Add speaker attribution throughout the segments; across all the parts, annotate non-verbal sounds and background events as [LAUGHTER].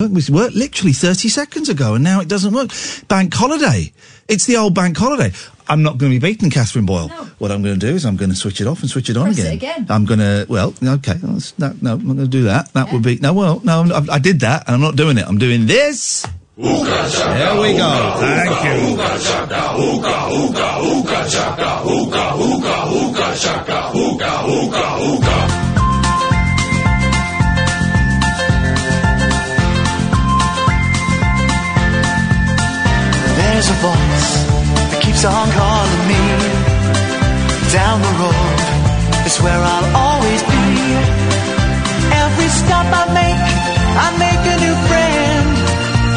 Speaker 1: It was worked literally 30 seconds ago, and now it doesn't work. Bank holiday. It's the old bank holiday. I'm not going to be beaten, Catherine Boyle. What I'm going to do is I'm going to switch it off and switch it on
Speaker 2: Press it
Speaker 1: again.
Speaker 2: again.
Speaker 1: I'm going to, well, okay, that's- no, no, I'm not going to do that. That would be, no, well, no, I'm, I, I did that, and I'm not doing it. I'm doing this. There we go. Thank you.
Speaker 3: There's a voice that keeps on calling me. Down the road, it's where I'll always be. Every stop I make, I make a new friend.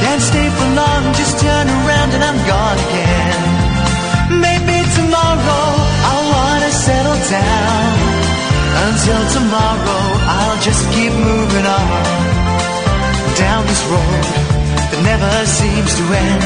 Speaker 3: Can't stay for long, just turn around and I'm gone again. Maybe tomorrow I'll wanna settle down. Until tomorrow, I'll just keep moving on. Down this road that never seems to end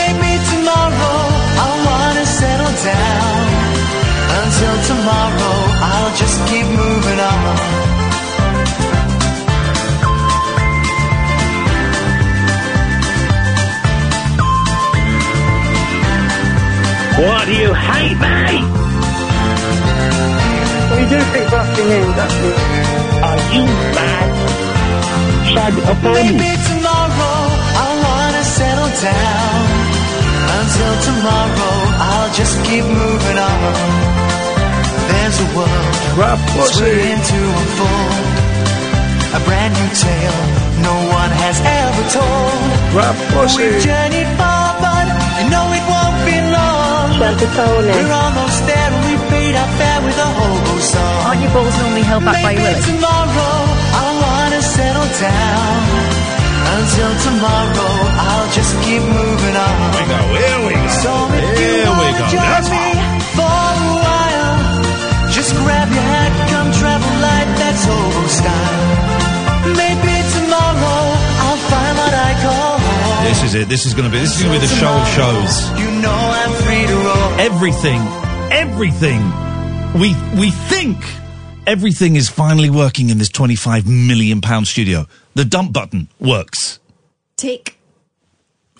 Speaker 3: Maybe tomorrow I wanna settle down. Until tomorrow, I'll just keep moving on.
Speaker 4: Why do you hate me? We do keep busting in, don't we? Are you mad? Shag upon
Speaker 3: Maybe tomorrow I wanna settle down. Until tomorrow, I'll just keep moving on. There's a world that's waiting to unfold. A brand new tale no one has ever told. We've journeyed far, but you know it won't be long. We're almost there and we paid our fare with a hobo song.
Speaker 5: Aren't your balls normally held back by your
Speaker 3: Maybe
Speaker 5: willy?
Speaker 3: tomorrow I wanna settle down. Until tomorrow, I'll just keep moving on. Here we go, here we go. So if you
Speaker 1: Here we
Speaker 3: wanna
Speaker 1: go,
Speaker 3: join
Speaker 1: that's
Speaker 3: me for a while, just grab your hat, come travel like that's old style. Maybe tomorrow I'll find what I call home.
Speaker 1: This is it. This is going to be. This is going to be the show of shows.
Speaker 3: You know I'm free to roam.
Speaker 1: Everything, everything. We we think everything is finally working in this twenty-five million pound studio. The dump button works.
Speaker 5: Tick.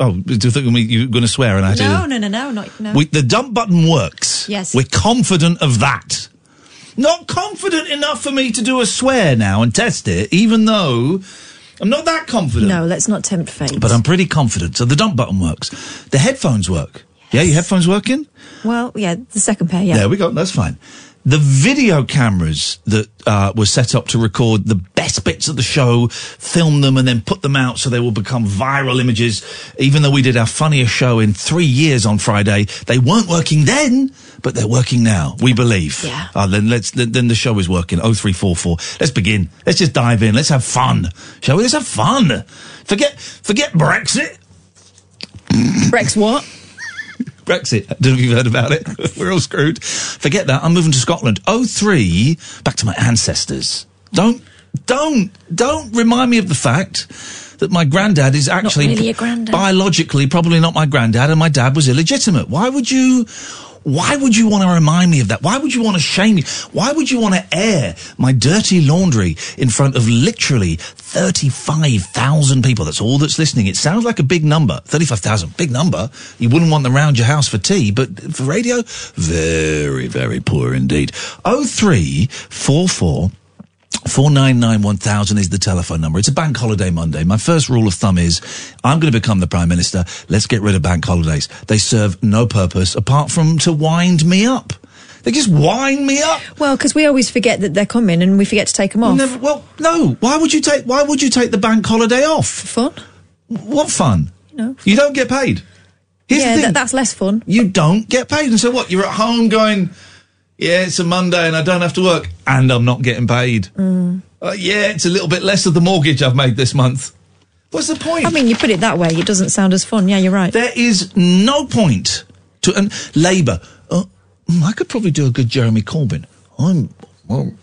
Speaker 1: Oh, do you think we- you were going to swear? And I had to do
Speaker 5: No,
Speaker 1: the-
Speaker 5: no, no, no, not no.
Speaker 1: We, the dump button works.
Speaker 5: Yes.
Speaker 1: We're confident of that. Not confident enough for me to do a swear now and test it, even though I'm not that confident.
Speaker 5: no, let's not tempt fate.
Speaker 1: But um, I'm pretty confident. So the dump button works. The headphones work. Yeah, your headphones working?
Speaker 5: well, yeah, the second pair, yeah.
Speaker 1: There we go. That's fine. The video cameras that uh, were set up to record the best bits of the show, film them, and then put them out so they will become viral images. Even though we did our funniest show in three years on Friday, they weren't working then, but they're working now. We believe. Yeah. then let's then, then the show is working. Oh three four four. Let's begin. Let's just dive in. Let's have fun, shall we? Let's have fun. Forget forget Brexit.
Speaker 5: Brex what?
Speaker 1: Brexit. I don't know if you've heard about it. [LAUGHS] We're all screwed. Forget that. I'm moving to Scotland. Oh three, back to my ancestors. Don't, don't, don't remind me of the fact that my granddad is actually
Speaker 5: really your granddad.
Speaker 1: biologically probably not my granddad and my dad was illegitimate. Why would you, why would you want to remind me of that? Why would you want to shame me? Why would you want to air my dirty laundry in front of literally 35,000 people? That's all that's listening. It sounds like a big number. 35,000, big number. You wouldn't want them round your house for tea, but for radio, very, very poor indeed. 0344 Four nine nine one thousand is the telephone number. It's a bank holiday Monday. My first rule of thumb is I'm going to become the prime minister. Let's get rid of bank holidays. They serve no purpose apart from to wind me up. They just wind me up.
Speaker 5: Well, because we always forget that they're coming and we forget to take them off.
Speaker 1: Never- well, no. Why would you take? Why would you take the bank holiday off?
Speaker 5: Fun?
Speaker 1: What fun?
Speaker 5: No.
Speaker 1: You don't get paid. Here's
Speaker 5: yeah,
Speaker 1: the thing.
Speaker 5: that, that's less fun.
Speaker 1: you don't get paid. And so what? You're at home going, yeah, it's a Monday and I don't have to work and I'm not getting paid.
Speaker 5: Mm.
Speaker 1: Uh, yeah, it's a little bit less of the mortgage I've made this month. What's the point?
Speaker 5: I mean, you put it that way, it doesn't sound as fun. Yeah, you're right.
Speaker 1: there is no point to and Labour. Uh, mm, I could probably do a good Jeremy Corbyn. I'm well,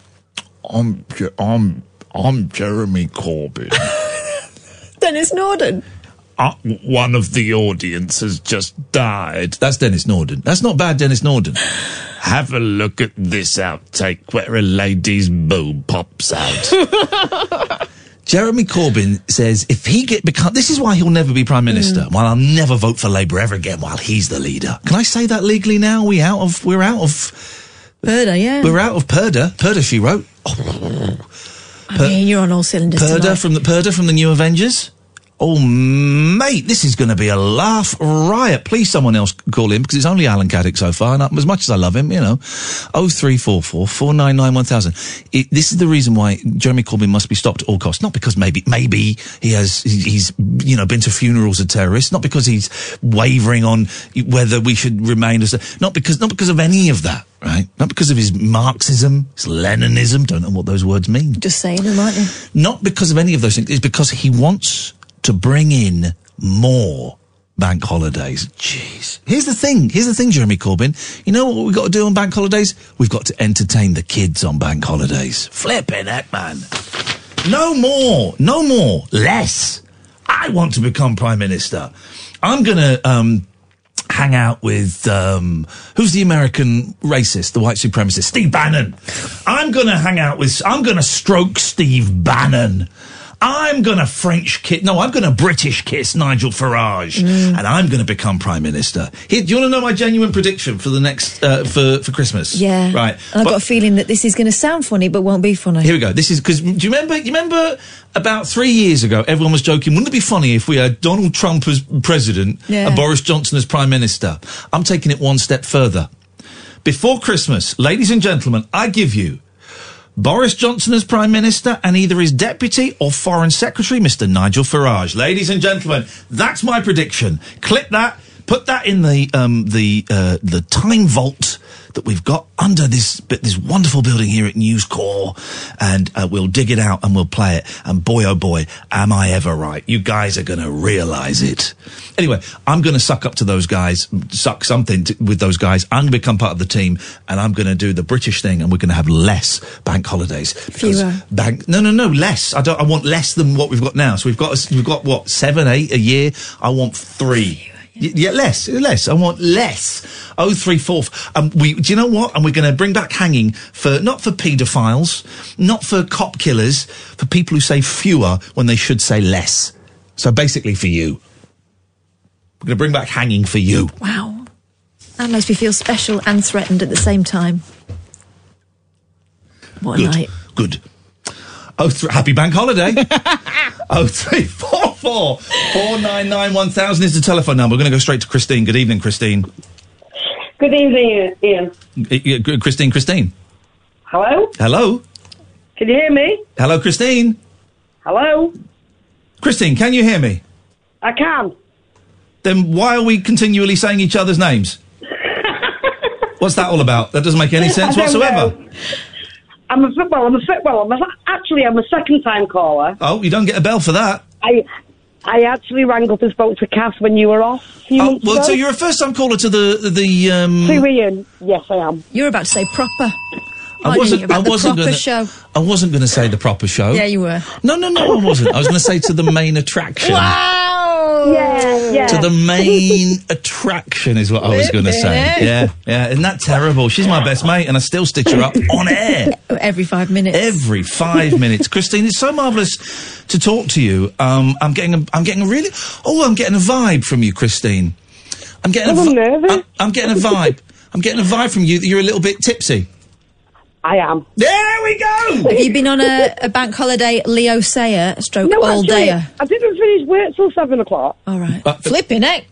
Speaker 1: I'm Je- I'm I'm Jeremy Corbyn. [LAUGHS]
Speaker 5: Dennis Norden.
Speaker 1: Uh, one of the audience has just died. That's Dennis Norden. That's not bad, Dennis Norden. Have a look at this outtake where a lady's boob pops out. [LAUGHS] Jeremy Corbyn says if he get become this is why he'll never be prime minister. While I'll never vote for Labour ever again. While he's the leader. Can I say that legally now? We out of we're out of
Speaker 5: Perda, yeah.
Speaker 1: we're out of Perda. Perda she wrote.
Speaker 5: I mean, you're on all cylinders tonight.
Speaker 1: Perda from the Perda from the New Avengers. Oh mate, this is going to be a laugh riot. Please, someone else call him because it's only Alan Caddick so far. And I- as much as I love him, you know, oh three four four four nine nine one thousand. It, this is the reason why Jeremy Corbyn must be stopped at all costs. Not because maybe maybe he has he- he's you know been to funerals of terrorists. Not because he's wavering on whether we should remain as not because not because of any of that. Right? Not because of his Marxism, his Leninism. Don't know what those words mean
Speaker 5: Just saying them, aren't you?
Speaker 1: not because of any of those things, it's because he wants to bring in more bank holidays. Jeez. Here's the thing. Here's the thing, Jeremy Corbyn. You know what we've got to do on bank holidays? We've got to entertain the kids on bank holidays. Flipping heck, man. No more. No more. Less. I want to become prime minister. I'm going to, um, hang out with um, who's the American racist, the white supremacist, Steve Bannon. I'm gonna hang out with. I'm gonna stroke Steve Bannon. I'm gonna French kiss. No, I'm gonna British kiss Nigel Farage,
Speaker 5: Mm.
Speaker 1: and I'm gonna become prime minister. Here, do you want to know my genuine prediction for the next uh, for for Christmas?
Speaker 5: Yeah.
Speaker 1: Right.
Speaker 5: And I've
Speaker 1: But-
Speaker 5: got a feeling that this is going to sound funny, but won't be funny.
Speaker 1: here we go. This is because do you remember? You remember about three years ago, everyone was joking. Wouldn't it be funny if we had Donald Trump as president
Speaker 5: Yeah.
Speaker 1: and Boris Johnson as prime minister? I'm taking it one step further. Before Christmas, ladies and gentlemen, I give you Boris Johnson as prime minister and either his deputy or foreign secretary, Mr. Nigel Farage. Ladies and gentlemen, that's my prediction. Clip that. Put that in the um, the uh, the time vault that we've got under this bit, this wonderful building here at News Corps, and uh, we'll dig it out and we'll play it. And boy, oh boy, am I ever right? You guys are going to realise it. Anyway, I'm going to suck up to those guys, suck something to, with those guys. I'm going to become part of the team, and I'm going to do the British thing, and we're going to have less bank holidays. because
Speaker 5: Fewer.
Speaker 1: Bank? No, no, no, less. I don't. I want less than what we've got now. So we've got we've got what seven, eight a year. I want three. Y- Yeah, less, less. I want less. Oh, three, four. f- Um, we, do you know what? And we're going to bring back hanging for not for paedophiles, not for cop killers, for people who say fewer when they should say less. So basically, for you, we're going to bring back hanging for you.
Speaker 5: Wow. That makes me feel special and threatened at the same time. What a
Speaker 1: Good.
Speaker 5: night.
Speaker 1: Good. Oh, th- happy bank
Speaker 5: [LAUGHS]
Speaker 1: holiday. oh, three, four, four, four, nine, nine, one thousand is the telephone number. We're going to go straight to Christine. Good evening, Christine.
Speaker 4: Good evening, Ian.
Speaker 1: Y- y- g- Christine, Christine.
Speaker 4: Hello?
Speaker 1: Hello.
Speaker 4: Can you hear me?
Speaker 1: Hello, Christine.
Speaker 4: Hello?
Speaker 1: Christine, can you hear me?
Speaker 4: I can.
Speaker 1: Then why are we continually saying each
Speaker 4: [LAUGHS]
Speaker 1: other's names? What's that all about? That doesn't make any sense
Speaker 4: I don't
Speaker 1: whatsoever.
Speaker 4: know. I'm a football. I'm a football. I'm a, actually, I'm a second time caller.
Speaker 1: Oh, you don't get a bell for that.
Speaker 4: I I actually rang up and spoke to Cass when you were off. A few
Speaker 1: Oh,
Speaker 4: months
Speaker 1: well,
Speaker 4: ago.
Speaker 1: so you're a first-time caller to the the um,
Speaker 4: To Ian. Yes, I am.
Speaker 5: You're about to say proper.
Speaker 1: I
Speaker 5: aren't you?
Speaker 1: wasn't.
Speaker 5: About
Speaker 1: I
Speaker 5: the
Speaker 1: wasn't
Speaker 5: proper
Speaker 1: going
Speaker 5: show.
Speaker 1: to. I wasn't going to say the proper show.
Speaker 5: Yeah, you were.
Speaker 1: No, no, no. I wasn't. I was going to say to the main attraction.
Speaker 5: Wow!
Speaker 4: Yeah, yeah.
Speaker 1: To the main attraction is what I was going to say. Yeah, yeah. Isn't that terrible? She's my best mate, and I still stitch her up on air
Speaker 5: [LAUGHS] Every five minutes.
Speaker 1: every five minutes. Christine, it's so marvelous to talk to you. Um, I'm getting a, I'm getting a really oh, I'm getting a vibe from you, Christine. I'm getting
Speaker 4: Oh,
Speaker 1: a
Speaker 4: I'm
Speaker 1: vi-
Speaker 4: nervous.
Speaker 1: I'm, I'm getting a vibe. I'm getting a vibe from you that you're a little bit tipsy.
Speaker 4: I am.
Speaker 1: There we go.
Speaker 5: Have you been on a, a bank holiday, Leo Sayer, stroke
Speaker 4: No,
Speaker 5: all
Speaker 4: actually,
Speaker 5: dayer?
Speaker 4: I didn't finish work till seven o'clock.
Speaker 5: All right.
Speaker 1: Uh,
Speaker 5: Flipping it.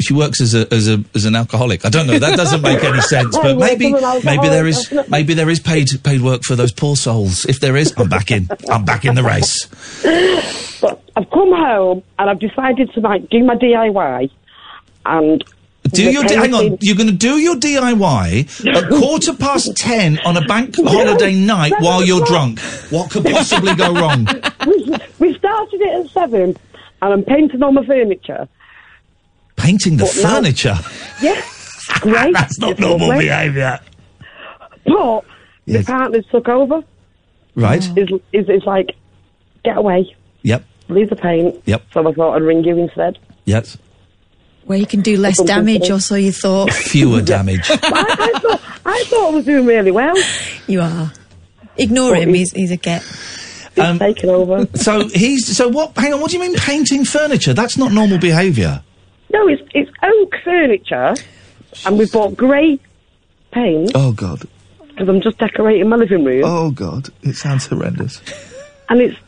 Speaker 1: she works as a as a as an alcoholic. I don't know. That doesn't
Speaker 4: [LAUGHS]
Speaker 1: make any sense. But
Speaker 4: Yeah,
Speaker 1: maybe
Speaker 4: she's an
Speaker 1: maybe there is
Speaker 4: alcoholic.
Speaker 1: maybe there is paid paid work for those poor souls. If there is, I'm back in. I'm back in the race.
Speaker 4: [LAUGHS] But I've come home and I've decided to like do my DIY. And
Speaker 1: Do
Speaker 4: the
Speaker 1: your hang on.
Speaker 4: painting-
Speaker 1: You're going to do your DIY at quarter past ten on a bank holiday night
Speaker 4: seven
Speaker 1: while you're
Speaker 4: o'clock.
Speaker 1: drunk. What could possibly go
Speaker 4: [LAUGHS]
Speaker 1: wrong?
Speaker 4: we, we started it at seven, and I'm painting all my furniture.
Speaker 1: Painting the
Speaker 4: But now-
Speaker 1: furniture. [LAUGHS]
Speaker 4: Yeah, great.
Speaker 1: That's not
Speaker 4: It's
Speaker 1: normal
Speaker 4: lovely.
Speaker 1: behaviour.
Speaker 4: But
Speaker 1: Yes.
Speaker 4: the partner's took over.
Speaker 1: Right.
Speaker 4: Is is is like, get away,
Speaker 1: Yep.
Speaker 4: leave the paint.
Speaker 1: Yep.
Speaker 4: So I thought I'd ring you instead.
Speaker 1: Yes.
Speaker 5: Where you can do less
Speaker 4: Something
Speaker 5: damage,
Speaker 4: silly.
Speaker 5: or so you thought
Speaker 1: Fewer damage.
Speaker 4: But I, I thought I thought I was doing really well.
Speaker 5: you are. Ignore him, he's, he's a get.
Speaker 1: Um,
Speaker 4: Taking
Speaker 5: [LAUGHS]
Speaker 4: over.
Speaker 1: So he's so what? Hang on. What do you mean painting furniture? That's not normal behaviour.
Speaker 4: No, it's it's oak furniture, and we bought grey paint
Speaker 1: Oh god.
Speaker 4: because I'm just decorating my living room,
Speaker 1: Oh god. It sounds horrendous.
Speaker 4: and it's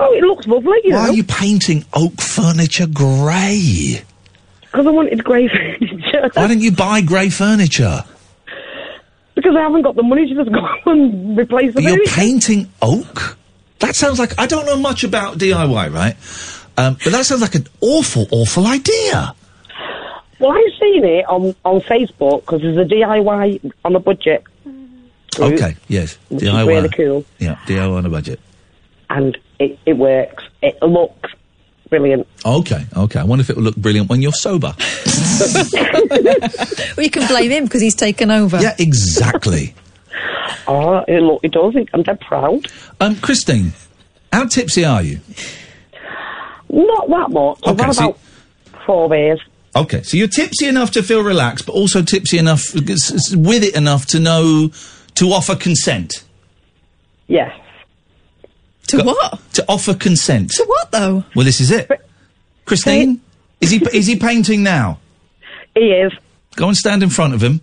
Speaker 4: oh, it looks lovely, you
Speaker 1: Why
Speaker 4: know,
Speaker 1: are you painting oak furniture grey?
Speaker 4: because I wanted grey [LAUGHS] furniture.
Speaker 1: Why didn't you buy grey furniture?
Speaker 4: Because I haven't got the money to just [LAUGHS] go and replace the
Speaker 1: But you're
Speaker 4: furniture.
Speaker 1: painting oak. That sounds like I don't know much about DIY, right? Um, but that sounds like an awful, awful idea.
Speaker 4: well, I've seen it on on Facebook because there's a DIY on a budget. group,
Speaker 1: Okay. Yes.
Speaker 4: Which is
Speaker 1: DIY.
Speaker 4: really cool.
Speaker 1: Yeah. DIY on a budget.
Speaker 4: and it, it works. It looks brilliant.
Speaker 1: Okay. Okay. I wonder if it will look brilliant when you're sober.
Speaker 5: Well, you can blame him because he's taken over.
Speaker 1: yeah. Exactly.
Speaker 4: [LAUGHS] Oh, it look it does. It, I'm dead proud.
Speaker 1: Um, Christine, how tipsy are you?
Speaker 4: Not that much. I've
Speaker 1: Okay,
Speaker 4: had
Speaker 1: so you-
Speaker 4: about four beers.
Speaker 1: Okay, so you're tipsy enough to feel relaxed, but also tipsy enough s- s- with it enough to know to offer consent.
Speaker 4: Yes.
Speaker 5: To what?
Speaker 1: To offer consent.
Speaker 5: To what, though?
Speaker 1: Well, this is it. Christine, is he is he painting now?
Speaker 4: He is.
Speaker 1: Go and stand in front of him.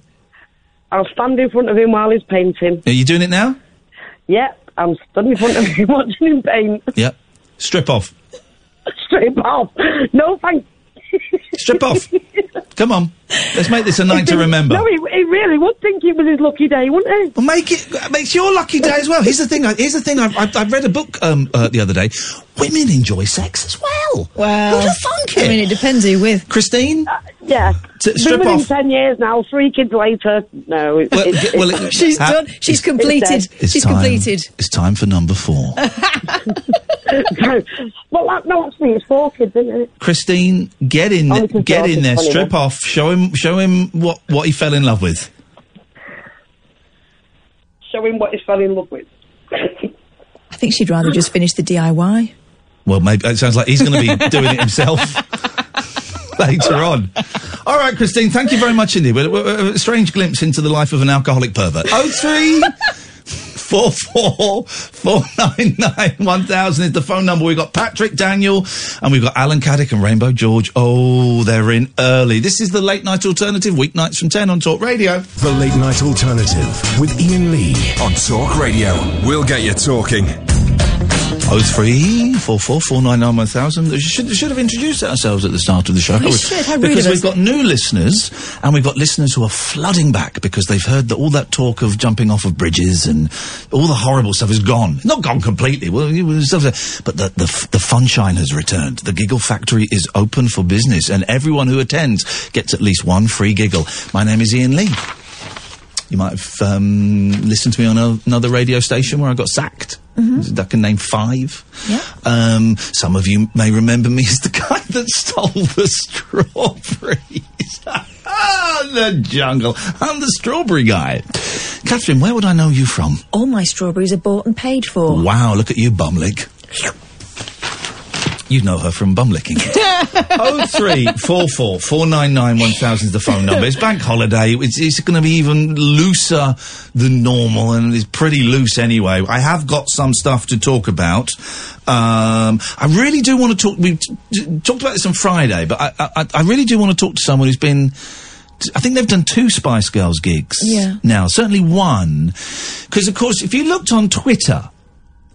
Speaker 4: I'll stand in front of him while he's painting.
Speaker 1: Are you doing it now?
Speaker 4: Yeah, I'm standing in front of him [LAUGHS] watching him paint.
Speaker 1: Yep. Strip off.
Speaker 4: Straight off. No, thank [LAUGHS]
Speaker 1: Strip off. Come on. Let's make this a night to remember.
Speaker 4: No, he, he really would think it was his lucky day, wouldn't he?
Speaker 1: Well, make it makes your lucky day as well. Here's the thing. I- Here's the thing. I, I, I read a book um, uh, the other day. Women enjoy sex as well.
Speaker 5: Well,
Speaker 1: who'd have thunk
Speaker 5: I
Speaker 1: it?
Speaker 5: mean, it depends who you're with.
Speaker 1: Christine.
Speaker 4: Uh, Yeah.
Speaker 1: To
Speaker 4: Been
Speaker 1: strip
Speaker 4: with him
Speaker 1: off.
Speaker 4: ten years now, three kids later. No, it,
Speaker 1: Well,
Speaker 4: it's-
Speaker 1: g-
Speaker 4: it's-
Speaker 1: well, [LAUGHS] it-
Speaker 5: She's
Speaker 1: uh,
Speaker 5: done. She's
Speaker 1: it's-
Speaker 5: completed.
Speaker 1: it's
Speaker 5: She's
Speaker 1: time-
Speaker 5: completed.
Speaker 1: It's time for number four.
Speaker 4: [LAUGHS] well, that, no, actually, it's four kids, isn't it?
Speaker 1: Christine, get in,
Speaker 4: Oh, this is
Speaker 1: get in there,
Speaker 4: awful,
Speaker 1: strip
Speaker 4: funny,
Speaker 1: off, show him, show him what what he fell in love with.
Speaker 4: Show him what he's fell in love with.
Speaker 5: I think she'd rather just finish the DIY.
Speaker 1: Well, maybe it sounds like he's going
Speaker 5: [LAUGHS]
Speaker 1: to be doing it himself [LAUGHS] later on. All right, Christine, thank you very much indeed. Well, well, A strange glimpse into the life of an alcoholic pervert. Oh three. [LAUGHS] Four four four nine nine one thousand is the phone number. We've got Patrick Daniel and we've got Alan Caddick and Rainbow George. Oh, they're in early. This is the late night alternative, weeknights from ten on Talk Radio.
Speaker 6: The Late Night Alternative with Ian Lee.
Speaker 7: On Talk Radio, we'll get you talking.
Speaker 1: Oh three four four four nine nine one thousand. We should should have introduced ourselves at the start of the show.
Speaker 5: We should, how rude
Speaker 1: because
Speaker 5: of
Speaker 1: we've
Speaker 5: us.
Speaker 1: got new listeners and we've got listeners who are flooding back because they've heard that all that talk of jumping off of bridges and all the horrible stuff is gone. Not gone completely. Well, it was stuff- but the the f- the funshine has returned. The Giggle Factory is open for business, and everyone who attends gets at least one free giggle. My name is Ian Lee. You might have um, listened to me on a, another radio station where I got sacked.
Speaker 8: Hmm?
Speaker 1: [LAUGHS] I can name five.
Speaker 5: Yeah.
Speaker 1: Um, some of you may remember me as the guy that stole the strawberries. [LAUGHS] ah, the jungle. I'm the strawberry guy. Catherine, where would I know you from?
Speaker 5: All my strawberries are bought and paid for.
Speaker 1: Wow, look at you, bumlick. You'd know her from bumlicking. oh three four four four nine nine one thousand is the phone number. It's bank holiday. It's, it's going to be even looser than normal, and it's pretty loose anyway. I have got some stuff to talk about. Um, I really do want to talk. We t- t- talked about this on Friday, but I, I, I really do want to talk to someone who's been. I think they've done two Spice Girls gigs
Speaker 5: Yeah.
Speaker 1: now. Certainly one, because of course, if you looked on Twitter,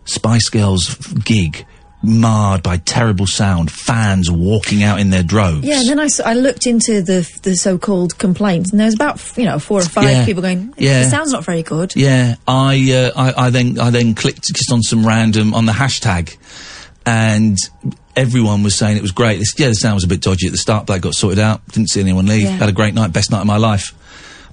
Speaker 1: Spice Girls gig marred by terrible sound, fans walking out in their droves.
Speaker 5: Yeah, and then I, s- I looked into the the so-called complaints, and there's about f- you know four or five
Speaker 1: Yeah.
Speaker 5: people going,
Speaker 1: Yeah.
Speaker 5: "The sound's not very good."
Speaker 1: Yeah, I, uh, I I then I then clicked just on some random on the hashtag, and everyone was saying it was great. This, yeah, the sound was a bit dodgy at the start, but that got sorted out. Didn't see anyone leave.
Speaker 5: Yeah.
Speaker 1: Had a great night, best night of my life.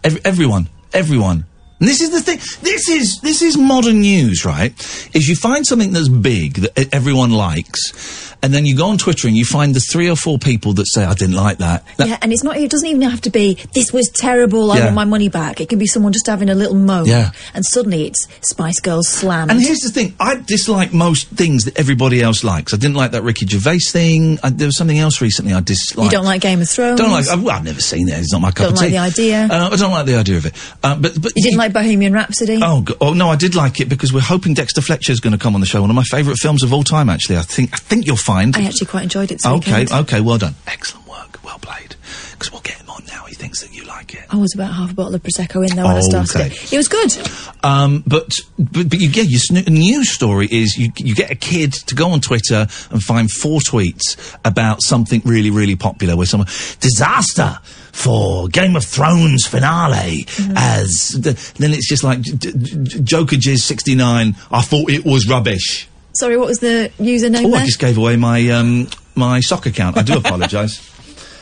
Speaker 1: Every, everyone, everyone. And this is the thing. This is this is modern news, right? Is you find something that's big that e- everyone likes, and then you go on Twitter and you find the three or four people that say I didn't like that. That-
Speaker 5: Yeah, and it's not. It doesn't even have to be. This was terrible. I
Speaker 1: Yeah.
Speaker 5: want my money back. It can be someone just having a little moan.
Speaker 1: Yeah.
Speaker 5: And suddenly it's Spice Girls slam.
Speaker 1: And here's the thing: I dislike most things that everybody else likes. I didn't like that Ricky Gervais thing. I, there was something else recently I
Speaker 5: you
Speaker 1: disliked.
Speaker 5: don't like Game of Thrones.
Speaker 1: Don't like. I've, well, I've never seen it. It's not my cup
Speaker 5: Don't
Speaker 1: of
Speaker 5: like
Speaker 1: tea.
Speaker 5: the idea.
Speaker 1: Uh, I don't like the idea of it. Uh, but but
Speaker 5: you didn't like Bohemian Rhapsody.
Speaker 1: Oh, go- oh no, I did like it because we're hoping Dexter Fletcher is going to come on the show. One of my favourite films of all time, actually. I think I think you'll find.
Speaker 5: I actually quite enjoyed it. This
Speaker 1: okay,
Speaker 5: weekend.
Speaker 1: okay, well done, excellent work, well played. Because we'll get him on now. He thinks that you like it.
Speaker 5: I was about half a bottle of prosecco in there when I started.
Speaker 1: Oh, Okay.
Speaker 5: It. it was good.
Speaker 1: Um, but but, but you, yeah, your sn- news story is you you get a kid to go on Twitter and find four tweets about something really really popular where someone disaster for Game of Thrones finale as the, then it's just like D- D- Joker Jizz sixty nine. I thought it was rubbish.
Speaker 5: Sorry, what was the username
Speaker 1: Oh,
Speaker 5: there?
Speaker 1: I just gave away my um, my sock account. I do apologise.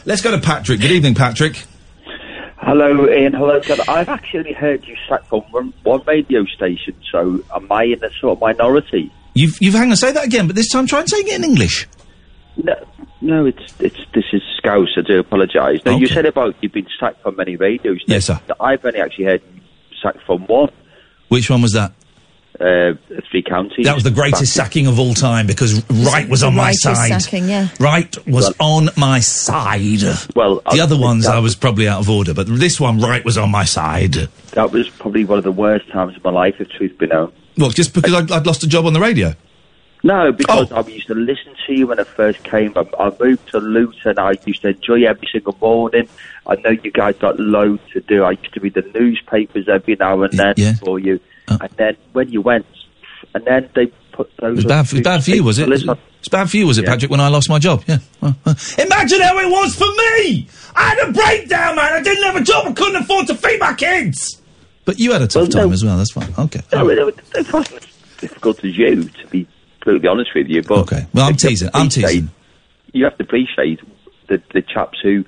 Speaker 1: Let's go to Patrick. Good evening, Patrick.
Speaker 2: Hello, Ian. Hello, Ken. I've actually heard you sacked from one- one radio station, so am I in a sort of minority?
Speaker 1: You've you've hang on say that again, but this time try and say it in English.
Speaker 2: No, no, it's it's this is Scouse. I do apologise. No, you
Speaker 1: Okay.
Speaker 2: said about you've been sacked from many radio stations.
Speaker 1: Yes, sir.
Speaker 2: I've only actually heard you sacked from one,
Speaker 1: Which one was that?
Speaker 2: uh, three counties.
Speaker 1: That was the greatest sacking of all time because Wright was
Speaker 5: The
Speaker 1: on my
Speaker 5: Wright was
Speaker 1: side.
Speaker 5: sacking, yeah.
Speaker 1: Right was
Speaker 2: Well-
Speaker 1: on my side.
Speaker 2: Well,
Speaker 1: the
Speaker 2: I-
Speaker 1: other ones
Speaker 2: that-
Speaker 1: I was probably out of order, but this one, Wright was on my side.
Speaker 2: That was probably one of the worst times of my life, if truth be known.
Speaker 1: Well, just because I'd, I'd lost a job on the radio.
Speaker 2: No, because
Speaker 1: Oh.
Speaker 2: I used to listen to you when I first came. I, I moved to Luton. I used to enjoy you every single morning. I know you guys got loads to do. I used to read the newspapers every now and
Speaker 1: Y-
Speaker 2: then
Speaker 1: yeah.
Speaker 2: for you.
Speaker 1: Oh.
Speaker 2: And then when you went, and then they put those.
Speaker 1: It was bad. For, it was bad for you, was it?
Speaker 2: Listen,
Speaker 1: It's bad for you, was it,
Speaker 2: Yeah.
Speaker 1: Patrick? When I lost my job, yeah. Well, well. Imagine how it was for me. I had a breakdown, man. I didn't have a job. I couldn't afford to feed my kids. But you had a tough
Speaker 2: Well, no.
Speaker 1: time as well. That's fine. Okay.
Speaker 2: no, it, it, it wasn't as difficult as you, to be completely honest with you. But
Speaker 1: Okay. Well, I'm
Speaker 2: you have to
Speaker 1: teasing. I'm
Speaker 2: appreciate-
Speaker 1: teasing.
Speaker 2: You have to appreciate the, the chaps who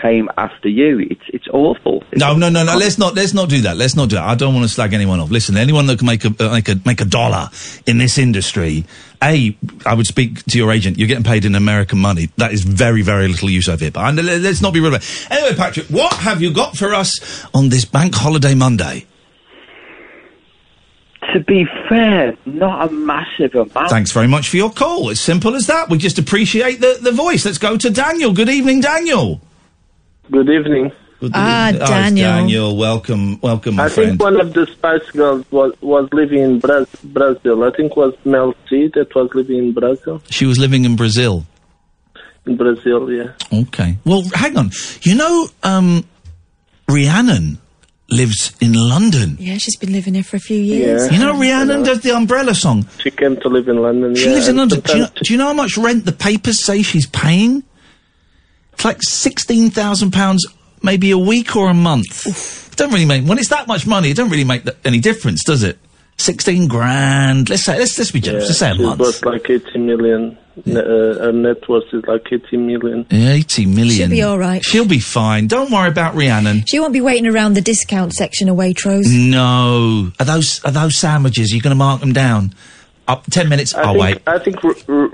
Speaker 2: came after you. It's it's awful. It's
Speaker 1: No, no, no, no. Let's not let's not do that. Let's not do that. I don't want to slag anyone off. Listen, anyone that can make a uh, make a make a dollar in this industry, a I would speak to your agent. You're getting paid in American money. That is very very little use of it. But I, let's not be rude. About it. Anyway, Patrick, what have you got for us on this bank holiday Monday?
Speaker 2: To be fair, not a massive amount.
Speaker 1: Thanks very much for your call. It's simple as that. We just appreciate the the voice. Let's go to Daniel. Good evening, Daniel.
Speaker 9: Good evening.
Speaker 1: Good
Speaker 5: Ah,
Speaker 1: evening. Oh, it's
Speaker 5: Daniel.
Speaker 1: Daniel, welcome, welcome, my
Speaker 9: I
Speaker 1: friend.
Speaker 9: think one of the Spice Girls was, was living in Bra- Brazil. I think was Mel C that was living in Brazil.
Speaker 1: she was living in Brazil.
Speaker 9: In Brazil, yeah.
Speaker 1: Okay. Well, hang on. You know, um, Rhiannon lives in London.
Speaker 5: yeah, she's been living here for a few years.
Speaker 9: Yeah.
Speaker 1: You know, Rhiannon does the Umbrella song.
Speaker 9: She came to live in London.
Speaker 1: She
Speaker 9: yeah,
Speaker 1: lives in
Speaker 9: and
Speaker 1: London. Do you, know,
Speaker 9: sometimes
Speaker 1: do you know how much rent the papers say she's paying? It's like sixteen thousand pounds, maybe a week or a month. It don't really make when it's that much money. It don't really make that, any difference, does it? Sixteen grand. Let's say let's let's be generous. let's say a
Speaker 9: she's worth
Speaker 1: month.
Speaker 9: like 80 million. Uh, her net worth is like 80 million.
Speaker 1: Eighty million.
Speaker 5: She'll be all right.
Speaker 1: She'll be fine. Don't worry about Rhiannon.
Speaker 5: She won't be waiting around the discount section of Waitrose.
Speaker 1: Mm. No. Are those are those sandwiches? Are you going to mark them down? Up ten minutes.
Speaker 9: I
Speaker 1: oh
Speaker 9: think,
Speaker 1: wait.
Speaker 9: I think R- R-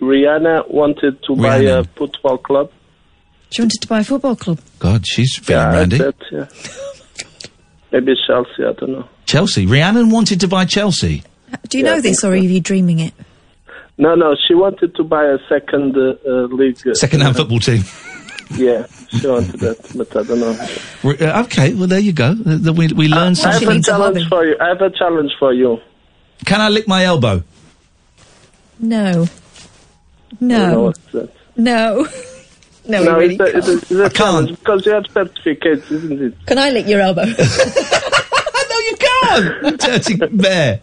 Speaker 9: Rihanna wanted to buy a
Speaker 1: Rhiannon.
Speaker 9: football club.
Speaker 5: She wanted to buy a football club.
Speaker 1: God, she's feeling randy.
Speaker 9: that, yeah. Maybe Chelsea, I don't know.
Speaker 1: Chelsea. Rhiannon wanted to buy Chelsea.
Speaker 5: Uh, Do you
Speaker 9: Yeah,
Speaker 5: know
Speaker 9: I
Speaker 5: this,
Speaker 9: think
Speaker 5: or are
Speaker 9: so.
Speaker 5: you dreaming it?
Speaker 9: No, no, she wanted to buy a second uh, uh, league. uh,
Speaker 1: Second-hand football team.
Speaker 9: Yeah, she wanted that, but I don't know.
Speaker 1: R- uh, okay. Well, there you go. Uh, th- we we
Speaker 9: I
Speaker 1: learned
Speaker 5: She
Speaker 9: have
Speaker 1: something.
Speaker 9: a
Speaker 5: needs a
Speaker 9: challenge
Speaker 5: hobby.
Speaker 9: for you. I have a challenge for you.
Speaker 1: Can I lick my elbow?
Speaker 5: No.
Speaker 9: You know
Speaker 5: No.
Speaker 9: what's that?
Speaker 5: No. [LAUGHS] no, you
Speaker 9: No,
Speaker 5: really
Speaker 9: it's a, it's a, it's a
Speaker 1: can't.
Speaker 9: challenge because you have certificates, isn't it?
Speaker 1: [LAUGHS]
Speaker 5: Can I lick your
Speaker 9: [LAUGHS]
Speaker 5: elbow?
Speaker 1: no, you can't. Dirty bear.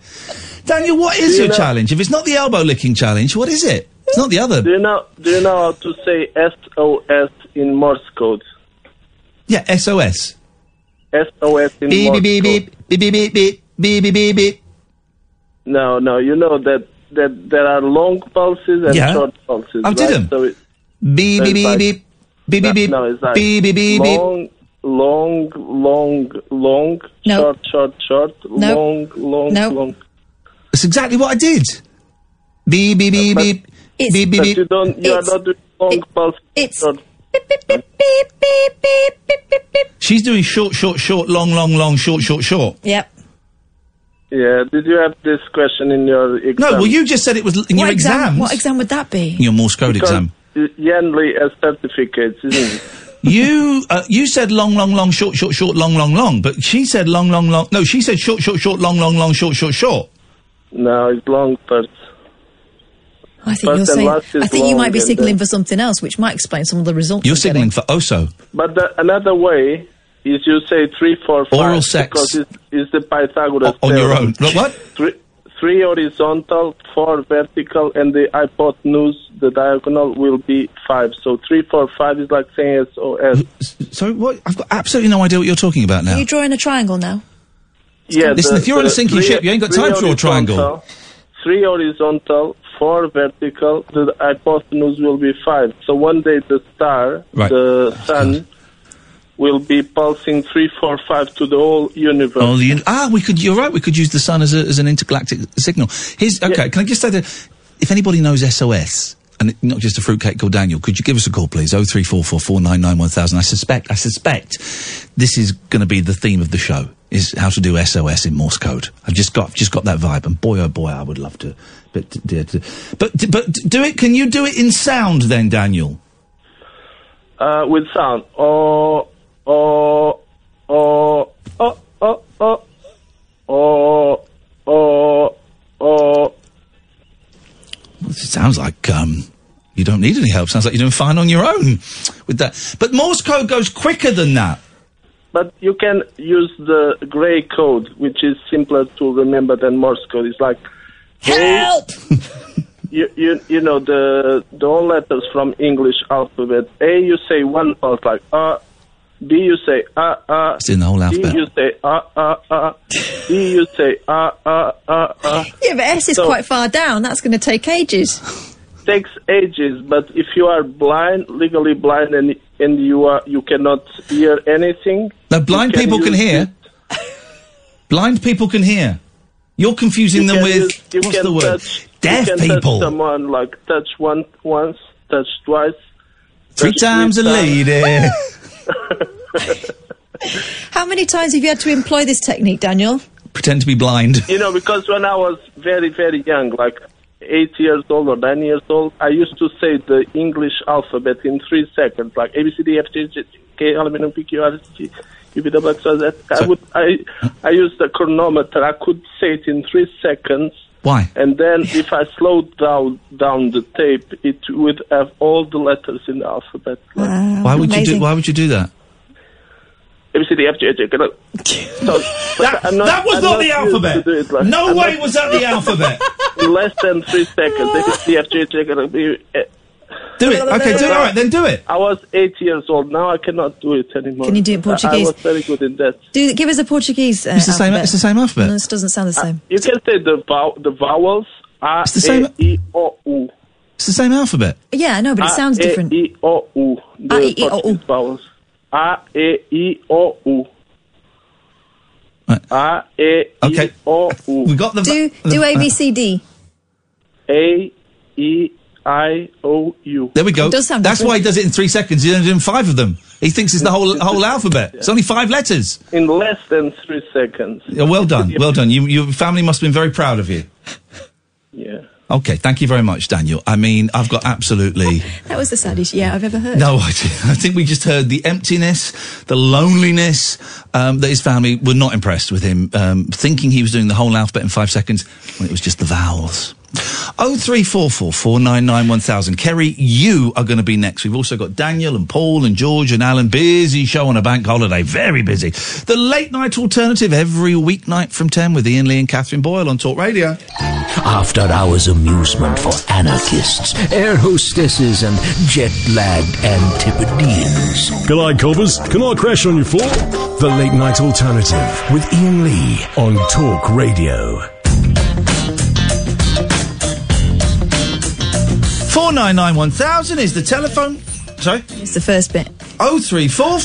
Speaker 1: Daniel, what is
Speaker 9: You
Speaker 1: your
Speaker 9: know-
Speaker 1: challenge? If it's not the elbow licking challenge, what is it? It's not the other.
Speaker 9: Do you know? Do you know how to say SOS in Morse code?
Speaker 1: Yeah, SOS.
Speaker 9: SOS in
Speaker 1: Beep,
Speaker 9: Morse
Speaker 1: beep, beep,
Speaker 9: code.
Speaker 1: beep, beep, beep, beep, beep, beep, beep, beep, beep.
Speaker 9: No, no. You know that that there are long pulses and
Speaker 1: Yeah.
Speaker 9: short pulses.
Speaker 1: I
Speaker 9: right?
Speaker 1: did 'em.
Speaker 9: So it,
Speaker 1: Beep, beep,
Speaker 9: It's
Speaker 1: beep,
Speaker 9: like-
Speaker 1: beep. Beep,
Speaker 9: no,
Speaker 1: beep, beep.
Speaker 9: no, it's like
Speaker 1: Beep, beep, beep, beep.
Speaker 9: long, long, long, long,
Speaker 5: No.
Speaker 9: short, short, short,
Speaker 5: No.
Speaker 9: long, long,
Speaker 5: No.
Speaker 9: long.
Speaker 1: That's exactly what I did. Beep, beep, beep,
Speaker 9: But-
Speaker 1: beep.
Speaker 5: It's-
Speaker 1: Beep, beep,
Speaker 9: But you
Speaker 1: beep.
Speaker 9: don't. You are
Speaker 5: It's-
Speaker 9: not doing long
Speaker 5: it-
Speaker 9: pulses.
Speaker 5: It's
Speaker 9: short-
Speaker 5: beep, beep, beep, beep, beep, beep, beep, beep, beep.
Speaker 1: She's doing short, short, short, long, long, long, short, short, short.
Speaker 5: Yep.
Speaker 9: Yeah. Did you have this question in your
Speaker 1: No,
Speaker 9: exam?
Speaker 1: well, you just said it was in your
Speaker 5: what
Speaker 1: exams.
Speaker 5: exam? What exam would that be?
Speaker 1: Your Morse code
Speaker 9: Because
Speaker 1: exam.
Speaker 9: Yanley has certificates, isn't it?
Speaker 1: [LAUGHS] You uh, you said long, long, long, short, short, short, long, long, long, but she said long, long, long. No, she said short, short, short, long, long, long, short, short, short.
Speaker 9: no, it's long first.
Speaker 5: I think
Speaker 9: First
Speaker 5: you're
Speaker 9: and
Speaker 5: saying.
Speaker 9: last is
Speaker 5: I think you
Speaker 9: long
Speaker 5: might be
Speaker 9: and
Speaker 5: signalling
Speaker 9: then-
Speaker 5: for something else, which might explain some of the results.
Speaker 1: You're
Speaker 5: we're getting.
Speaker 1: signaling for Oso.
Speaker 9: But the, another way is you say three, four, five.
Speaker 1: Oral sex.
Speaker 9: Because it's, it's the Pythagoras
Speaker 1: O- on your
Speaker 9: theorem.
Speaker 1: own. Look, what?
Speaker 9: Three, three horizontal, four vertical, and the hypotenuse, the diagonal, will be five. So three, four, five is like saying SOS.
Speaker 1: S- So what? I've got absolutely no idea what you're talking about now.
Speaker 5: Are you drawing a triangle now?
Speaker 9: Yeah,
Speaker 1: Listen, if you're on a sinking
Speaker 9: three-
Speaker 1: ship, you ain't got
Speaker 9: three
Speaker 1: time for a triangle.
Speaker 9: horizontal, Three horizontal, four vertical, the hypotenuse will be five. So one day the star,
Speaker 1: Right.
Speaker 9: the sun, will be pulsing three, four, five to the whole universe.
Speaker 1: Oh, the, ah, we could. You're right. We could use the sun as, a, as an intergalactic signal. Here's okay. Can I just say that if anybody knows SOS and it- not just a fruitcake called Daniel, could you give us a call, please? Oh three four four four nine nine one thousand. I suspect. I suspect this is going to be the theme of the show. Is how to do SOS in Morse code. I've just got, I've just got that vibe, and boy, oh boy, I would love to, but, d- d- d- but, d- but d- do it. Can you do it in sound then, Daniel?
Speaker 9: Uh, with sound. Oh, oh, oh, oh, oh, oh, oh, oh, oh.
Speaker 1: It sounds like um, you don't need any help. Sounds like you're doing fine on your own with that. But Morse code goes quicker than that.
Speaker 9: But you can use the grey code, which is simpler to remember than Morse code. It's like
Speaker 5: Help!
Speaker 9: [LAUGHS] you, you, you know the the all letters from English alphabet. A you say one pulse like ah. B you say ah ah.
Speaker 1: It's in the whole alphabet.
Speaker 9: D you say ah ah ah. D you say ah ah ah ah.
Speaker 5: Yeah, but S is
Speaker 9: So-
Speaker 5: quite far down. That's going to take
Speaker 1: [LAUGHS]
Speaker 5: ages.
Speaker 9: Takes ages, but if you are blind, legally blind, and and you are you cannot hear anything.
Speaker 1: No,
Speaker 9: you
Speaker 1: blind people can
Speaker 9: use
Speaker 1: hear.
Speaker 9: it.
Speaker 1: Blind people can hear. You're confusing
Speaker 9: You
Speaker 1: them
Speaker 9: can
Speaker 1: with
Speaker 9: use- you
Speaker 1: what's
Speaker 9: can
Speaker 1: the word?
Speaker 9: touch-
Speaker 1: Deaf
Speaker 9: you can
Speaker 1: people.
Speaker 9: Touch someone like touch one once, touch twice.
Speaker 1: Three
Speaker 9: touch
Speaker 1: times a lady.
Speaker 5: How many times have you had to employ this technique, Daniel?
Speaker 1: Pretend to be blind.
Speaker 9: [LAUGHS] You know, because when I was very very young, like eight years old or nine years old, I used to say the English alphabet in three seconds, like A B C D E, F G H K L M N O P Q R S T U V W X Y Z. I
Speaker 1: So-
Speaker 9: would I I used the chronometer. I could say it in three seconds.
Speaker 1: Why?
Speaker 9: And then if I slowed down down the tape, it would have all the letters in the alphabet. Like,
Speaker 5: Wow,
Speaker 1: Why would you
Speaker 5: amazing.
Speaker 1: do? Why would you do that?
Speaker 9: ABC, the FJ, J,
Speaker 1: [LAUGHS]
Speaker 9: K, L. So, but I'm
Speaker 1: that was
Speaker 9: I'm
Speaker 1: not, the
Speaker 9: used to
Speaker 1: alphabet.
Speaker 9: do it like-
Speaker 1: no
Speaker 9: I'm
Speaker 1: way
Speaker 9: not-
Speaker 1: was that the alphabet.
Speaker 9: In less than three seconds. ABC, the FJ, J, K, L, B, eh.
Speaker 1: Do it. Okay, do it. All right, then do it.
Speaker 9: I was eight years old. Now I cannot do it anymore.
Speaker 5: Can you do it in
Speaker 9: I-
Speaker 5: Portuguese?
Speaker 9: I, was very good in that.
Speaker 5: Do give us a Portuguese. Uh,
Speaker 1: It's the same-
Speaker 5: Alphabet.
Speaker 1: it's the same alphabet.
Speaker 5: No, this doesn't sound the same.
Speaker 9: You can say the vow, the vowels. A,
Speaker 1: It's the same-
Speaker 9: E, I, O, U.
Speaker 1: It's the same alphabet.
Speaker 5: yeah, I know, but it
Speaker 9: A,
Speaker 5: sounds
Speaker 9: E,
Speaker 5: different.
Speaker 9: I, O, U. The
Speaker 5: A, E, I, O, U.
Speaker 9: Portuguese vowels. A, E, I, O, U.
Speaker 1: Right.
Speaker 9: A, E, I,
Speaker 1: Okay.
Speaker 9: O, U.
Speaker 1: We got the
Speaker 5: do
Speaker 1: the-
Speaker 5: do A B
Speaker 1: uh,
Speaker 5: C D.
Speaker 9: A E I O U.
Speaker 1: There we go.
Speaker 5: It does sound
Speaker 1: That's
Speaker 5: different.
Speaker 1: why he does it in three seconds. He's only doing five of them. He
Speaker 9: [LAUGHS]
Speaker 1: thinks it's the whole whole alphabet. It's only five letters.
Speaker 9: In less than three seconds.
Speaker 1: Yeah, Well done, well done. You, your family must have been very proud of you.
Speaker 9: Yeah.
Speaker 1: Okay, thank you very much, Daniel. I mean, I've got absolutely
Speaker 5: That was the saddest yeah I've ever heard.
Speaker 1: no idea. I think we just heard the emptiness, the loneliness um, that his family were not impressed with him, um, thinking he was doing the whole alphabet in five seconds when it was just the vowels. 0344 499 1000. Kerry, you are going to be next. We've also got Daniel and Paul and George and Alan. Busy show on a bank holiday. Very busy. The late night alternative every weeknight from 10 with Ian Lee and Catherine Boyle on Talk Radio.
Speaker 10: After hours amusement for anarchists, air hostesses, and jet lagged Antipodeans.
Speaker 6: Good night, coppers. Can I crash on your floor? The Late Night Alternative with Ian Lee on Talk Radio.
Speaker 1: 499 1000 is the telephone. Sorry?
Speaker 5: It's the first bit.
Speaker 1: 0344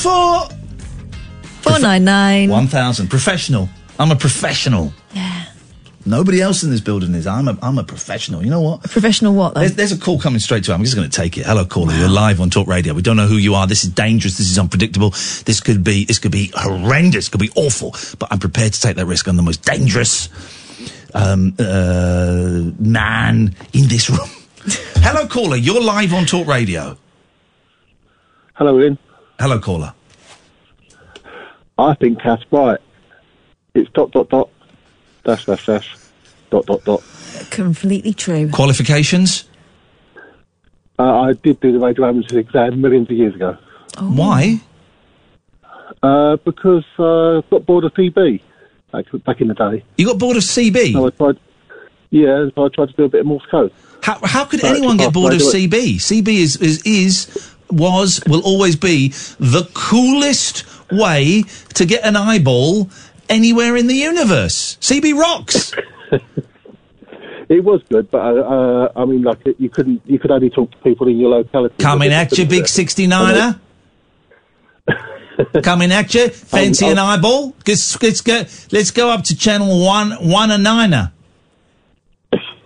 Speaker 5: 499.
Speaker 1: 1000. Professional. I'm a professional. Yeah. Nobody else in this building is. I'm a, I'm a professional. You know what?
Speaker 5: Professional what, though?
Speaker 1: There's, there's a call coming straight to. I'm just going to take it. Hello, caller. You're live on Talk Radio. We don't know who you are. This is dangerous. This is unpredictable. This could be. This could be horrendous. Could be awful. But I'm prepared to take that risk. I'm the most dangerous um, uh, man in this room. [LAUGHS] Hello, caller. You're live on Talk Radio.
Speaker 11: Hello, Ian.
Speaker 1: Hello, caller.
Speaker 11: I think that's right. It's dot dot dot dash dash dash dot dot dot.
Speaker 5: Completely true.
Speaker 1: Qualifications?
Speaker 11: Uh, I did do the radio amateur exam millions of years ago.
Speaker 5: Oh.
Speaker 1: Why?
Speaker 11: Uh, because uh, I got bored of PB back, back in the day.
Speaker 1: You got bored of CB?
Speaker 11: So I tried, yeah, so I tried to do a bit of Morse code.
Speaker 1: How, how could
Speaker 11: Right,
Speaker 1: anyone get
Speaker 11: oh,
Speaker 1: bored
Speaker 11: why
Speaker 1: of
Speaker 11: do
Speaker 1: CB? CB is, is is was will always be the coolest way to get an eyeball anywhere in the universe. CB rocks.
Speaker 11: It was good, but uh, uh, I mean, like you couldn't, you could only talk to people in your locality.
Speaker 1: Coming at you,
Speaker 11: [LAUGHS]
Speaker 1: big 69er. Coming at you, fancy
Speaker 11: Um, oh.
Speaker 1: an eyeball. Let's, let's go. Let's go up to channel one, one and niner.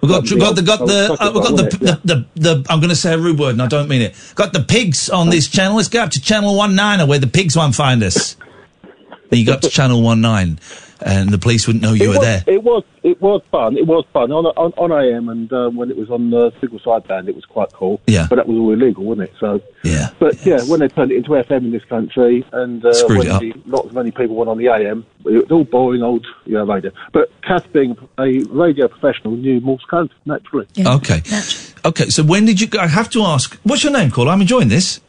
Speaker 1: We got, we got the
Speaker 12: Oh,
Speaker 1: got the uh, we got the, the, the the I'm going to say a rude word and I don't mean it. Got the pigs on this channel. Let's go up to channel one niner where the pigs won't find us. then you go up to channel one nine, and the police wouldn't know you
Speaker 11: it
Speaker 1: were
Speaker 11: was,
Speaker 1: there.
Speaker 11: It was it was fun. It was fun on on, on AM and uh, when it was on the single sideband, it was quite cool.
Speaker 1: Yeah.
Speaker 11: but that was all illegal, wasn't it? So
Speaker 1: yeah,
Speaker 11: but yeah, when they turned it into FM in this country, and uh,
Speaker 1: Screwed
Speaker 11: when
Speaker 1: it up.
Speaker 11: the- not as many people went on the AM, it was all boring old you know, radio. But Kath, being a radio professional, knew Morse code naturally.
Speaker 1: Okay, okay. So when did you? go- I have to ask. What's your name, caller? I'm enjoying this.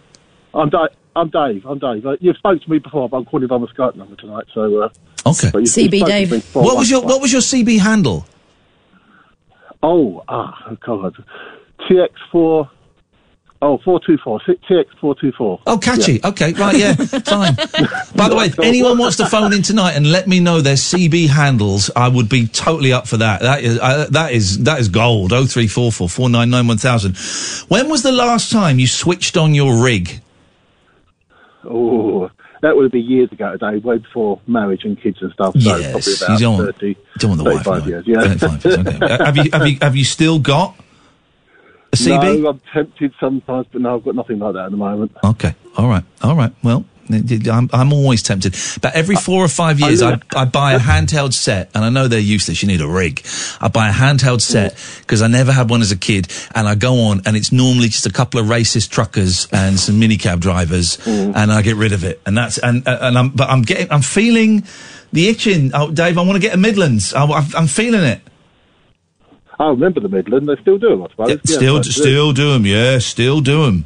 Speaker 11: I'm Dave. I'm Dave. I'm Dave. Uh, you've spoken to me before, but I'm calling you on the Skype number tonight. So uh,
Speaker 1: okay,
Speaker 11: but you've- you've spoken to me before.
Speaker 1: What was your What was your CB handle?
Speaker 11: Oh, ah, God. TX4. Oh, 424. TX424.
Speaker 1: Oh, catchy. Okay, right,
Speaker 11: [LAUGHS]
Speaker 1: yeah, fine. By the way, if anyone wants to phone in tonight and let me know their CB handles, I would be totally up for that. That is uh, that is that is gold. Oh three four four four nine nine one thousand. When was the last time you switched on your rig?
Speaker 11: Oh, that would be years ago today, way before marriage and kids and stuff. So
Speaker 1: Yes,
Speaker 11: probably about
Speaker 1: you don't-
Speaker 11: 30,
Speaker 1: don't want the wife
Speaker 11: 35
Speaker 1: knowing.
Speaker 11: years. Yeah. [LAUGHS]
Speaker 1: Uh, have you have you have you still got a CB?
Speaker 11: No, I'm tempted sometimes, but no, I've got nothing like that at the moment.
Speaker 1: Okay. All right. All right. Well, I'm, I'm always tempted. But every four or five
Speaker 11: I
Speaker 1: years, I,
Speaker 11: know.
Speaker 1: I buy a handheld set, and I know they're useless. You need a rig. I buy a handheld set because I never had one as a kid, and I go on, and it's normally just a couple of racist truckers and some minicab drivers, and I get rid of it. And that's and uh, and I'm but I'm getting I'm feeling the itching. Oh, Dave, I want to get a Midlands. I, I'm feeling it.
Speaker 11: I remember the Midland. They still do 'em, I suppose. Yeah,
Speaker 1: still,
Speaker 11: but-
Speaker 1: still do them. Yeah, still do them.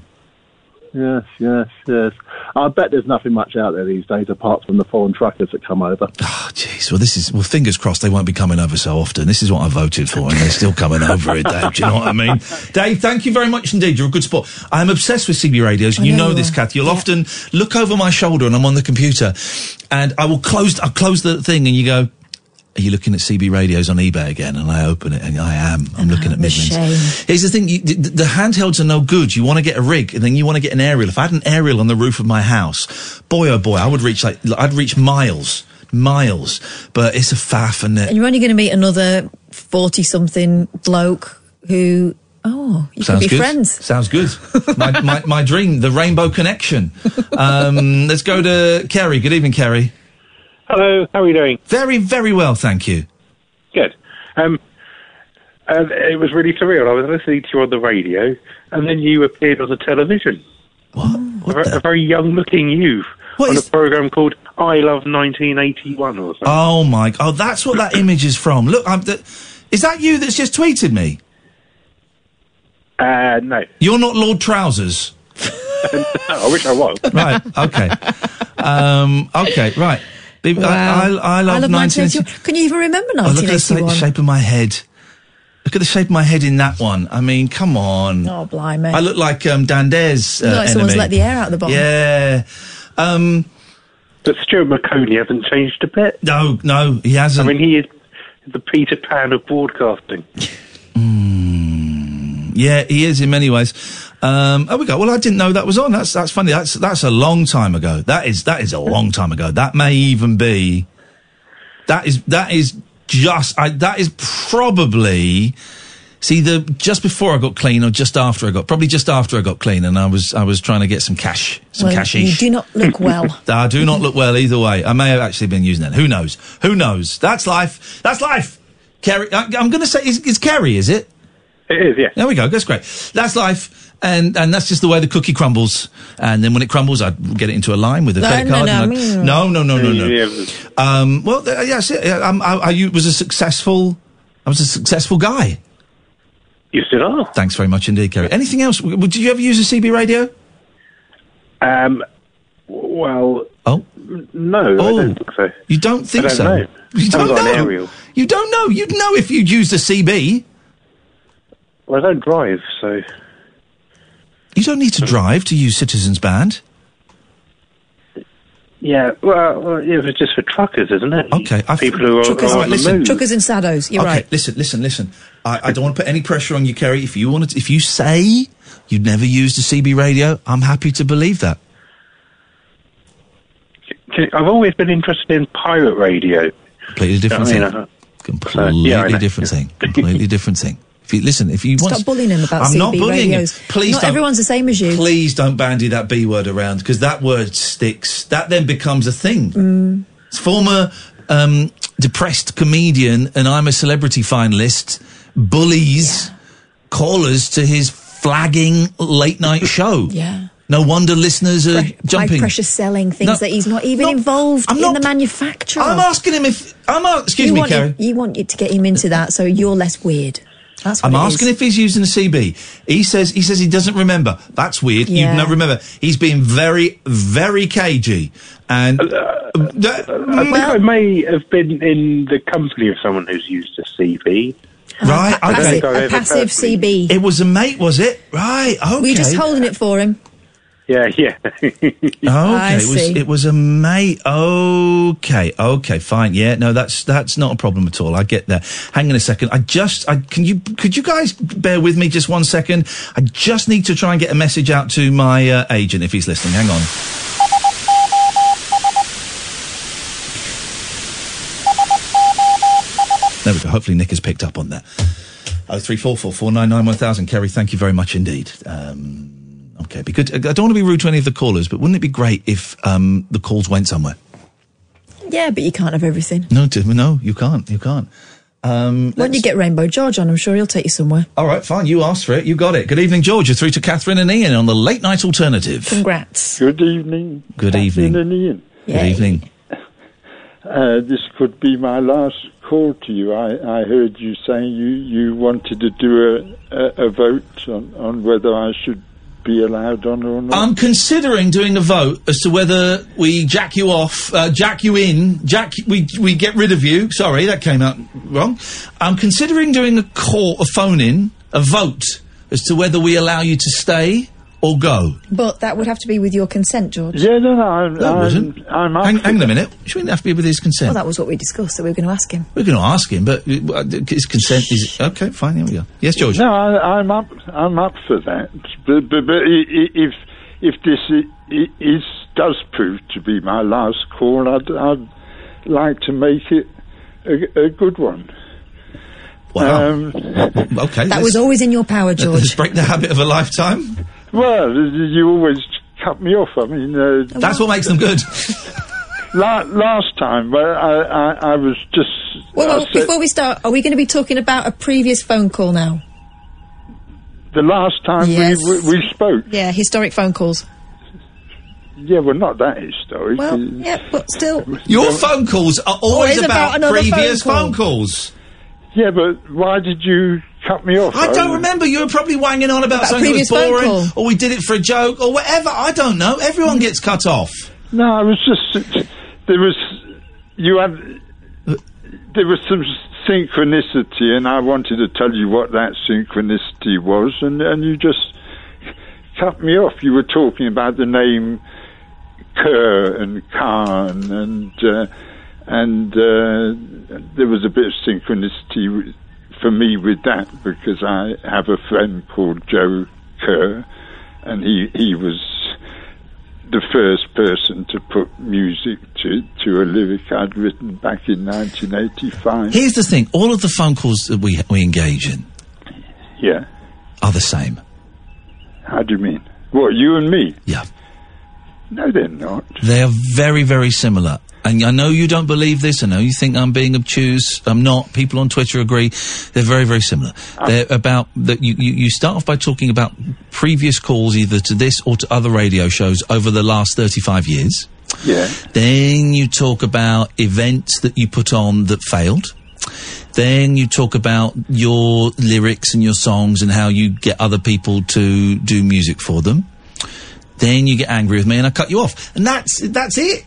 Speaker 11: Yes, yes, yes. I bet there's nothing much out there these days apart from the foreign truckers that come over.
Speaker 1: Jeez, well, this is well. Fingers crossed they won't be coming over so often. This is what I voted for, and they're still coming over it, Dave. Do you know what I mean? Dave, thank you very much indeed. You're a good sport. I'm obsessed with CB radios.
Speaker 13: I
Speaker 1: and You
Speaker 13: know
Speaker 1: know
Speaker 13: you
Speaker 1: this,
Speaker 13: are.
Speaker 1: Kath. You'll often look over my shoulder, and I'm on the computer, and I will close. I close the thing, and you go. Are you looking at CB radios on eBay again? And I open it, and I am. I'm looking at Midlands. Here's the thing: you, the, the handhelds are no good. You want to get a rig, and then you want to get an aerial. If I had an aerial on the roof of my house, boy oh boy, I would reach like I'd reach miles, miles. But it's a faff, and
Speaker 5: And
Speaker 1: it
Speaker 5: you're only going to meet another 40 something bloke who, oh, you can
Speaker 1: sounds
Speaker 5: be
Speaker 1: good.
Speaker 5: friends.
Speaker 1: Sounds good.
Speaker 5: [LAUGHS]
Speaker 1: my, my my dream, the Rainbow Connection. Um, let's go to Kerry. Good evening, Kerry.
Speaker 12: Hello, how are you doing?
Speaker 1: Very very well, thank you.
Speaker 12: [LAUGHS] Good. Um, and it was really surreal. I was listening to you on the radio, and then you appeared on the television. What? a, ve- a very young-looking you on a program called "I Love 1981" or something.
Speaker 1: Oh my! Oh, that's what that image is from. Look, I'm the, is that you that's just tweeted me?
Speaker 12: Uh, no.
Speaker 1: You're not Lord Trousers.
Speaker 12: [LAUGHS] I wish I was.
Speaker 1: right. Okay. Um, okay. Right. Be- I, I, I love, 1981.
Speaker 5: 1981. Can you even remember
Speaker 1: Oh, look at the shape,
Speaker 5: 1981?
Speaker 1: shape of my head. Look at the shape of my head in that one. I mean, come on.
Speaker 5: Oh, blimey.
Speaker 1: I look like um, Dandes. Uh,
Speaker 5: Look like someone's
Speaker 1: enemy.
Speaker 5: let the air out the bottom.
Speaker 1: Yeah. Um,
Speaker 12: But Stuart McConey hasn't changed a bit.
Speaker 1: No, no, he hasn't.
Speaker 12: I mean, he is the Peter Pan of broadcasting.
Speaker 1: Yeah, he is in many ways. Um, oh, we go. Well, I didn't know that was on. That's that's funny. That's that's a long time ago. That is that is a long time ago. That may even be. That is that is just I, that is probably. See the just before I got clean or just after I got probably just after I got clean and I was I was trying to get some cash some
Speaker 5: Well,
Speaker 1: cashish.
Speaker 5: you do not
Speaker 1: [COUGHS]
Speaker 5: look well.
Speaker 1: [LAUGHS] I do not look well either way. I may have actually been using that. Who knows? Who knows? That's life. That's life. Kerry, I, I'm going to say it's, it's Kerry, is it?
Speaker 12: It is, yeah.
Speaker 1: There we go. That's great. That's life. And and that's just the way the cookie crumbles. And then when it crumbles, I get it into a line with a
Speaker 3: No,
Speaker 1: credit
Speaker 3: no,
Speaker 1: card.
Speaker 3: no,
Speaker 1: and
Speaker 3: I
Speaker 1: I-
Speaker 3: mean-
Speaker 1: no, no, no, no, no.
Speaker 3: Yeah.
Speaker 1: Um, well, th- yeah, that's it. Yeah, um, I, I you- was a successful. I was a successful guy.
Speaker 12: You still are.
Speaker 1: Thanks very much indeed, Kerry. Anything else? W- w- Did you ever use a CB radio?
Speaker 12: Um, well,
Speaker 1: oh
Speaker 12: no, I don't think so.
Speaker 1: You don't think
Speaker 12: I don't
Speaker 1: so?
Speaker 12: Know.
Speaker 1: You don't
Speaker 12: Haven't got an
Speaker 1: know?
Speaker 12: aerial.
Speaker 1: You don't know. You'd know if you'd used a CB.
Speaker 12: Well, I don't drive, so
Speaker 1: You don't need to drive to use Citizens Band.
Speaker 12: yeah. Well, well, yeah, it was just for truckers, isn't it?
Speaker 1: Okay, I
Speaker 12: people who are,
Speaker 1: Truckers-
Speaker 12: are on
Speaker 1: right, listen.
Speaker 12: the move.
Speaker 5: Truckers and saddos. You're
Speaker 1: okay,
Speaker 5: right.
Speaker 1: listen, listen, listen. I, I don't want to put any pressure on you, Kerry. If you wanted, if you say you'd never used a CB radio, I'm happy to believe that.
Speaker 12: Okay, I've always been interested in pirate radio.
Speaker 1: Completely different
Speaker 12: You know,
Speaker 1: thing.
Speaker 12: I mean, uh,
Speaker 1: Completely
Speaker 12: yeah, I know. [LAUGHS]
Speaker 1: different thing. Completely different thing. If you listen, if you want,
Speaker 5: Stop bullying him about
Speaker 1: I'm
Speaker 5: CB
Speaker 1: not bullying him.
Speaker 5: radios.
Speaker 1: Please
Speaker 5: not
Speaker 1: don't-
Speaker 5: everyone's the same as you.
Speaker 1: please don't bandy that B word around because that word sticks. That then becomes a thing.
Speaker 5: Mm.
Speaker 1: Former um, depressed comedian and I'm a celebrity finalist bullies callers to his flagging late night show.
Speaker 5: Yeah.
Speaker 1: No wonder listeners are
Speaker 5: High
Speaker 1: jumping.
Speaker 5: pressure selling things
Speaker 1: No,
Speaker 5: that he's not even involved in the manufacture.
Speaker 1: I'm
Speaker 5: of.
Speaker 1: asking him if I'm. a- Excuse
Speaker 5: you
Speaker 1: me,
Speaker 5: want
Speaker 1: Karen.
Speaker 5: It, you want it to get him into that, so you're less weird. That's what
Speaker 1: I'm
Speaker 5: it is.
Speaker 1: asking if he's using a CB. He says he says he doesn't remember. That's weird.
Speaker 5: Yeah.
Speaker 1: You don't remember. He's being very very cagey. And
Speaker 12: Uh, I think I may have been in the company of someone who's used a CV.
Speaker 1: right, okay.
Speaker 12: I don't think I've
Speaker 5: A
Speaker 12: ever
Speaker 5: passive
Speaker 12: personally-
Speaker 5: CB.
Speaker 1: It was a mate, was it? Right. Okay.
Speaker 5: Were you just holding it for him?
Speaker 12: Yeah, yeah.
Speaker 1: Oh,
Speaker 5: I
Speaker 1: okay. It was,
Speaker 5: see.
Speaker 1: it was a mate. Okay, okay, fine. Yeah, no, that's that's not a problem at all. I get that. Hang on a second. I just, I can you could you guys bear with me just one second? I just need to try and get a message out to my uh, agent if he's listening. Hang on. There we go. Hopefully, Nick has picked up on that. Oh, three four four four nine nine one thousand. Kerry, thank you very much indeed. Um, okay, be good. I don't want to be rude to any of the callers, but wouldn't it be great if um, the calls went somewhere?
Speaker 5: Yeah, but you can't have everything.
Speaker 1: No, t- no, you can't. You can't. Um,
Speaker 5: Why don't you get Rainbow George on? I'm sure he'll take you somewhere.
Speaker 1: all right, fine. You asked for it. You got it. Good evening, George. You're through to Catherine and Ian on the late night alternative.
Speaker 5: Congrats.
Speaker 13: Good
Speaker 14: e-
Speaker 13: evening.
Speaker 1: Good
Speaker 13: Catherine
Speaker 1: evening.
Speaker 13: and Ian.
Speaker 1: Good evening.
Speaker 13: Uh, this could be my last call to you. I, I heard you saying you, you wanted to do a, a, a vote on, on whether I should be allowed on or not.
Speaker 1: I'm considering doing a vote as to whether we jack you off, uh, jack you in, jack we we get rid of you. Sorry, that came out wrong. I'm considering doing a call, a phone in, a vote as to whether we allow you to stay or go.
Speaker 5: But that would have to be with your consent, George.
Speaker 13: yeah, no, no, I'm,
Speaker 1: No, it wasn't.
Speaker 13: I'm,
Speaker 1: hang, hang on a minute. Shouldn't have to be with his consent.
Speaker 5: Well, that was what we discussed, that we were going to ask him.
Speaker 1: We're going to ask him, but uh, his consent is okay. Fine, here we go. Yes, George.
Speaker 13: No, I, I'm up.
Speaker 1: Um,
Speaker 13: I'm up for that. But, but, but i- i- if if this i- i- is does prove to be my last call, I'd, I'd like to make it a, a good one.
Speaker 1: Wow.
Speaker 13: Um,
Speaker 1: [LAUGHS] okay.
Speaker 5: That was always in your power, George.
Speaker 1: Let's break the habit of a lifetime.
Speaker 13: Well, you always cut me off. I mean, uh,
Speaker 1: That's what makes them good.
Speaker 13: la- last time, well, I, I, I was just.
Speaker 5: Well,
Speaker 13: I
Speaker 5: well
Speaker 13: said-
Speaker 5: before we start, are we going to be talking about a previous phone call now?
Speaker 13: the last time
Speaker 5: Yes.
Speaker 13: we, we, we spoke,
Speaker 5: Yeah, historic phone calls.
Speaker 13: yeah, well, not that historic.
Speaker 5: Well, yeah, but still.
Speaker 1: Your phone calls are always,
Speaker 5: Always about another
Speaker 1: previous
Speaker 5: phone call.
Speaker 1: phone calls.
Speaker 13: Yeah, but why did you
Speaker 14: cut me off.
Speaker 1: I
Speaker 13: Oh,
Speaker 1: don't remember. You were probably wanging on about,
Speaker 14: About
Speaker 1: something that
Speaker 14: previous
Speaker 1: was
Speaker 14: phone
Speaker 1: boring,
Speaker 14: call.
Speaker 1: or we did it for a joke, or whatever. I don't know. Everyone gets cut off.
Speaker 14: No, I was just there was you had there was some synchronicity, and I wanted to tell you what that synchronicity was, and and you just cut me off. You were talking about the name Kerr and Khan, and uh, and uh, there was a bit of synchronicity with- for me with that because I have a friend called Joe Kerr, and he he was the first person to put music to, to a lyric I'd written back in 1985.
Speaker 1: Here's the thing: all of the phone calls that we we engage in
Speaker 14: yeah.
Speaker 1: are the same.
Speaker 14: How do you mean? What, you and me?
Speaker 1: Yeah.
Speaker 14: No, they're not.
Speaker 1: They are very, very similar. And I know you don't believe this. I know you think I'm being obtuse. I'm not. People on Twitter agree. They're very, very similar. They're about that. You, you, you start off by talking about previous calls, either to this or to other radio shows over the last 35 years.
Speaker 14: Yeah.
Speaker 1: Then you talk about events that you put on that failed. Then you talk about your lyrics and your songs and how you get other people to do music for them. Then you get angry with me and I cut you off. And that's that's it.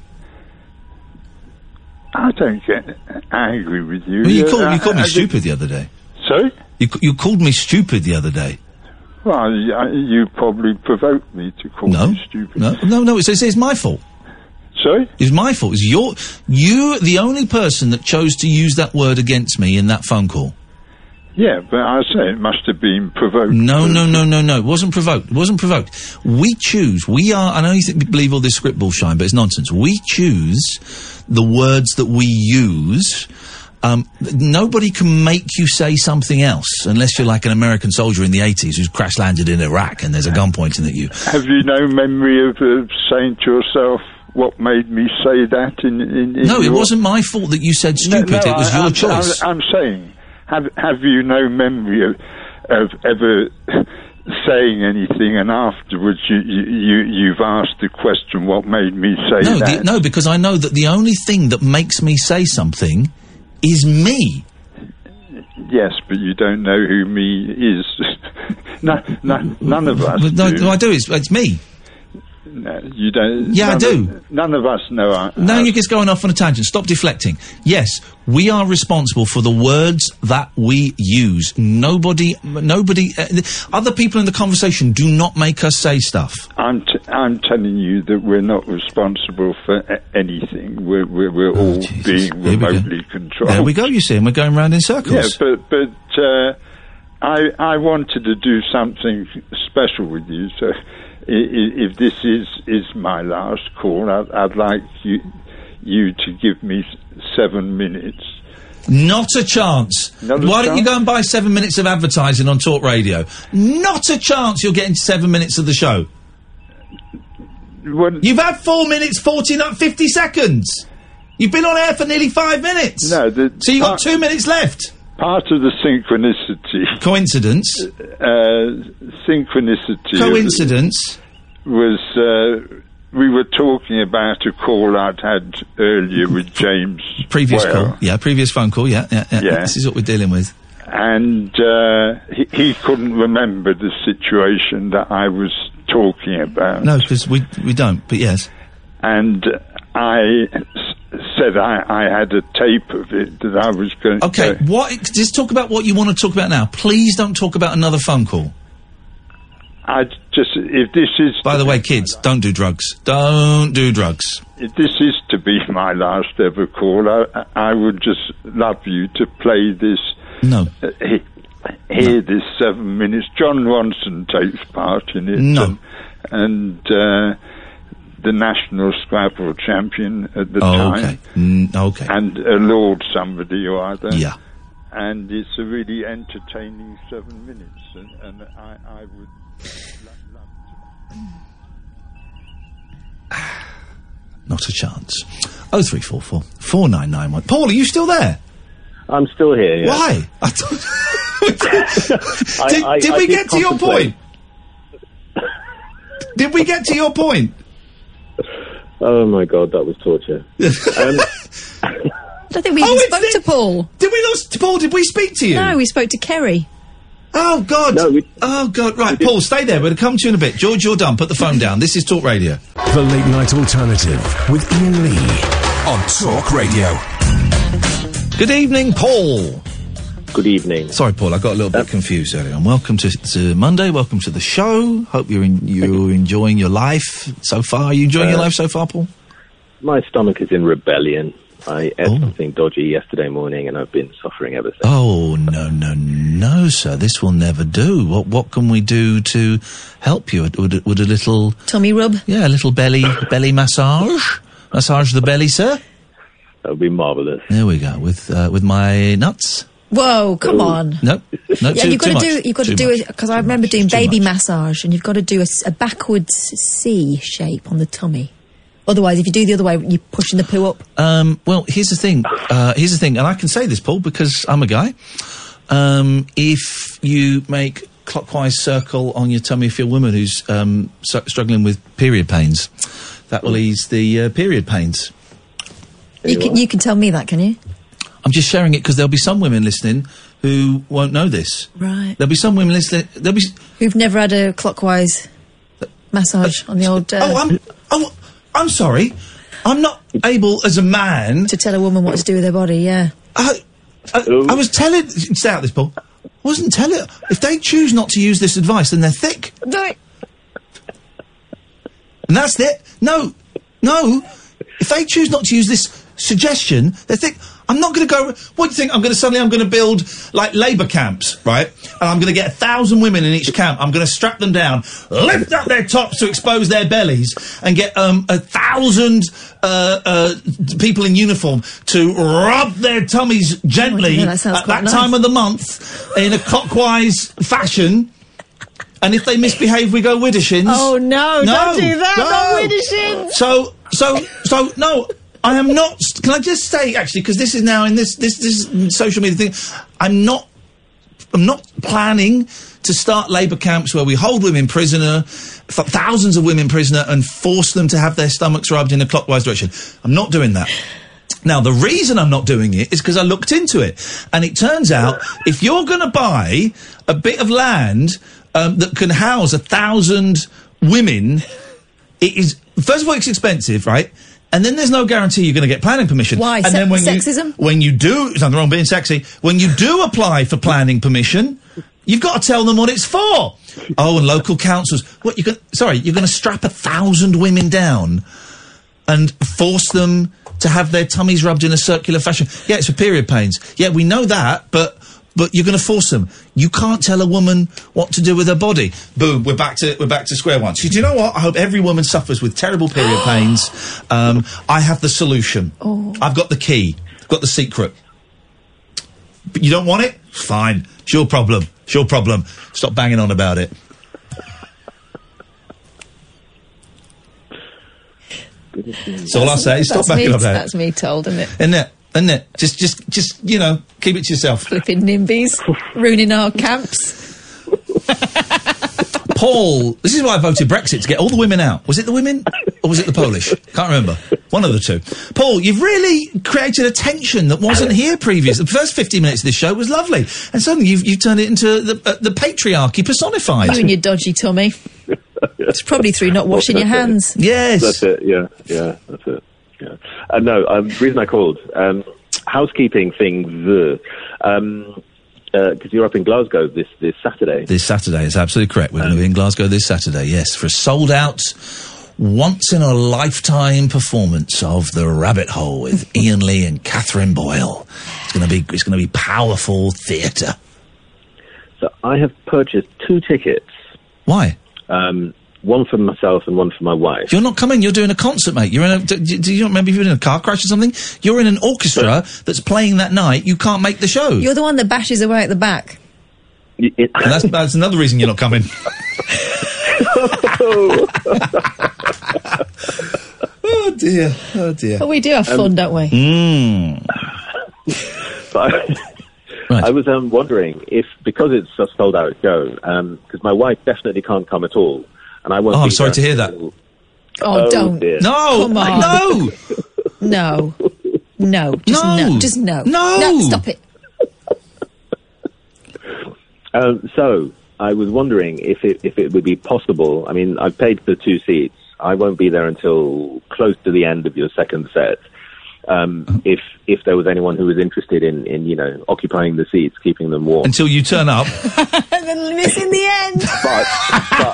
Speaker 14: I don't get angry with you.
Speaker 1: Well, you
Speaker 14: Yeah,
Speaker 1: called
Speaker 14: I-
Speaker 1: you called
Speaker 14: I-
Speaker 1: me
Speaker 14: I
Speaker 1: stupid the other day.
Speaker 14: Sorry?
Speaker 1: You c- you called me stupid the other day.
Speaker 14: Did, well, I, you probably provoked me to call
Speaker 1: No.
Speaker 14: you stupid.
Speaker 1: No, no, no. It's, it's, it's my fault.
Speaker 14: Sorry,
Speaker 1: it's my fault. It's your you the only person that chose to use that word against me in that phone call.
Speaker 14: Yeah, but I say it must have been provoked.
Speaker 1: No, no, no, no, no. It wasn't provoked. It wasn't provoked. We choose. We are. I know you think, believe all this script bullshine, but it's nonsense. We choose the words that we use. Um, nobody can make you say something else unless you're like an American soldier in the 80s who's crash landed in Iraq and there's a gun pointing at you.
Speaker 14: Have you no memory of uh, saying to yourself what made me say that? In, in, in
Speaker 1: No, it
Speaker 14: your-
Speaker 1: wasn't my fault that you said stupid. it was
Speaker 14: I-
Speaker 1: your
Speaker 14: I'm,
Speaker 1: choice.
Speaker 14: I'm, I'm saying, have have you no memory of, of ever [LAUGHS] saying anything, and afterwards you, you you- you've asked the question, what made me say
Speaker 1: no,
Speaker 14: that?
Speaker 1: the, no, because I know that the only thing that makes me say something is me.
Speaker 14: Yes, but you don't know who me is. [LAUGHS] no, no, none of us.
Speaker 1: Well, no,
Speaker 14: do.
Speaker 1: no, I do. It's, it's me.
Speaker 14: No, you don't.
Speaker 1: Yeah, I
Speaker 14: none
Speaker 1: do.
Speaker 14: Of, none of us know. Our,
Speaker 1: No, you're just going off on a tangent. Stop deflecting. Yes, we are responsible for the words that we use. Nobody, nobody, uh, other people in the conversation do not make us say stuff.
Speaker 14: I'm t- I'm telling you that we're not responsible for a- anything. We're we're, we're all being
Speaker 1: Oh, we go.
Speaker 14: remotely controlled.
Speaker 1: There we go. You see, and we're going round in circles.
Speaker 14: Yeah, but but uh, I I wanted to do something special with you. So i- i- if this is is my last call, I'd, I'd like you you to give me s- seven minutes.
Speaker 1: Not a chance.
Speaker 14: Not a
Speaker 1: Why don't you
Speaker 14: chance?
Speaker 1: go and buy seven minutes of advertising on Talk Radio? Not a chance you're getting seven minutes of the show. You've had four minutes, 40, not 50 seconds. You've been on air for nearly five minutes.
Speaker 14: No, the,
Speaker 1: So you've got two minutes left.
Speaker 14: Part of the synchronicity.
Speaker 1: Coincidence.
Speaker 14: Uh, synchronicity. of-
Speaker 1: Coincidence.
Speaker 14: was uh, we were talking about a call I'd had earlier with James.
Speaker 1: Previous
Speaker 14: Whale,
Speaker 1: call. Yeah, previous phone call. Yeah, yeah, yeah. This is what we're dealing with.
Speaker 14: And uh, he, he couldn't remember the situation that I was talking about.
Speaker 1: No, because we, we don't, but yes.
Speaker 14: And I s- said I, I had a tape of it that I was going
Speaker 1: Okay, what? Just talk about what you want to talk about now. Please don't talk about another phone call.
Speaker 14: I just if this is.
Speaker 1: By the way, kids, don't do drugs. Don't do drugs.
Speaker 14: If this is to be my last ever call, I, I would just love you to play this.
Speaker 1: No.
Speaker 14: Uh, he, hear this seven minutes. John Ronson takes part in it.
Speaker 1: No.
Speaker 14: And, and uh, the national Scrabble champion at the
Speaker 1: Oh,
Speaker 14: time.
Speaker 1: okay. Mm, okay.
Speaker 14: And a Lord somebody or other.
Speaker 1: Yeah.
Speaker 14: And it's a really entertaining seven minutes. And, and I, I would. lo- love
Speaker 1: Not a chance. Oh three four four four nine nine one. Paul, are you still there?
Speaker 15: I'm still here. Yeah. [LAUGHS]
Speaker 1: Why? I
Speaker 15: I-
Speaker 1: did
Speaker 15: I-
Speaker 1: did
Speaker 15: I
Speaker 1: we
Speaker 15: did
Speaker 1: get to your
Speaker 15: contemplate.
Speaker 1: point? did we get to your point?
Speaker 15: Oh my god, that was
Speaker 1: [LAUGHS]
Speaker 15: torture. Um,
Speaker 5: I don't think we even spoke to Paul.
Speaker 1: Did we not? Paul, did we speak to Oh, you?
Speaker 5: No, we spoke to Kerry.
Speaker 1: Oh God! oh God! Right, Paul, stay there. We'll come to you in a bit. George, you're done. Put the phone down. This is Talk Radio.
Speaker 6: The Late Night Alternative with Ian Lee on Talk Radio.
Speaker 1: Good evening, Paul.
Speaker 15: Good evening.
Speaker 1: Sorry, Paul, I got a little bit confused earlier. And welcome to, to Monday. Welcome to the show. Hope you're in, you're enjoying your life so far. Are you enjoying your
Speaker 15: Uh,
Speaker 1: life so far, Paul?
Speaker 15: My stomach is in rebellion. I ate something dodgy yesterday morning, and I've been suffering ever since.
Speaker 1: Oh no, no, no, sir! This will never do. What what can we do to help you? Would a- would a little
Speaker 5: tummy rub?
Speaker 1: Yeah, a little belly belly massage. Massage the belly, sir.
Speaker 15: That would be marvelous.
Speaker 1: There we go with uh, with my nuts.
Speaker 5: Whoa, come on.
Speaker 1: Nope. No,
Speaker 5: yeah,
Speaker 1: too,
Speaker 5: you've got
Speaker 1: too
Speaker 5: to
Speaker 1: much.
Speaker 5: do. You've got to
Speaker 1: Too
Speaker 5: do
Speaker 1: much.
Speaker 5: it because I remember doing baby massage, and you've got to do a, s- a backwards C shape on the tummy. Otherwise, if you do the other way, you're pushing the poo up.
Speaker 1: Um, well, here's the thing. Uh, here's the thing, and I can say this, Paul, because I'm a guy. Um, if you make clockwise circle on your tummy for a woman who's um, su- struggling with period pains, that will ease the uh, period pains.
Speaker 5: You can, you can tell me that, can you?
Speaker 1: I'm just sharing it because there'll be some women listening who won't know this.
Speaker 5: Right.
Speaker 1: There'll be some women listening. There'll be.
Speaker 5: Who've never had a clockwise massage on the old? Uh,
Speaker 1: Oh, I'm. Oh, I'm sorry. I'm not able as a man
Speaker 5: to tell a woman what to do with their body. Yeah.
Speaker 1: I, I, I was telling. Stay out of this, Paul. I wasn't telling. If they choose not to use this advice, then they're thick.
Speaker 5: No.
Speaker 1: And that's it. No, no. If they choose not to use this suggestion, they think I'm not going to go. What do you think? I'm going to suddenly I'm going to build like labour camps, right? And I'm going to get a thousand women in each camp. I'm going to strap them down, lift up their tops to expose their bellies, and get um, a thousand uh, uh, people in uniform to rub their
Speaker 5: Oh,
Speaker 1: tummies gently
Speaker 5: know, that sounds
Speaker 1: at
Speaker 5: quite
Speaker 1: that time
Speaker 5: nice.
Speaker 1: of the month in a clockwise fashion. And if they misbehave, we go Widdishins.
Speaker 5: Oh, no, don't do that, not Widdishins.
Speaker 1: So, so, so, no, I am not. Can I just say, actually, because this is now in this, this, this social media thing, I'm not, I'm not planning to start labour camps where we hold women prisoner, th- thousands of women prisoner, and force them to have their stomachs rubbed in a clockwise direction. I'm not doing that. Now, the reason I'm not doing it is because I looked into it. And it turns out if you're going to buy a bit of land um, that can house a thousand women, it is, first of all, it's expensive, right? And then there's no guarantee you're going to get planning permission.
Speaker 5: Why?
Speaker 1: And
Speaker 5: Se-
Speaker 1: then when You,
Speaker 5: sexism?
Speaker 1: when you do, there's nothing wrong with being sexy. When you do apply for planning permission, you've got to tell them what it's for. Oh, and local councils. What you going? Sorry, you're going to strap a thousand women down and force them to have their tummies rubbed in a circular fashion. Yeah, it's for period pains. Yeah, we know that, but but you're going to force them. You can't tell a woman what to do with her body. Boom, we're back to we're back to square one. So do you know what? I hope every woman suffers with terrible period pains. Um, I have the solution.
Speaker 5: Oh.
Speaker 1: I've got the key. I've got the secret. But you don't want it? Fine. It's your problem. It's your problem. Stop banging on about it. That's all I say. Stop
Speaker 5: that's me,
Speaker 1: banging on about it.
Speaker 5: That's me told, isn't
Speaker 1: [LAUGHS]
Speaker 5: it?
Speaker 1: Isn't it? Isn't it? Just, just, just, you know, keep it to yourself.
Speaker 5: Flipping
Speaker 1: [LAUGHS]
Speaker 5: nimbies, ruining our camps.
Speaker 1: Paul, this is why I voted Brexit to get all the women out. Was it the women or was it the Polish? Can't remember. One of the two. Paul, you've really created a tension that wasn't here previous. The first 15 minutes of this show was lovely. And suddenly you've, you've turned it into the, uh, the patriarchy personified.
Speaker 5: You and your dodgy tummy. It's probably through not washing your hands.
Speaker 1: Yes.
Speaker 15: That's it. Yeah, yeah, that's it. Yeah. Uh, no, um, the reason I called um, housekeeping thing. The um, uh, 'cause you're up in Glasgow this this Saturday.
Speaker 1: This Saturday is absolutely correct. We're going to be in Glasgow this Saturday, yes, for a sold out, once in a lifetime performance of The Rabbit Hole
Speaker 15: [LAUGHS]
Speaker 1: with Ian Lee and Catherine Boyle. It's going to be it's going to be powerful theatre.
Speaker 15: So I have purchased two tickets.
Speaker 1: Why?
Speaker 15: Um, one for myself and one for my wife.
Speaker 1: You're not coming. You're doing a concert, mate. You're in a. Do, do you not remember if you were in a car crash or something? You're in an orchestra that's playing that night. You can't make the show.
Speaker 5: You're the one that bashes away at the [LAUGHS] back.
Speaker 1: and that's, that's another reason you're not coming. [LAUGHS] oh dear. Oh dear.
Speaker 5: But we do have
Speaker 15: Um,
Speaker 5: fun, don't we?
Speaker 1: Mm.
Speaker 15: But I, [LAUGHS] I was um, wondering if because it's a sold out show, because um, my wife definitely can't come at all, and I won't.
Speaker 1: Oh, I'm
Speaker 15: be
Speaker 1: sorry
Speaker 15: there
Speaker 1: to hear that.
Speaker 15: until-
Speaker 5: Oh,
Speaker 15: Oh,
Speaker 5: don't.
Speaker 15: dear.
Speaker 1: No,
Speaker 5: Come on.
Speaker 1: no,
Speaker 5: No. No. Just
Speaker 1: No.
Speaker 5: no. Just no.
Speaker 1: No.
Speaker 5: No, stop it.
Speaker 15: Um, so I was wondering if it, if it would be possible. I mean, I've paid for two seats. I won't be there until close to the end of your second set. Um, if if there was anyone who was interested in, in you know occupying the seats, keeping them warm
Speaker 1: until you turn up.
Speaker 5: and then missing the end.
Speaker 15: but, [LAUGHS]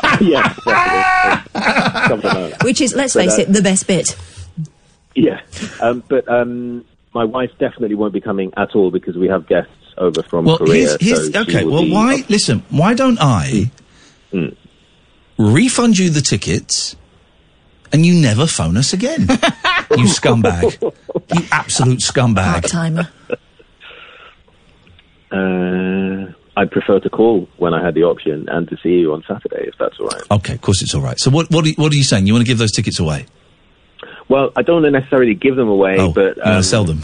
Speaker 15: but yeah, exactly. something like that.
Speaker 5: [LAUGHS] Which is, let's
Speaker 15: But,
Speaker 5: face
Speaker 15: uh,
Speaker 5: it, the best bit.
Speaker 15: Yeah, um, but um, my wife definitely won't be coming at all because we have guests over from
Speaker 1: well,
Speaker 15: Korea.
Speaker 1: here's, here's,
Speaker 15: so she
Speaker 1: okay.
Speaker 15: will
Speaker 1: Well,
Speaker 15: be- Hmm.
Speaker 1: why? Listen, why don't I refund you the tickets, and you never phone
Speaker 5: [LAUGHS]
Speaker 1: us again? you scumbag! You absolute scumbag!
Speaker 5: Timer.
Speaker 15: Uh, I'd prefer to call when I had the option and to see you on Saturday, if that's all right.
Speaker 1: Okay, of course it's all right. So what? What? Are, what are you saying? You want to give those tickets away?
Speaker 15: Well, I don't want to necessarily give them away, but
Speaker 1: Oh, You want
Speaker 15: um,
Speaker 1: to sell them?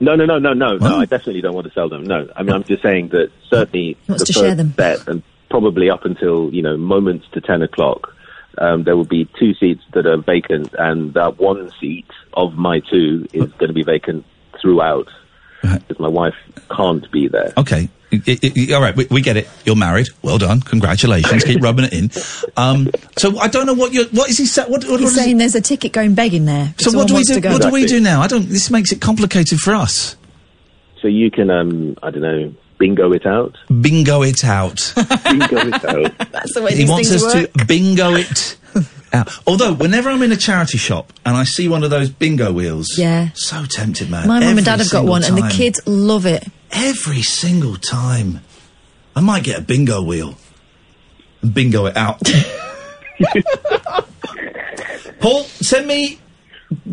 Speaker 15: no, no, no, no, no, no. I definitely don't want to sell them. No, I mean, I'm just saying that certainly
Speaker 5: He wants
Speaker 15: the
Speaker 5: to share
Speaker 15: first
Speaker 5: them.
Speaker 15: bet and probably up until you know moments to ten o'clock, um, there will be two seats that are vacant, and that one seat of my two is going to be vacant throughout because my wife can't be there.
Speaker 1: Okay. I- I- I- all right, we, we get it. You're married. Well done. Congratulations. Keep rubbing it in. Um, so I don't know what you're. What is he? sa- What, what, what
Speaker 5: He's
Speaker 1: is he-
Speaker 5: saying there's a ticket going begging there.
Speaker 1: So
Speaker 5: Someone
Speaker 1: what do we
Speaker 5: wants
Speaker 1: do?
Speaker 5: to go.
Speaker 1: What do we do now? I don't. This makes it complicated for us.
Speaker 15: So you can, um, I don't know, bingo it out.
Speaker 1: Bingo it [LAUGHS] out.
Speaker 15: bingo it out.
Speaker 5: That's the way
Speaker 1: he
Speaker 5: these
Speaker 1: wants
Speaker 5: things
Speaker 1: us
Speaker 5: work.
Speaker 1: to bingo
Speaker 5: [LAUGHS]
Speaker 1: it out. Although, whenever I'm in a charity shop and I see one of those bingo wheels,
Speaker 5: Yeah.
Speaker 1: so tempted, man.
Speaker 5: My mum
Speaker 1: Every
Speaker 5: and dad have got
Speaker 1: single
Speaker 5: one, and the
Speaker 1: time.
Speaker 5: kids love it.
Speaker 1: every single time. I might get a bingo wheel and bingo it
Speaker 15: [LAUGHS]
Speaker 1: out. Paul, send me.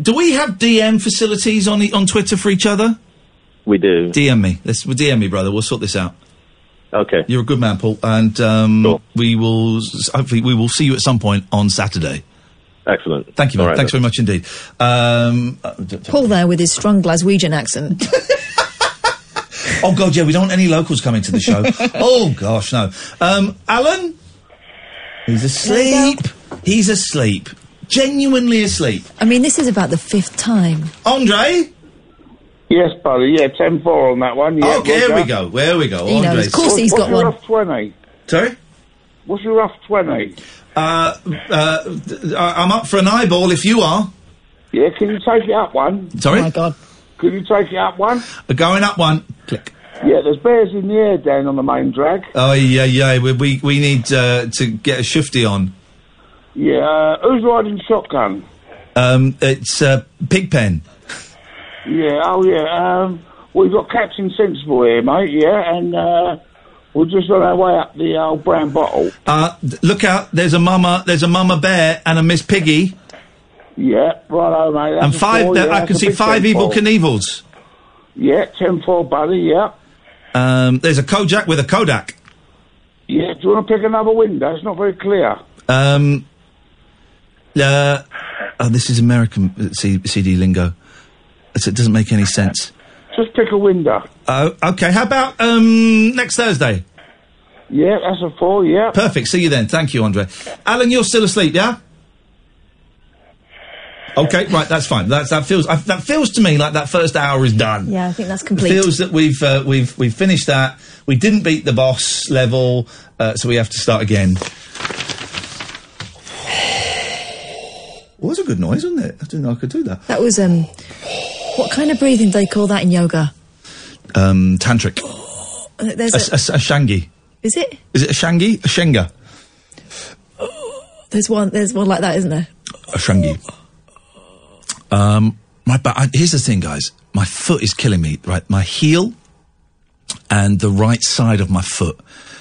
Speaker 1: Do we have DM facilities on the, on Twitter for each other?
Speaker 15: We do.
Speaker 1: DM me. Let's well, DM me, brother. We'll sort this out.
Speaker 15: Okay.
Speaker 1: You're a good man, Paul, and um, we will s- hopefully we will see you at some point on Saturday.
Speaker 15: Excellent.
Speaker 1: Thank you, man.
Speaker 15: All right,
Speaker 1: Thanks very much indeed. Um, uh, d- d-
Speaker 5: Paul there with his strong Glaswegian accent.
Speaker 1: oh God, yeah, we don't want any locals coming to the
Speaker 5: [LAUGHS]
Speaker 1: show. oh gosh, no. Um, Alan, he's asleep. He's asleep. Genuinely asleep.
Speaker 5: I mean, this is about the fifth time.
Speaker 1: Andre?
Speaker 16: Yes, buddy. Yeah, 10 4 on that one. Yeah,
Speaker 1: Okay, here
Speaker 16: Roger.
Speaker 1: we go. There we go.
Speaker 5: He knows.
Speaker 1: Andre's-
Speaker 5: Of course he's
Speaker 16: What's
Speaker 5: got
Speaker 16: your
Speaker 5: one.
Speaker 16: rough 20?
Speaker 1: Sorry?
Speaker 16: What's your rough 20?
Speaker 1: Uh, uh, th- I- I'm up for an eyeball if you are.
Speaker 16: Yeah, can you take it up one?
Speaker 1: Sorry? Oh, my
Speaker 5: God.
Speaker 16: Can you take it up one?
Speaker 1: Going up one.
Speaker 16: Yeah, there's bears in the air down on the main drag.
Speaker 1: Oh, yeah, yeah. We, we, we need uh, to get a shifty on.
Speaker 16: Yeah, uh, who's riding shotgun?
Speaker 1: Um, it's uh, Pigpen.
Speaker 16: Yeah, oh yeah. Um, we've got Captain Sensible here, mate. Yeah, and uh, we're just on our way up the old brown bottle.
Speaker 1: Uh, th- look out! There's a mama. There's a mama bear and a Miss Piggy.
Speaker 16: Yeah, right, oh, mate. that's
Speaker 1: and
Speaker 16: a
Speaker 1: five.
Speaker 16: four,
Speaker 1: there-
Speaker 16: yeah,
Speaker 1: I
Speaker 16: that's
Speaker 1: can
Speaker 16: a
Speaker 1: see
Speaker 16: big
Speaker 1: five
Speaker 16: 10
Speaker 1: evil
Speaker 16: four.
Speaker 1: Knievels.
Speaker 16: Yeah, ten four, buddy. Yeah,
Speaker 1: Um, there's a Kojak with a Kodak.
Speaker 16: yeah. Do you want to pick another window? It's not very clear.
Speaker 1: Um, uh, oh, this is American uh, C- CD lingo. It's, it doesn't make any sense.
Speaker 16: Just pick a window.
Speaker 1: Oh, okay. How about um, next Thursday?
Speaker 16: Yeah, that's a four. Yeah.
Speaker 1: Perfect. See you then. Thank you, Andre. Alan, you're still asleep, yeah? Okay, right. That's fine. That's, that feels I, that feels to me like that first hour is done.
Speaker 5: Yeah, I think that's
Speaker 1: It
Speaker 5: complete.
Speaker 1: feels that we've uh, we've we've finished that. We didn't beat the boss level, uh, so we have to start again. [SIGHS] It was a good noise, wasn't it? I didn't know I could do that.
Speaker 5: That was um, what kind of breathing do they call that in yoga?
Speaker 1: Um, tantric.
Speaker 5: There's
Speaker 1: A, a,
Speaker 5: a,
Speaker 1: a shangi.
Speaker 5: is it?
Speaker 1: Is it a shangi? A shenga?
Speaker 5: There's one. There's one like that, isn't there?
Speaker 1: A shangi. Um, my ba- I, here's the thing, guys. My foot is killing me. Right, my heel and the right side of my foot.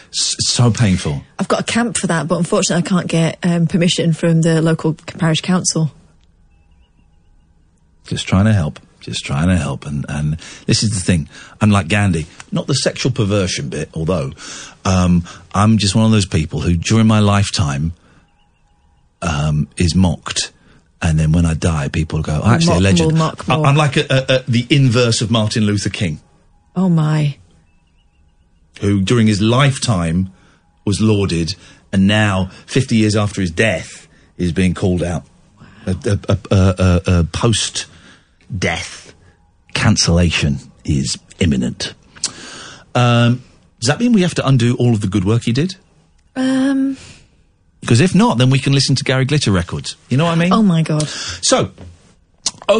Speaker 1: S- so painful.
Speaker 5: I've got a camp for that, but unfortunately, I can't get um, permission from the local c- parish council.
Speaker 1: just trying to help just trying to help and and this is the thing unlike gandhi not the sexual perversion bit although um i'm just one of those people who during my lifetime um is mocked and then when i die people go oh, actually
Speaker 5: Mock
Speaker 1: a legend
Speaker 5: more, mock
Speaker 1: I-
Speaker 5: more.
Speaker 1: i'm like a, a, a, the inverse of martin luther king
Speaker 5: Oh my!
Speaker 1: who during his lifetime was lauded and now 50 years after his death is being called out a, a, a, a, a, a post death cancellation is imminent um, Does that mean we have to undo all of the good work he did?
Speaker 5: Um,
Speaker 1: Because if not, then we can listen to Gary Glitter records. You know what I mean?
Speaker 5: oh my God.
Speaker 1: So,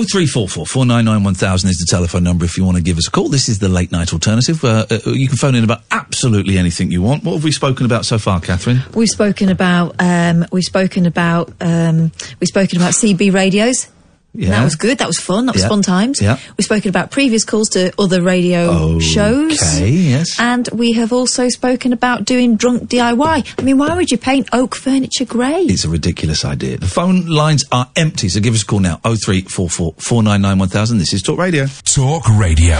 Speaker 1: 0344 499 1000 is the telephone number if you want to give us a call. This is the late night alternative. Uh, uh, you can phone in about absolutely anything you want. What have we spoken about so far, Catherine?
Speaker 5: We've spoken about um, we've spoken about um, we've spoken about CB radios.
Speaker 1: Yeah.
Speaker 5: That was good. That was fun. That was
Speaker 1: Yeah.
Speaker 5: fun times.
Speaker 1: Yeah.
Speaker 5: We've spoken about previous calls to other radio shows.
Speaker 1: Okay, yes.
Speaker 5: And we have also spoken about doing drunk DIY. I mean, why would you paint oak furniture grey?
Speaker 1: It's a ridiculous idea. The phone lines are empty, so give us a call now. 0344 499 1000. This is Talk Radio.
Speaker 6: Talk Radio.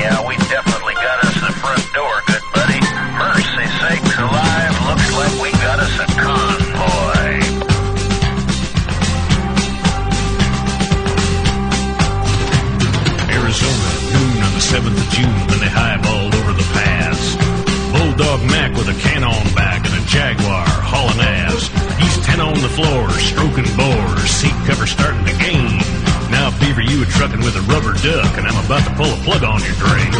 Speaker 8: Yeah, we definitely got us the front door, good buddy. Mercy sakes alive, looks like we got us a convoy.
Speaker 17: Arizona, noon on the 7th of June when they highballed over the pass. Bulldog Mac with a can on back and a Jaguar hauling ass. He's 10 on the floor, stroking bores, seat cover starting to gain. Now, Beaver, you were trucking with a rubber duck, and I'm about to pull a plug on your drain.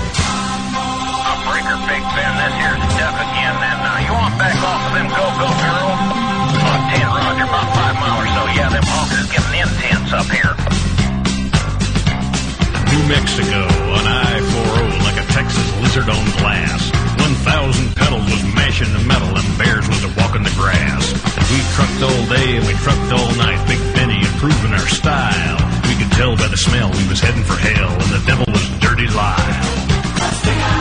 Speaker 8: A breaker, Big Ben, this here's a duck again, and uh, you want back off of them go-go girls? On 10 Roger, about five mile or so, yeah, them honkers getting intense up here.
Speaker 17: New Mexico, an I-40 like a Texas lizard on glass. 1,000 pedals was mashing the metal and bears was a walking the grass. We trucked all day and we trucked all night, Big Benny improving our style. We could tell by the smell we was heading for hell and the devil was Dirty Lyle.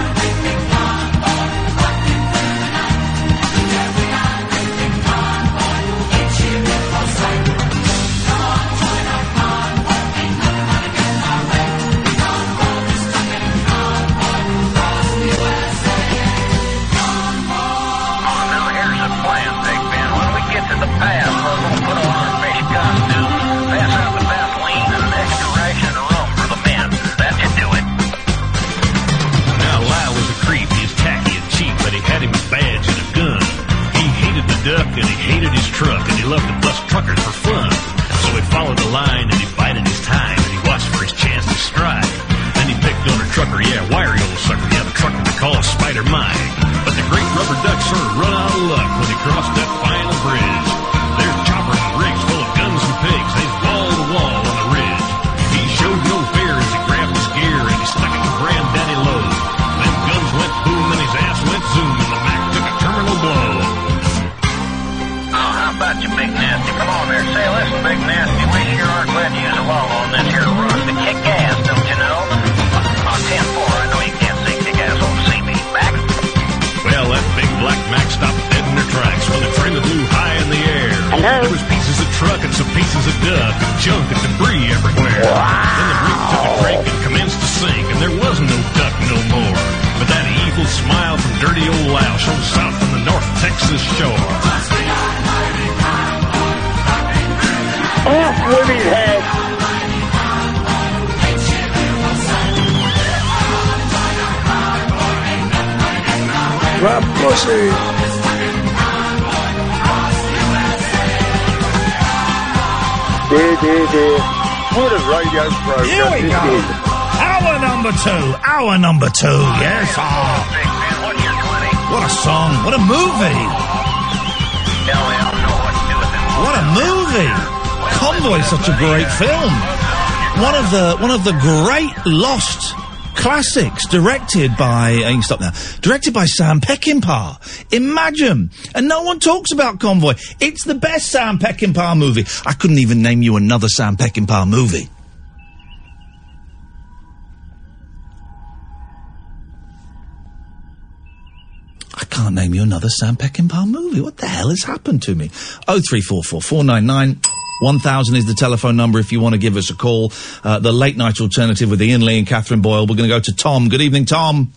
Speaker 8: Oh, now here's the plan, Big Ben. When we get to the pass, we're gonna put on our fish costumes, pass out the Vaseline, and an extra ration of rum for the men. That should do it.
Speaker 17: Now Lyle was a creep. He was tacky and cheap, but he had him a badge and a gun. He hated the duck and he hated his truck, and he loved to bust truckers for fun. So he followed the line and he bided his time and he watched for his chance to strike. Then he picked on a trucker, yeah, wiry old sucker, yeah, the trucker we call Spider Mike. But the great rubber duck sort of run out of luck when he crossed that final bridge. There's choppers and rigs full of guns and pigs. They's wall to wall on the ridge. He showed no fear as he grabbed his gear and he stuck it to Granddaddy low. Them guns went boom and his ass went zoom and the Mac took a terminal blow.
Speaker 8: Oh, how about you, Big Nasty? Come on there. Say, listen, Big Nasty, we sure are glad you along on this here rush to kick ass, don't you know? On 10-4, I know you can't say kick ass on CB. Back.
Speaker 17: Well, that big black Mac stopped dead in their tracks when the trailer flew high in the air. Hello? There was pieces of truck and some pieces of duck and junk and debris everywhere. Then the rig took a break and commenced to sink, and there was no duck no more. But that evil smile from dirty old Lao shone south from the North Texas shore.
Speaker 8: Off with his head.
Speaker 18: Rob Pussy.
Speaker 19: Dear, dear, dear. What a radio program
Speaker 1: Here we
Speaker 19: this
Speaker 1: go.
Speaker 19: is.
Speaker 1: Hour number two. Hour number two. Yes. ah. What a song. What a movie. What a movie. Convoy, such a great film. One of the one of the great lost classics directed by I can stop now. Directed by Sam Peckinpah. Imagine. And no one talks about Convoy. It's the best Sam Peckinpah movie. I couldn't even name you another Sam Peckinpah movie. can't name you another Sam Peckinpah movie. What the hell has happened to me? Oh three four four four nine nine. 1000 is the telephone number if you want to give us a call. Uh, the late night alternative with Ian Lee and Catherine Boyle. We're going to go to Tom. Good evening, Tom.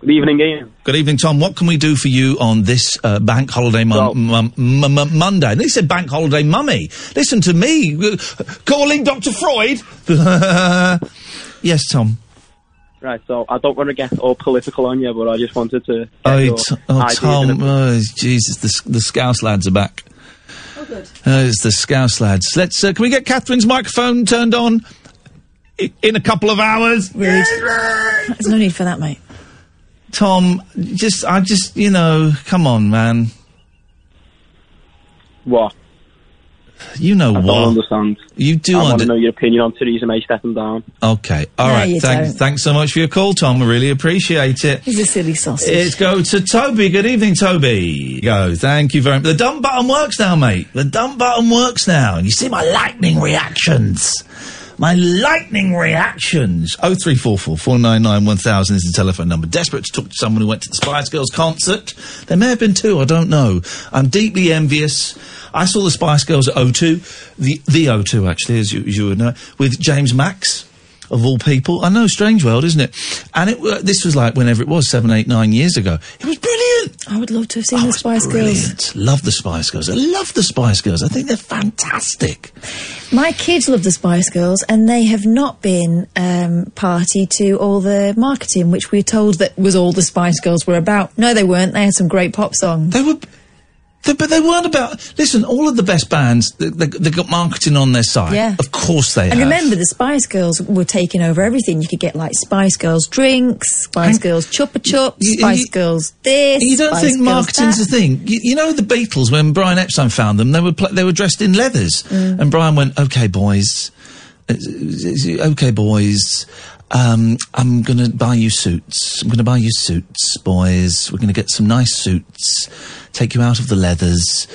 Speaker 20: Good evening, Ian.
Speaker 1: Good evening, Tom. What can we do for you on this uh, bank holiday mon- mon- mon- mon- Monday? And they said bank holiday mummy. Listen to me. Uh, Calling Dr. Freud. [LAUGHS] yes, Tom.
Speaker 20: Right, so I don't want to get all political on you, but I just wanted to. get
Speaker 1: Oh,
Speaker 20: your
Speaker 1: t- oh
Speaker 20: ideas
Speaker 1: Tom.
Speaker 20: and-
Speaker 1: Oh, Jesus. The, s- the Scouse lads are back.
Speaker 5: Oh, good.
Speaker 1: Uh, it's the Scouse lads. Let's. Uh, can we get Catherine's microphone turned on i- in a couple of hours?
Speaker 5: There's no need for that, mate.
Speaker 1: Tom, just I just you know, come on, man.
Speaker 20: What?
Speaker 1: You know
Speaker 20: I
Speaker 1: what?
Speaker 20: don't understand.
Speaker 1: You do
Speaker 20: I want
Speaker 1: under-
Speaker 20: to know your opinion on Theresa May stepping down.
Speaker 1: Okay. all
Speaker 20: No,
Speaker 1: right.
Speaker 20: you
Speaker 1: Thank-
Speaker 20: don't.
Speaker 1: thanks so much for your call, Tom. We really appreciate it.
Speaker 5: He's a silly sausage.
Speaker 1: Let's go to Toby. Good evening, Toby. Go. Thank you very much. The dump button works now, mate. The dump button works now. You see my lightning reactions. My lightning reactions. Oh three four four four nine nine one thousand is the telephone number. Desperate to talk to someone who went to the Spice Girls concert. There may have been two. I don't know. I'm deeply envious. I saw the Spice Girls at O2, the the O2 actually, as you, as you would know, with James Max of all people. I know, strange world, isn't it? And it, wa- this was like whenever it was, seven, eight, nine years ago. It was brilliant. Oh,
Speaker 5: I would love to have seen the Spice Girls.
Speaker 1: brilliant. Love the Spice Girls. I love the Spice Girls. I think they're fantastic.
Speaker 5: My kids love the Spice Girls, and they have not been um, party to all the marketing, which we're told that was all the Spice Girls were about. No, they weren't. They had some great pop songs.
Speaker 1: They were. They- but they weren't about. Listen, all of the best bands, they, they, they got marketing on their side.
Speaker 5: Yeah.
Speaker 1: Of course they
Speaker 5: and
Speaker 1: have.
Speaker 5: remember, the Spice Girls were taking over everything. You could get like Spice Girls drinks, Spice Girls chupa chups,
Speaker 1: you-
Speaker 5: Spice
Speaker 1: you-
Speaker 5: Girls this.
Speaker 1: You don't
Speaker 5: Spice
Speaker 1: think
Speaker 5: Girls
Speaker 1: marketing's
Speaker 5: that.
Speaker 1: a thing? You, you know the Beatles when Brian Epstein found them, they were pl- they were dressed in leathers,
Speaker 5: Mm.
Speaker 1: and Brian went, "Okay, boys, uh, uh, okay, boys." Um, I'm gonna buy you suits. I'm gonna buy you suits, boys. We're gonna get some nice suits. Take you out of the leathers.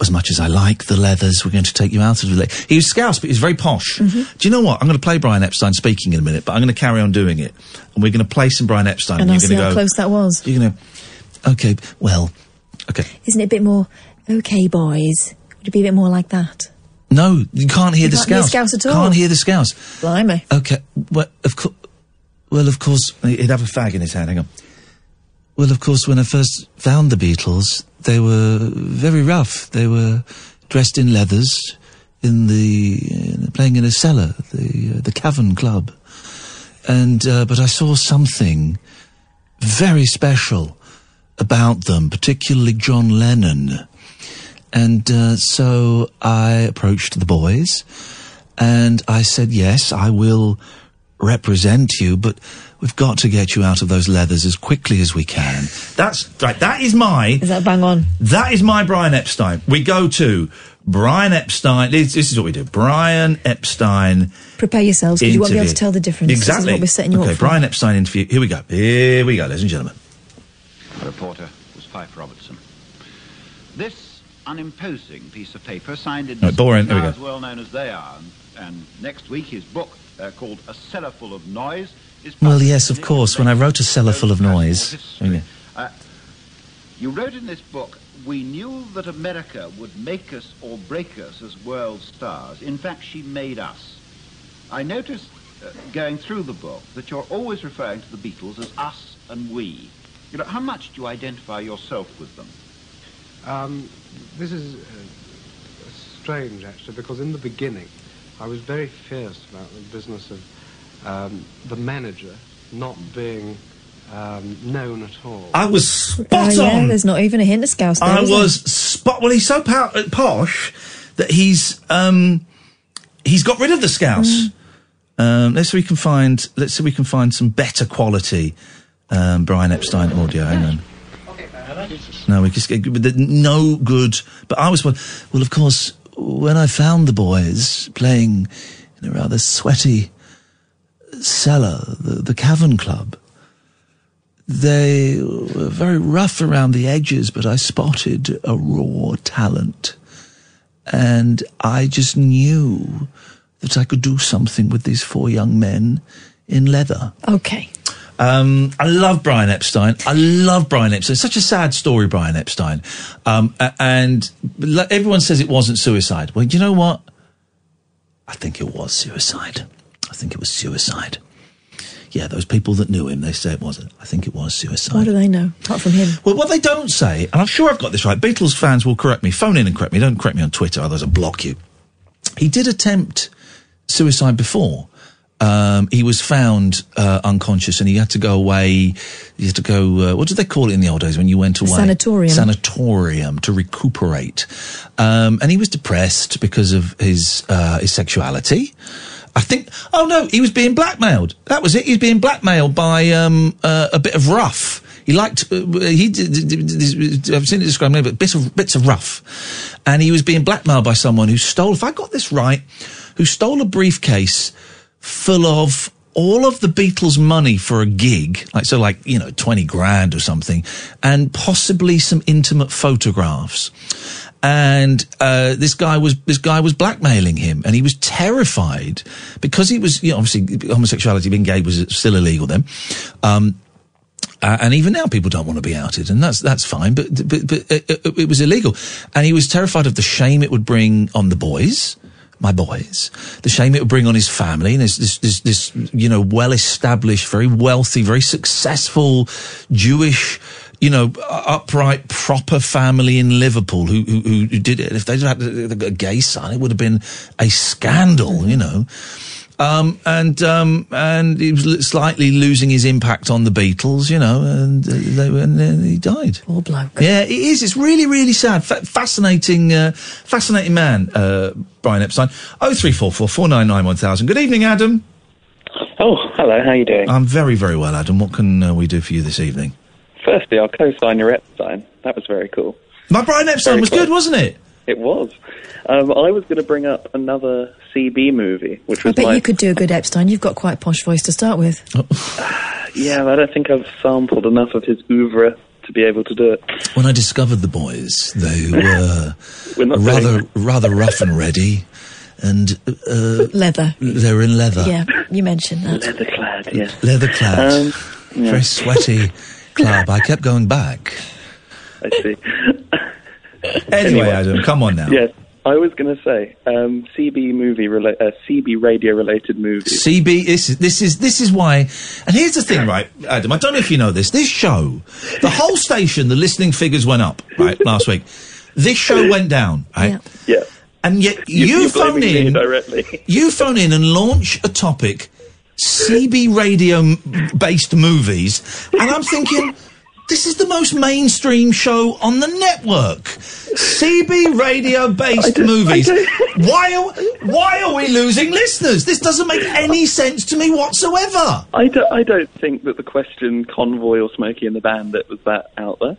Speaker 1: As much as I like the leathers, we're going to take you out of the leathers. He was scouse, but he was very posh.
Speaker 5: Mm-hmm.
Speaker 1: Do you know what? I'm going to play Brian Epstein speaking in a minute, but I'm going to carry on doing it. And we're going to play some Brian Epstein.
Speaker 5: And
Speaker 1: you're
Speaker 5: I'll see
Speaker 1: gonna
Speaker 5: how
Speaker 1: go,
Speaker 5: close that was.
Speaker 1: You're going to Okay, well, okay.
Speaker 5: Isn't it a bit more, okay, boys? Would it be a bit more like that?
Speaker 1: No, you can't hear
Speaker 5: You
Speaker 1: the
Speaker 5: can't hear
Speaker 1: scouse.
Speaker 5: Scouse at all.
Speaker 1: Can't hear the scouse.
Speaker 5: Blimey.
Speaker 1: Okay, well, of course, well, of course, he'd have a fag in his hand. Hang on. Well, of course, when I first found the Beatles, they were very rough. They were dressed in leathers, in the in- playing in a cellar, the uh, the Cavern Club, and uh, but I saw something very special about them, particularly John Lennon. And uh, so I approached the boys and I said, Yes, I will represent you, but we've got to get you out of those leathers as quickly as we can. That's right. That is my. Is
Speaker 5: that bang on?
Speaker 1: That is my Brian Epstein. We go to Brian Epstein. This, this is what we do Brian Epstein.
Speaker 5: Prepare yourselves because you won't be able to
Speaker 1: interview.
Speaker 5: tell the difference. This
Speaker 1: Exactly.
Speaker 5: is what we're setting you
Speaker 1: okay,
Speaker 5: up for.
Speaker 1: Brian Epstein interview. Here we go. Here we go, ladies and gentlemen.
Speaker 21: The reporter was Fife Robertson. This unimposing piece of paper, signed in
Speaker 1: All right, boring. There we go.
Speaker 21: as well known as they are, and, and next week his book, uh, called A Cellar Full of Noise, is
Speaker 1: Well, yes, of course. When I wrote a cellar full of noise. Okay.
Speaker 21: Uh, you wrote in this book, we knew that America would make us or break us as world stars. In fact, she made us. I noticed, uh, going through the book, that you're always referring to the Beatles as us and we. You know, how much do you identify yourself with them?
Speaker 22: Um, this is uh, strange, actually, because in the beginning, I was very fierce about the business of um, the manager not being um, known at all.
Speaker 1: I was spot
Speaker 5: Oh,
Speaker 1: on.
Speaker 5: Yeah, there's not even a hint of scouse. There,
Speaker 1: I
Speaker 5: is there?
Speaker 1: was spot. Well, he's so pow- uh, posh that he's um, he's got rid of the scouse. Um, let's see if we can find. Let's see if we can find some better quality um, Brian Epstein audio. Hang on. No, we just get but the- no good. But I was one. Well, of course, when I found the boys playing in a rather sweaty cellar, the, the Cavern Club, they were very rough around the edges, but I spotted a raw talent. And I just knew that I could do something with these four young men in leather.
Speaker 5: Okay.
Speaker 1: Um, I love Brian Epstein. I love Brian Epstein. Such a sad story, Brian Epstein. Um, a- and le- everyone says it wasn't suicide. Well, you know what? I think it was suicide. I think it was suicide. Yeah, those people that knew him, they say it wasn't. I think it was suicide.
Speaker 5: What do they know apart from him?
Speaker 1: Well, what they don't say, and I'm sure I've got this right, Beatles fans will correct me. Phone in and correct me. Don't correct me on Twitter, otherwise I'll block you. He did attempt suicide before. Um, he was found uh, unconscious and he had to go away. He had to go, uh, what did they call it in the old days when you went away?
Speaker 5: Sanatorium.
Speaker 1: Sanatorium to recuperate. Um, and he was depressed because of his, uh, his sexuality. I think, oh no, he was being blackmailed. That was it. He was being blackmailed by um, uh, a bit of rough. He liked, uh, he did, did- did- did- I've seen it described, now, but bits of, bits of rough. And he was being blackmailed by someone who stole, if I got this right, who stole a briefcase full of all of the Beatles' money for a gig, like so, like you know, twenty grand or something, and possibly some intimate photographs. And uh, this guy was this guy was blackmailing him, and he was terrified because he was you know, obviously homosexuality, being gay was still illegal then. Um, uh, and even now, people don't want to be outed, and that's that's fine. But but, but it, it, it was illegal, and he was terrified of the shame it would bring on the boys, my boys, the shame it would bring on his family, and this this this, this you know well established, very wealthy, very successful Jewish. You know, upright, proper family in Liverpool who who, who did it. If they'd had a a gay son, it would have been a scandal. You know, um, and um, and he was l- slightly losing his impact on the Beatles, you know, and uh, they, were- and then he died.
Speaker 5: Poor bloke.
Speaker 1: Yeah, it is. It's really, really sad. Fa- fascinating, uh, fascinating man, uh, Brian Epstein. Oh three four four four nine nine one thousand. Good evening, Adam.
Speaker 7: Oh, hello. How you doing?
Speaker 1: I'm very, very well, Adam. What can uh, we do for you this evening?
Speaker 7: Firstly, I'll co-sign your Epstein. That was very cool.
Speaker 1: My Brian Epstein
Speaker 7: Very
Speaker 1: was
Speaker 7: cool.
Speaker 1: good, wasn't it?
Speaker 7: It was. Um, I was going to bring up another CB movie, which
Speaker 5: I
Speaker 7: was
Speaker 5: bet
Speaker 7: my
Speaker 5: you could do a good Epstein. You've got quite a posh voice to start with.
Speaker 1: Oh,
Speaker 7: yeah. I don't think I've sampled enough of his oeuvre to be able to do it.
Speaker 1: When I discovered the boys,
Speaker 7: [LAUGHS]
Speaker 1: they were
Speaker 7: We're not
Speaker 1: rather,
Speaker 7: doing-
Speaker 1: rather rough and ready, and uh,
Speaker 5: Leather.
Speaker 1: They're in leather.
Speaker 5: Yeah, you mentioned that.
Speaker 7: Leather clad, yeah.
Speaker 1: leather clad,
Speaker 7: Um, yeah.
Speaker 1: very sweaty club. I kept going back.
Speaker 7: [LAUGHS] I see.
Speaker 1: [LAUGHS] Anyway, Adam, come on now.
Speaker 7: Yes, I was going to say um, CB movie, rela- uh, CB radio related movie.
Speaker 1: CB, this is this is this is why. And here's the thing, right, Adam? I don't know if you know this. This show, the whole station, the listening figures went up, right, last week. This show went down, right?
Speaker 7: Yeah.
Speaker 1: And yet you,
Speaker 7: you're
Speaker 1: phone
Speaker 7: blaming me
Speaker 1: in
Speaker 7: directly.
Speaker 1: You phone in and launch a topic, CB radio m- based movies, and I'm thinking. This is the most mainstream show on the network. CB radio based movies. Why are, why are we losing listeners? This doesn't make any sense to me whatsoever.
Speaker 7: I don't, I don't think that the question Convoy or Smokey and the Bandit was that out there.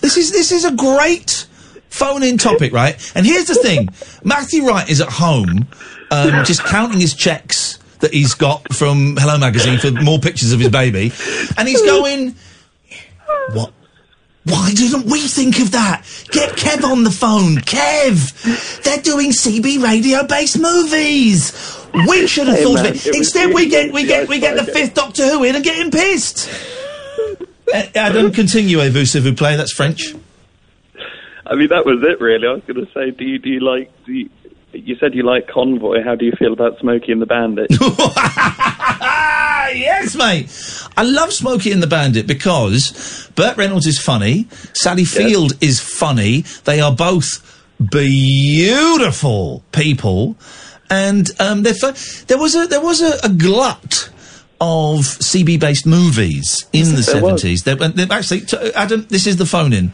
Speaker 1: This is this is a great phone-in topic, right? And here's the thing: Matthew Wright is at home, um, just counting his checks that he's got from Hello Magazine for more pictures of his baby, and he's going, "What? Why didn't we think of that? Get Kev on the phone, Kev. They're doing CB radio-based movies." We should have
Speaker 7: Hey,
Speaker 1: thought
Speaker 7: man,
Speaker 1: of
Speaker 7: it
Speaker 1: it.
Speaker 7: was
Speaker 1: Instead, we
Speaker 7: really
Speaker 1: get we
Speaker 7: easy,
Speaker 1: get
Speaker 7: I
Speaker 1: we get the
Speaker 7: tried it.
Speaker 1: fifth Doctor Who in and get him pissed. A- Uh, Adam, continuez vous s'il vous plaît. That's French.
Speaker 7: I mean, that was it, really. I was going to say, do you, do you like... Do you, you said you like Convoy. How do you feel about Smokey and the Bandit?
Speaker 1: [LAUGHS] Ah, yes, mate. I love Smokey and the Bandit because Burt Reynolds is funny, Sally Field is funny. They are both beautiful people, and um, they're fu- there was a there was a, a glut of CB based movies in the
Speaker 7: Yes, there was.
Speaker 1: seventies. Actually, t- Adam, this is the phone in.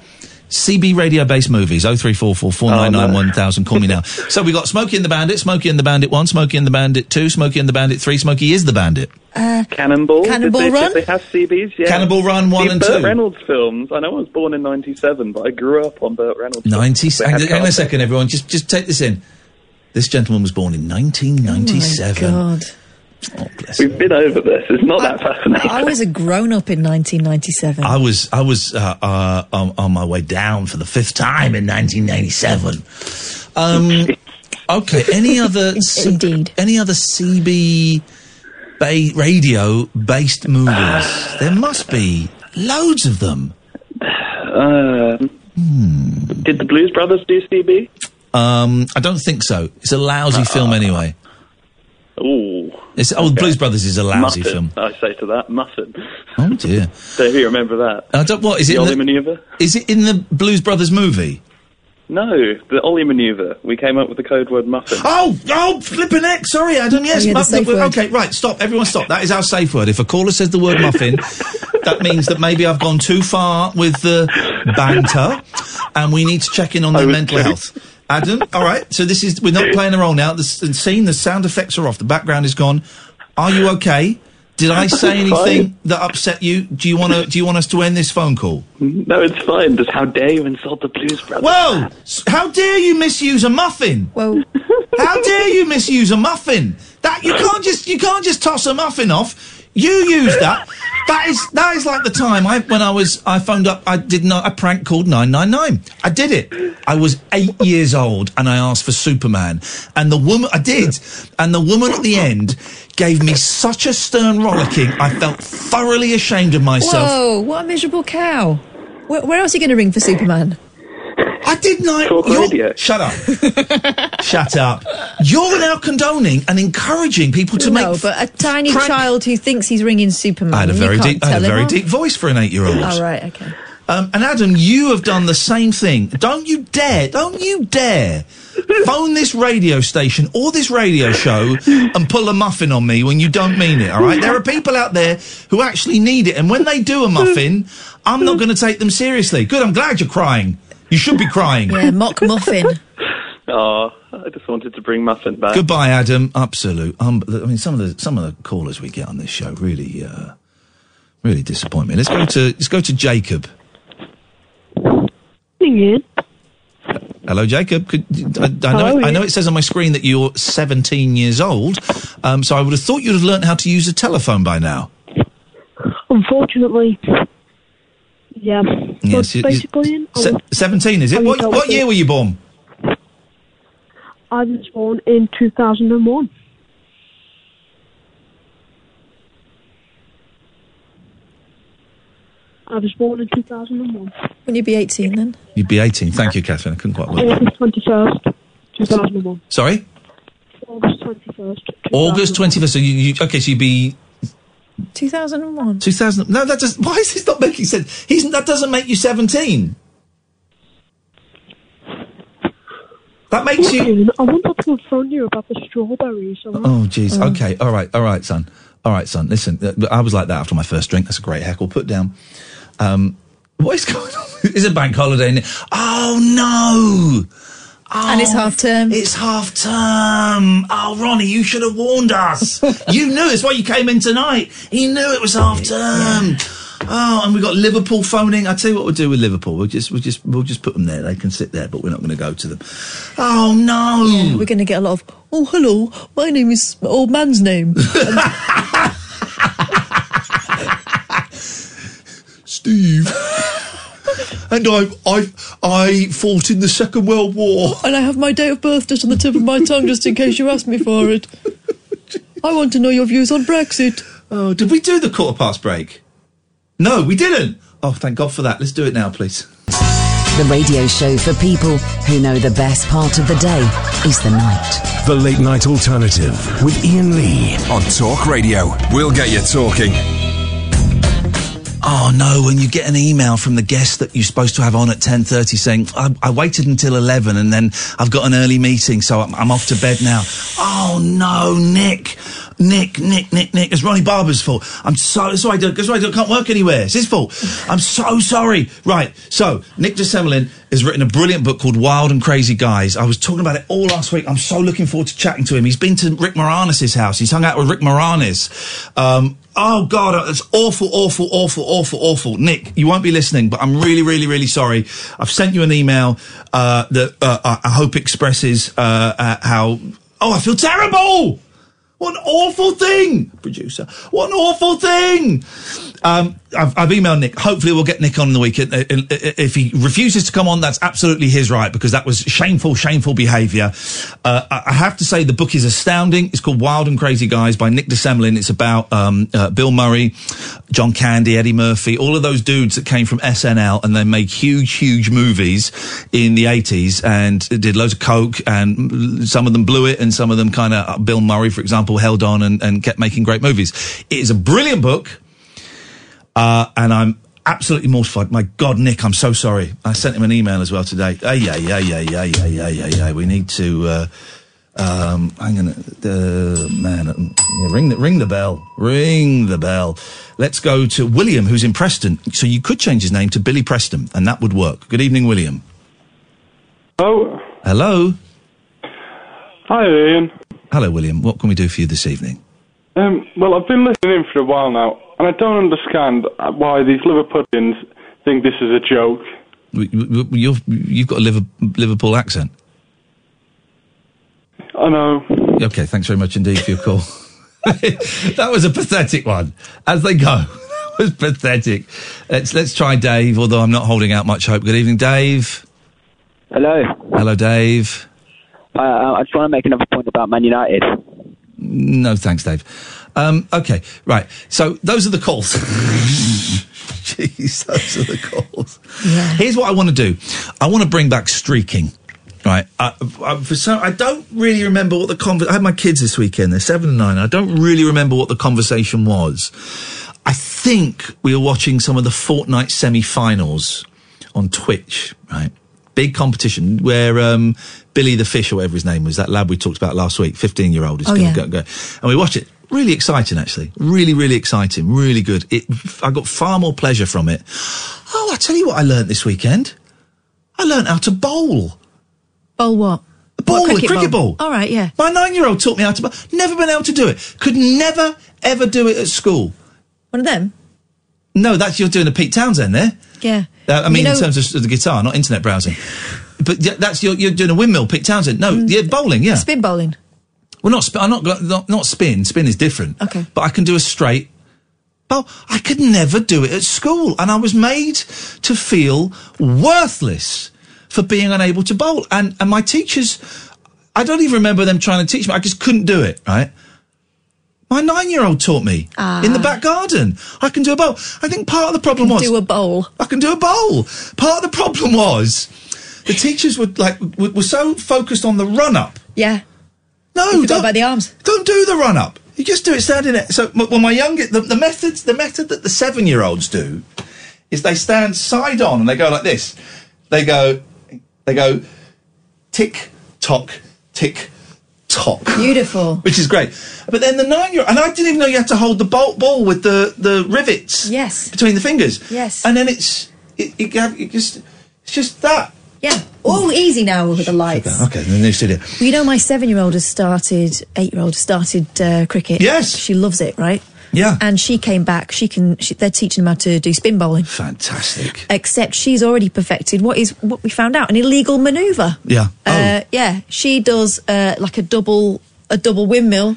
Speaker 1: CB radio based movies, 0344
Speaker 7: Oh,
Speaker 1: 499 1000. Call
Speaker 7: [LAUGHS]
Speaker 1: me now. so we got Smokey and the Bandit, Smokey and the Bandit 1, Smokey and the Bandit 2, Smokey and the Bandit 3, Smokey is the Bandit.
Speaker 5: Uh,
Speaker 7: Cannonball?
Speaker 5: Cannonball
Speaker 7: did they,
Speaker 5: Run?
Speaker 7: Did they have CBs? Yeah.
Speaker 1: Cannonball Run one
Speaker 7: See,
Speaker 1: and
Speaker 7: Burt
Speaker 1: two.
Speaker 7: Reynolds films. I know I was born in 97, but I grew up on Burt Reynolds.
Speaker 1: 90.
Speaker 7: They
Speaker 1: Hang,
Speaker 7: had
Speaker 1: hang on a
Speaker 7: carpet.
Speaker 1: second, everyone. Just, just take this in. This gentleman was born in Oh, 1997.
Speaker 5: Oh, God.
Speaker 7: We've been over this. It's not that fascinating.
Speaker 5: I was a grown up in 1997.
Speaker 1: [LAUGHS] I was I was uh, uh, on, on my way down for the fifth time in 1997.
Speaker 7: [LAUGHS]
Speaker 1: Um, okay, any other C- any other CB ba- radio based movies?
Speaker 7: [SIGHS]
Speaker 1: there must be loads of them.
Speaker 7: Um, Did the Blues Brothers do CB?
Speaker 1: Um, I don't think so. It's a lousy film anyway.
Speaker 7: Ooh.
Speaker 1: It's, oh, Blues Brothers is a lousy
Speaker 7: Muffin,
Speaker 1: film.
Speaker 7: I say to that, Muffin. [LAUGHS]
Speaker 1: Oh dear.
Speaker 7: Don't you remember that?
Speaker 1: I don't. What is it?
Speaker 7: The
Speaker 1: in
Speaker 7: Ollie
Speaker 1: the-
Speaker 7: Maneuver?
Speaker 1: Is it in the Blues Brothers movie?
Speaker 7: No, the Ollie Maneuver. We came up with the code word Muffin.
Speaker 1: Oh, oh, flipping heck! Sorry, Adam. Yes,
Speaker 7: Yeah, the
Speaker 1: mu-
Speaker 7: safe word.
Speaker 1: okay, right. Stop, everyone. Stop. That is our safe word. If a caller says the
Speaker 7: [LAUGHS]
Speaker 1: word muffin, that means that maybe I've gone too far with the banter, and we need to check in on their mental health. Adam, all right. So this is we're not playing a role now. The, s- the scene, the sound effects are off. The background is gone. Are you okay? Did I
Speaker 7: [LAUGHS]
Speaker 1: say
Speaker 7: It's fine.
Speaker 1: anything that upset you? Do you want to? Do you want us to end this phone call?
Speaker 7: No, it's fine. Just how dare you insult the Blues Brothers?
Speaker 1: Whoa! S- How dare you misuse a muffin?
Speaker 5: Whoa!
Speaker 1: How dare you misuse a muffin? That you can't just you can't just toss a muffin off. You use that. That is that is like the time I when I was I phoned up. I did not a prank called nine nine nine. I did it. I was eight years old and I asked for Superman. And the woman I did, and the woman at the end gave me such a stern rollicking. I felt thoroughly ashamed of myself.
Speaker 5: Whoa! What a miserable cow. Where, where else are you going to ring for Superman?
Speaker 1: I did not. You're- Shut up. Shut up. You're now condoning and encouraging people to
Speaker 5: no,
Speaker 1: make.
Speaker 5: but a tiny
Speaker 1: prank-
Speaker 5: child who thinks he's ringing Superman.
Speaker 1: I had a
Speaker 5: Mm, you
Speaker 1: very
Speaker 5: can't
Speaker 1: deep, I had a
Speaker 5: tell him
Speaker 1: very
Speaker 5: off.
Speaker 1: deep voice for an eight-year-old.
Speaker 5: All right, okay.
Speaker 1: Um, and Adam, you have done the same thing. Don't you dare, don't you dare phone this radio station or this radio show and pull a muffin on me when you don't mean it, all right? There are people out there who actually need it. And when they do a muffin, I'm not going to take them seriously. Good, I'm glad you're crying. You should be crying.
Speaker 5: Yeah, mock muffin.
Speaker 7: Oh, I just wanted to bring Muffin
Speaker 20: Uh,
Speaker 7: back.
Speaker 1: Goodbye, Adam. Absolute. Um, I mean, some of the some of the callers we get on this show really, uh, really disappoint me. Let's go to let's go to Jacob. Hello, Jacob. Could, I, I, know,
Speaker 2: Hello.
Speaker 1: I know it says on my screen that you're 17 years old, um, so I would have thought you'd have learnt how to use a telephone by now.
Speaker 2: Unfortunately, yeah.
Speaker 1: Yes,
Speaker 2: But
Speaker 1: you- you-
Speaker 2: basically, I,
Speaker 1: Se-
Speaker 2: was,
Speaker 1: 17, is it?
Speaker 2: I'm
Speaker 1: What,
Speaker 2: told
Speaker 1: what
Speaker 2: to-
Speaker 1: year were you born?
Speaker 2: I was born in 2001. I was born in 2001.
Speaker 5: Will you be 18 then?
Speaker 1: You'd be 18. Thank you, Catherine. I couldn't quite work.
Speaker 2: August 21st, 2001.
Speaker 1: Sorry,
Speaker 2: August 21st.
Speaker 1: August 21st. So you, you okay? So you'd be
Speaker 5: 2001.
Speaker 1: 2000. No, that doesn't. Why is this not making sense? He's, that doesn't make you 17. That makes you.
Speaker 2: I wanted to inform you about the strawberries. Um,
Speaker 1: Oh, jeez.
Speaker 4: Mm.
Speaker 1: Okay. All right. All right, son. All right, son. Listen, uh, I was like that after my first drink. That's a great heckle. Put down. Um, what is [LAUGHS] going on? It's a bank holiday. and- Oh, no.
Speaker 5: and it's half term.
Speaker 1: Oh, It's half term. Oh, Ronnie, you should have warned us. you knew. It's why you came in tonight. You knew it was half term. Oh, and we've got Liverpool phoning. I tell you what we'll do with Liverpool. We'll just, we'll just, we'll just put them there. They can sit there, but we're not going to go to them. Oh no!
Speaker 5: we're going to get a lot of. Oh hello, my name is old man's name.
Speaker 1: Steve. [LAUGHS] and I, I, I fought in [LAUGHS] the Second World War.
Speaker 5: and I have my date of birth just on the tip of my tongue, just in case you ask me for it. I want to know your views on Brexit.
Speaker 1: Oh, did we do the quarter past break? No, we didn't. Oh, thank God for that. Let's do it now, please.
Speaker 23: The radio show for people who know the best part of the day is the night.
Speaker 6: The Late Night Alternative with Ian Lee on Talk Radio. We'll get you talking.
Speaker 1: Oh no! When you get an email from the guest that you're supposed to have on at ten thirty saying, I, "I waited until eleven, and then I've got an early meeting, so I'm, I'm off to bed now." Oh no, Nick, Nick, Nick, Nick, Nick! It's Ronnie Barber's fault. I'm so sorry. dude. That's why I can't work anywhere. It's his fault. I'm so sorry. Right. So Nick DeSemelin has written a brilliant book called Wild and Crazy Guys. I was talking about it all last week. I'm so looking forward to chatting to him. He's been to Rick Moranis' house. He's hung out with Rick Moranis. Um, oh God, it's awful, awful, awful, awful, awful. Nick, you won't be listening, but I'm really, really, really sorry. I've sent you an email uh, that uh, I I hope expresses uh, uh, how. Oh, I feel terrible. What an awful thing, producer. What an awful thing. Um, I've, I've emailed Nick. Hopefully, we'll get Nick on in the weekend. Uh, uh, If he refuses to come on, that's absolutely his right because that was shameful, shameful behaviour. Uh, I I have to say, the book is astounding. It's called Wild and Crazy Guys by Nick DeSemlin. It's about um, uh, Bill Murray, John Candy, Eddie Murphy, all of those dudes that came from SNL and they made huge, huge movies in the 80s and did loads of coke and some of them blew it and some of them kind of, Bill Murray, for example, held on and, and kept making great movies. It is a brilliant book uh, and I'm absolutely mortified. My God, Nick, I'm so sorry. I sent him an email as well today. Ay, yeah, yeah, yeah, yeah, yeah, yeah, yeah, yeah. We need to. Uh, um, I'm gonna, uh, man, uh, yeah, ring the ring the bell, ring the bell. Let's go to William, who's in Preston. So you could change his name to Billy Preston, and that would work. Good evening, William.
Speaker 4: Oh,
Speaker 1: Hello,
Speaker 4: hi Ian.
Speaker 1: hello, William. What can we do for you this evening?
Speaker 4: Um, well, I've been listening in for a while now, and I don't understand uh, why these Liverpudlians think this is a joke.
Speaker 1: W- w- w- You've you've got a Liver- Liverpool accent.
Speaker 4: I know.
Speaker 1: Okay, thanks very much indeed for your call. [LAUGHS] that was a pathetic one. As they go, [LAUGHS] that was pathetic. Let's let's try Dave. Although I'm not holding out much hope. Good evening, Dave.
Speaker 9: Hello.
Speaker 1: Hello, Dave.
Speaker 9: Uh, I just want to make another point about Man United.
Speaker 1: No, thanks, Dave. Um, okay, right. So those are the calls. [LAUGHS] Jeez, those are the calls. Here's what I want to do. I want to bring back streaking. Right. I, I, for some, I don't really remember what the conver- I had my kids this weekend. They're seven and nine. I don't really remember what the conversation was. I think we were watching some of the Fortnite semi-finals on Twitch. Right. Big competition where um, Billy the Fish, or whatever his name was, that lad we talked about last week, fifteen-year-old, is
Speaker 24: Oh,
Speaker 1: going to
Speaker 24: yeah.
Speaker 1: go go. And we watched it. Really exciting, actually. Really, really exciting. Really good. It, I got far more pleasure from it. Oh, I tell you what I learnt this weekend. I learnt how to bowl.
Speaker 5: Bowl what?
Speaker 1: Ball,
Speaker 5: What,
Speaker 1: a cricket ball.
Speaker 5: All right, yeah.
Speaker 1: My nine-year-old taught me how to bowl. Never been able to do it. Could never, ever do it at school.
Speaker 5: One of them?
Speaker 1: No, that's you're doing a Pete Townsend there.
Speaker 5: Yeah.
Speaker 1: Uh, I
Speaker 5: You
Speaker 1: mean,
Speaker 5: know-
Speaker 1: in terms of the guitar, not internet browsing. But yeah, that's you're, you're doing a windmill, Pete Townsend. No,
Speaker 5: Mm.
Speaker 1: yeah, bowling. Yeah,
Speaker 5: Spin bowling.
Speaker 1: Well, not spin. I'm not, go- not not spin. Spin is different. Okay. But I can do a straight. bowl. I could never do it at school, and I was made to feel worthless for being unable to bowl. And and my teachers, I don't even remember them trying to teach me. I just couldn't do it. Right. My nine-year-old taught me in the back garden. I can do a bowl. I think part of the problem was do
Speaker 5: a bowl.
Speaker 1: I can do a bowl. Part of the problem was the teachers were like were, were so focused on the run-up
Speaker 5: Yeah.
Speaker 1: no,
Speaker 5: You forgot about the arms.
Speaker 1: Don't do the run up. You just do it standing there. So, m- well, my youngest, the, the methods, the method that the seven year olds do is they stand side on and they go like this. They go, they go, tick tock, tick tock.
Speaker 5: Beautiful.
Speaker 1: Which is great. But then the nine year old, and I didn't even know you had to hold the bolt ball with the, the rivets. Yes. Between the fingers. Yes. And then it's, it, it, gav- it just, it's just that.
Speaker 5: Yeah. Oh, easy now with the lights.
Speaker 1: Okay, the new studio.
Speaker 5: Well, you know, my seven-year-old has started, eight-year-old has started uh, cricket.
Speaker 1: Yes.
Speaker 5: she loves it, right?
Speaker 1: Yeah.
Speaker 5: And she came back. She can. She, they're teaching them how to do spin bowling.
Speaker 1: Fantastic.
Speaker 5: Except she's already perfected what is what we found out an illegal manoeuvre.
Speaker 1: Yeah. Oh.
Speaker 5: Uh, yeah, she does uh, like a double a double windmill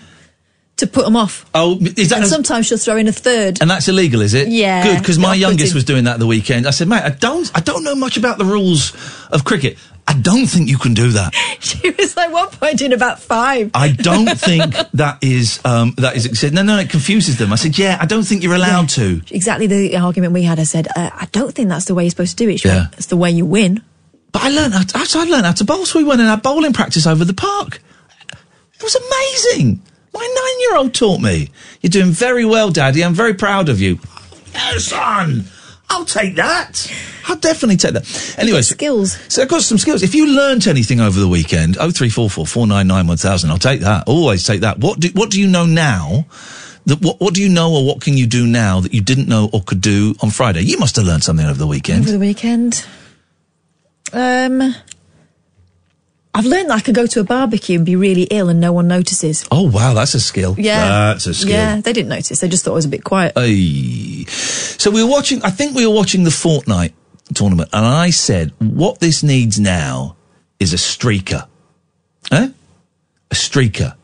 Speaker 5: to put them off. [LAUGHS]
Speaker 1: Oh, is that
Speaker 5: and
Speaker 1: a-
Speaker 5: sometimes she'll throw in a third.
Speaker 1: And that's illegal, is it?
Speaker 5: Yeah.
Speaker 1: Good, because my
Speaker 5: Upwards
Speaker 1: youngest
Speaker 5: in-
Speaker 1: was doing that the weekend. I said, mate, I don't, I don't know much about the rules of cricket. I don't think you can do that.
Speaker 5: She was like one point in about five.
Speaker 1: I don't
Speaker 5: [LAUGHS]
Speaker 1: think that is um, that is. He said, no, no, it confuses them. I said, yeah, I don't think you're allowed to.
Speaker 5: exactly the argument we had. I said, uh, I don't think that's the way you're supposed to do it. She
Speaker 1: Yeah.
Speaker 5: went, It's the way you win.
Speaker 1: But I learned how to, actually, I learned how to bowl. So we went and had bowling practice over the park. It was amazing. My nine-year-old taught me. You're doing very well, Daddy. I'm very proud of you. Yeah, son. I'll take that. I'll definitely take that. Anyway,
Speaker 5: skills.
Speaker 1: So I've got some skills. If you learnt anything over the weekend, oh three four four four nine nine one thousand. I'll take that. Always take that. What do What do you know now? That what What do you know, or what can you do now that you didn't know or could do on Friday? You must have learnt something over the weekend.
Speaker 5: Over the weekend. Um, I've learned that I could go to a barbecue and be really ill and no one notices.
Speaker 1: Oh wow, that's a skill.
Speaker 5: Yeah.
Speaker 1: that's a skill.
Speaker 5: Yeah, they didn't notice. They just thought I was a bit quiet.
Speaker 1: Aye. So we were watching, I think we were watching the Fortnite tournament, and I said, what this needs now is a streaker. Eh? A streaker.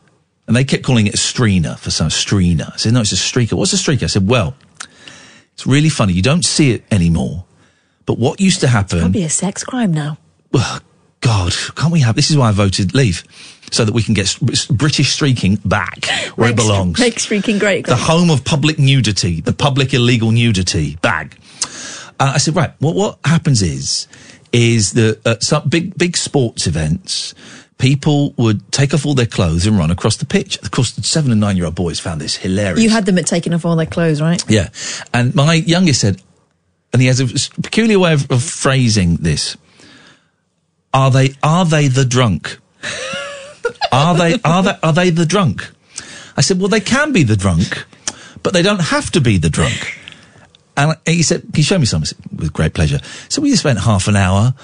Speaker 1: And they kept calling it a streaner for some streaner. I said, no, it's a streaker. What's a streaker? I said, well, It's really funny. You don't see it anymore. But what used to happen
Speaker 5: Probably a sex crime now.
Speaker 1: well, God, can't we have? This is why I voted leave, so that we can get s- s- British streaking back where it
Speaker 5: Makes- [LAUGHS]
Speaker 1: belongs.
Speaker 5: Makes freaking great.
Speaker 1: the home of public nudity, the public illegal nudity bag. Uh, I said, right. What what happens is, is that at some big big sports events, people would take off all their clothes and run across the pitch. Of course, the seven and nine year old boys found this hilarious.
Speaker 5: You had them at taking off all their clothes, right?
Speaker 1: Yeah. And my youngest said, and he has a s- peculiar way of, of phrasing this. Are they, are they the drunk? are they, are they, are they the drunk? I said, well, they can be the drunk, but they don't have to be the drunk. And he said, can you show me some? I said, with great pleasure. So we just spent half an hour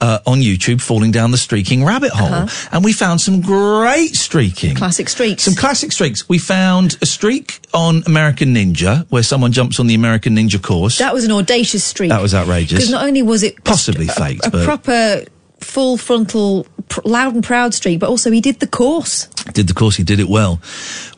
Speaker 1: uh, on YouTube falling down the streaking rabbit hole.
Speaker 5: Uh-huh.
Speaker 1: And we found some great streaking.
Speaker 5: Classic streaks.
Speaker 1: Some classic streaks. We found a streak on American Ninja where someone jumps on the American Ninja course.
Speaker 5: That was an audacious streak.
Speaker 1: That was outrageous.
Speaker 5: Because not only was it
Speaker 1: Possibly
Speaker 5: [LAUGHS]
Speaker 1: faked,
Speaker 5: a
Speaker 1: but
Speaker 5: proper full frontal, pr- loud and proud streak, but also he did the course.
Speaker 1: did the course. He did it well.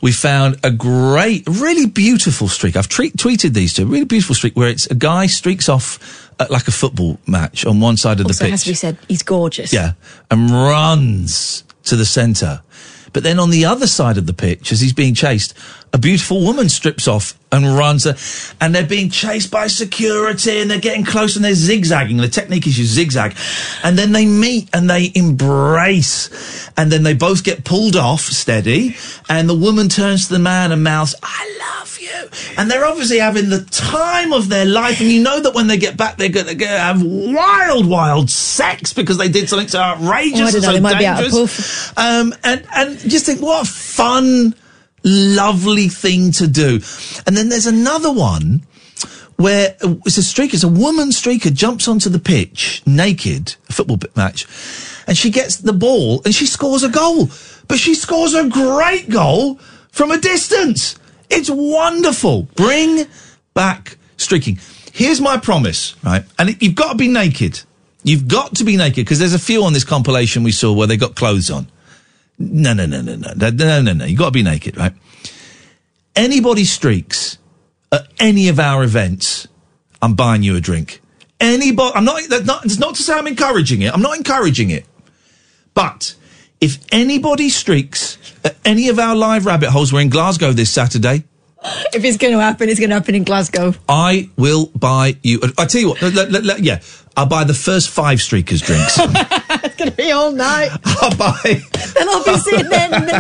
Speaker 1: We found a great, really beautiful streak. I've tre- tweeted these two. Really beautiful streak where it's a guy streaks off at like a football match on one side of
Speaker 5: also
Speaker 1: the pitch.
Speaker 5: has to be said, he's gorgeous.
Speaker 1: Yeah, and runs to the centre. But then on the other side of the pitch, as he's being chased, a beautiful woman strips off and runs, uh, and they're being chased by security, and they're getting close, and they're zigzagging. The technique is you zigzag, and then they meet and they embrace, and then they both get pulled off steady, and the woman turns to the man and mouths, "I love you," and they're obviously having the time of their life, and you know that when they get back, they're going to have wild, wild sex because they did something so
Speaker 5: Oh,
Speaker 1: outrageous
Speaker 5: I don't
Speaker 1: outrageous
Speaker 5: know, they
Speaker 1: and so
Speaker 5: might be out of
Speaker 1: dangerous. Um, and and just think what a fun, lovely thing to do. And then there's another one where uh, it's a streaker, it's a woman streaker jumps onto the pitch naked, a football bit- match, and she gets the ball and she scores a goal. But she scores a great goal from a distance. It's wonderful. Bring back streaking. Here's my promise, right? And it- you've got to be naked. You've got to be naked because there's a few on this compilation we saw where they got clothes on. No, no, no, no, no, no, no, no, no. You've got to be naked, right? Anybody streaks at any of our events, I'm buying you a drink. Anybody, I'm not, that's not, it's not to say I'm encouraging it. I'm not encouraging it. But if anybody streaks at any of our live rabbit holes, we're in Glasgow this Saturday.
Speaker 5: [LAUGHS] If it's going to happen, it's going to happen in Glasgow.
Speaker 1: I will buy you. I tell you what. let- let- let- yeah, I'll buy the first five streakers drinks.
Speaker 5: it's going to be all
Speaker 1: [LAUGHS]
Speaker 5: night.
Speaker 1: I'll buy.
Speaker 5: Then I'll be sitting there in the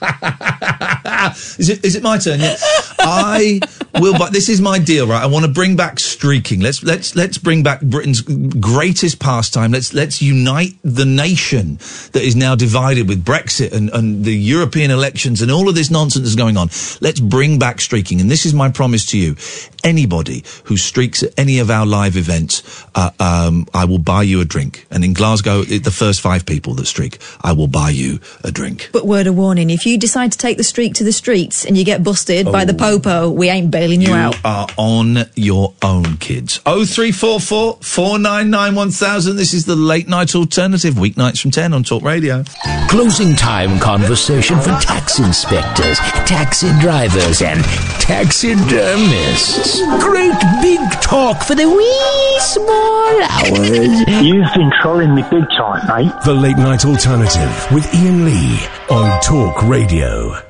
Speaker 5: noddy.
Speaker 1: [LAUGHS] is it is it my turn? Yeah. I will. But this is my deal, right? I want to bring back streaking. Let's let's let's bring back Britain's greatest pastime. Let's let's unite the nation that is now divided with Brexit and and the European elections and all of this nonsense that's going on. Let's bring back streaking. And this is my promise to you: anybody who streaks at any of our live events, uh, um, I will buy you a drink. And in Glasgow, it- the first five people that streak, I will buy you a drink.
Speaker 5: But word of warning, if you decide to take the streak to the streets and you get busted by the
Speaker 1: Oh.
Speaker 5: popo, we ain't bailing you, out.
Speaker 1: are on your own, kids. 0344 499 1000. This is the late night alternative, weeknights from 10 on Talk Radio.
Speaker 10: Closing time conversation for tax inspectors, taxi drivers, and taxidermists. Great big talk for the wee small hours.
Speaker 6: You've been trolling me big time, mate. The Late Night Alternative with Ian Lee on Talk Radio.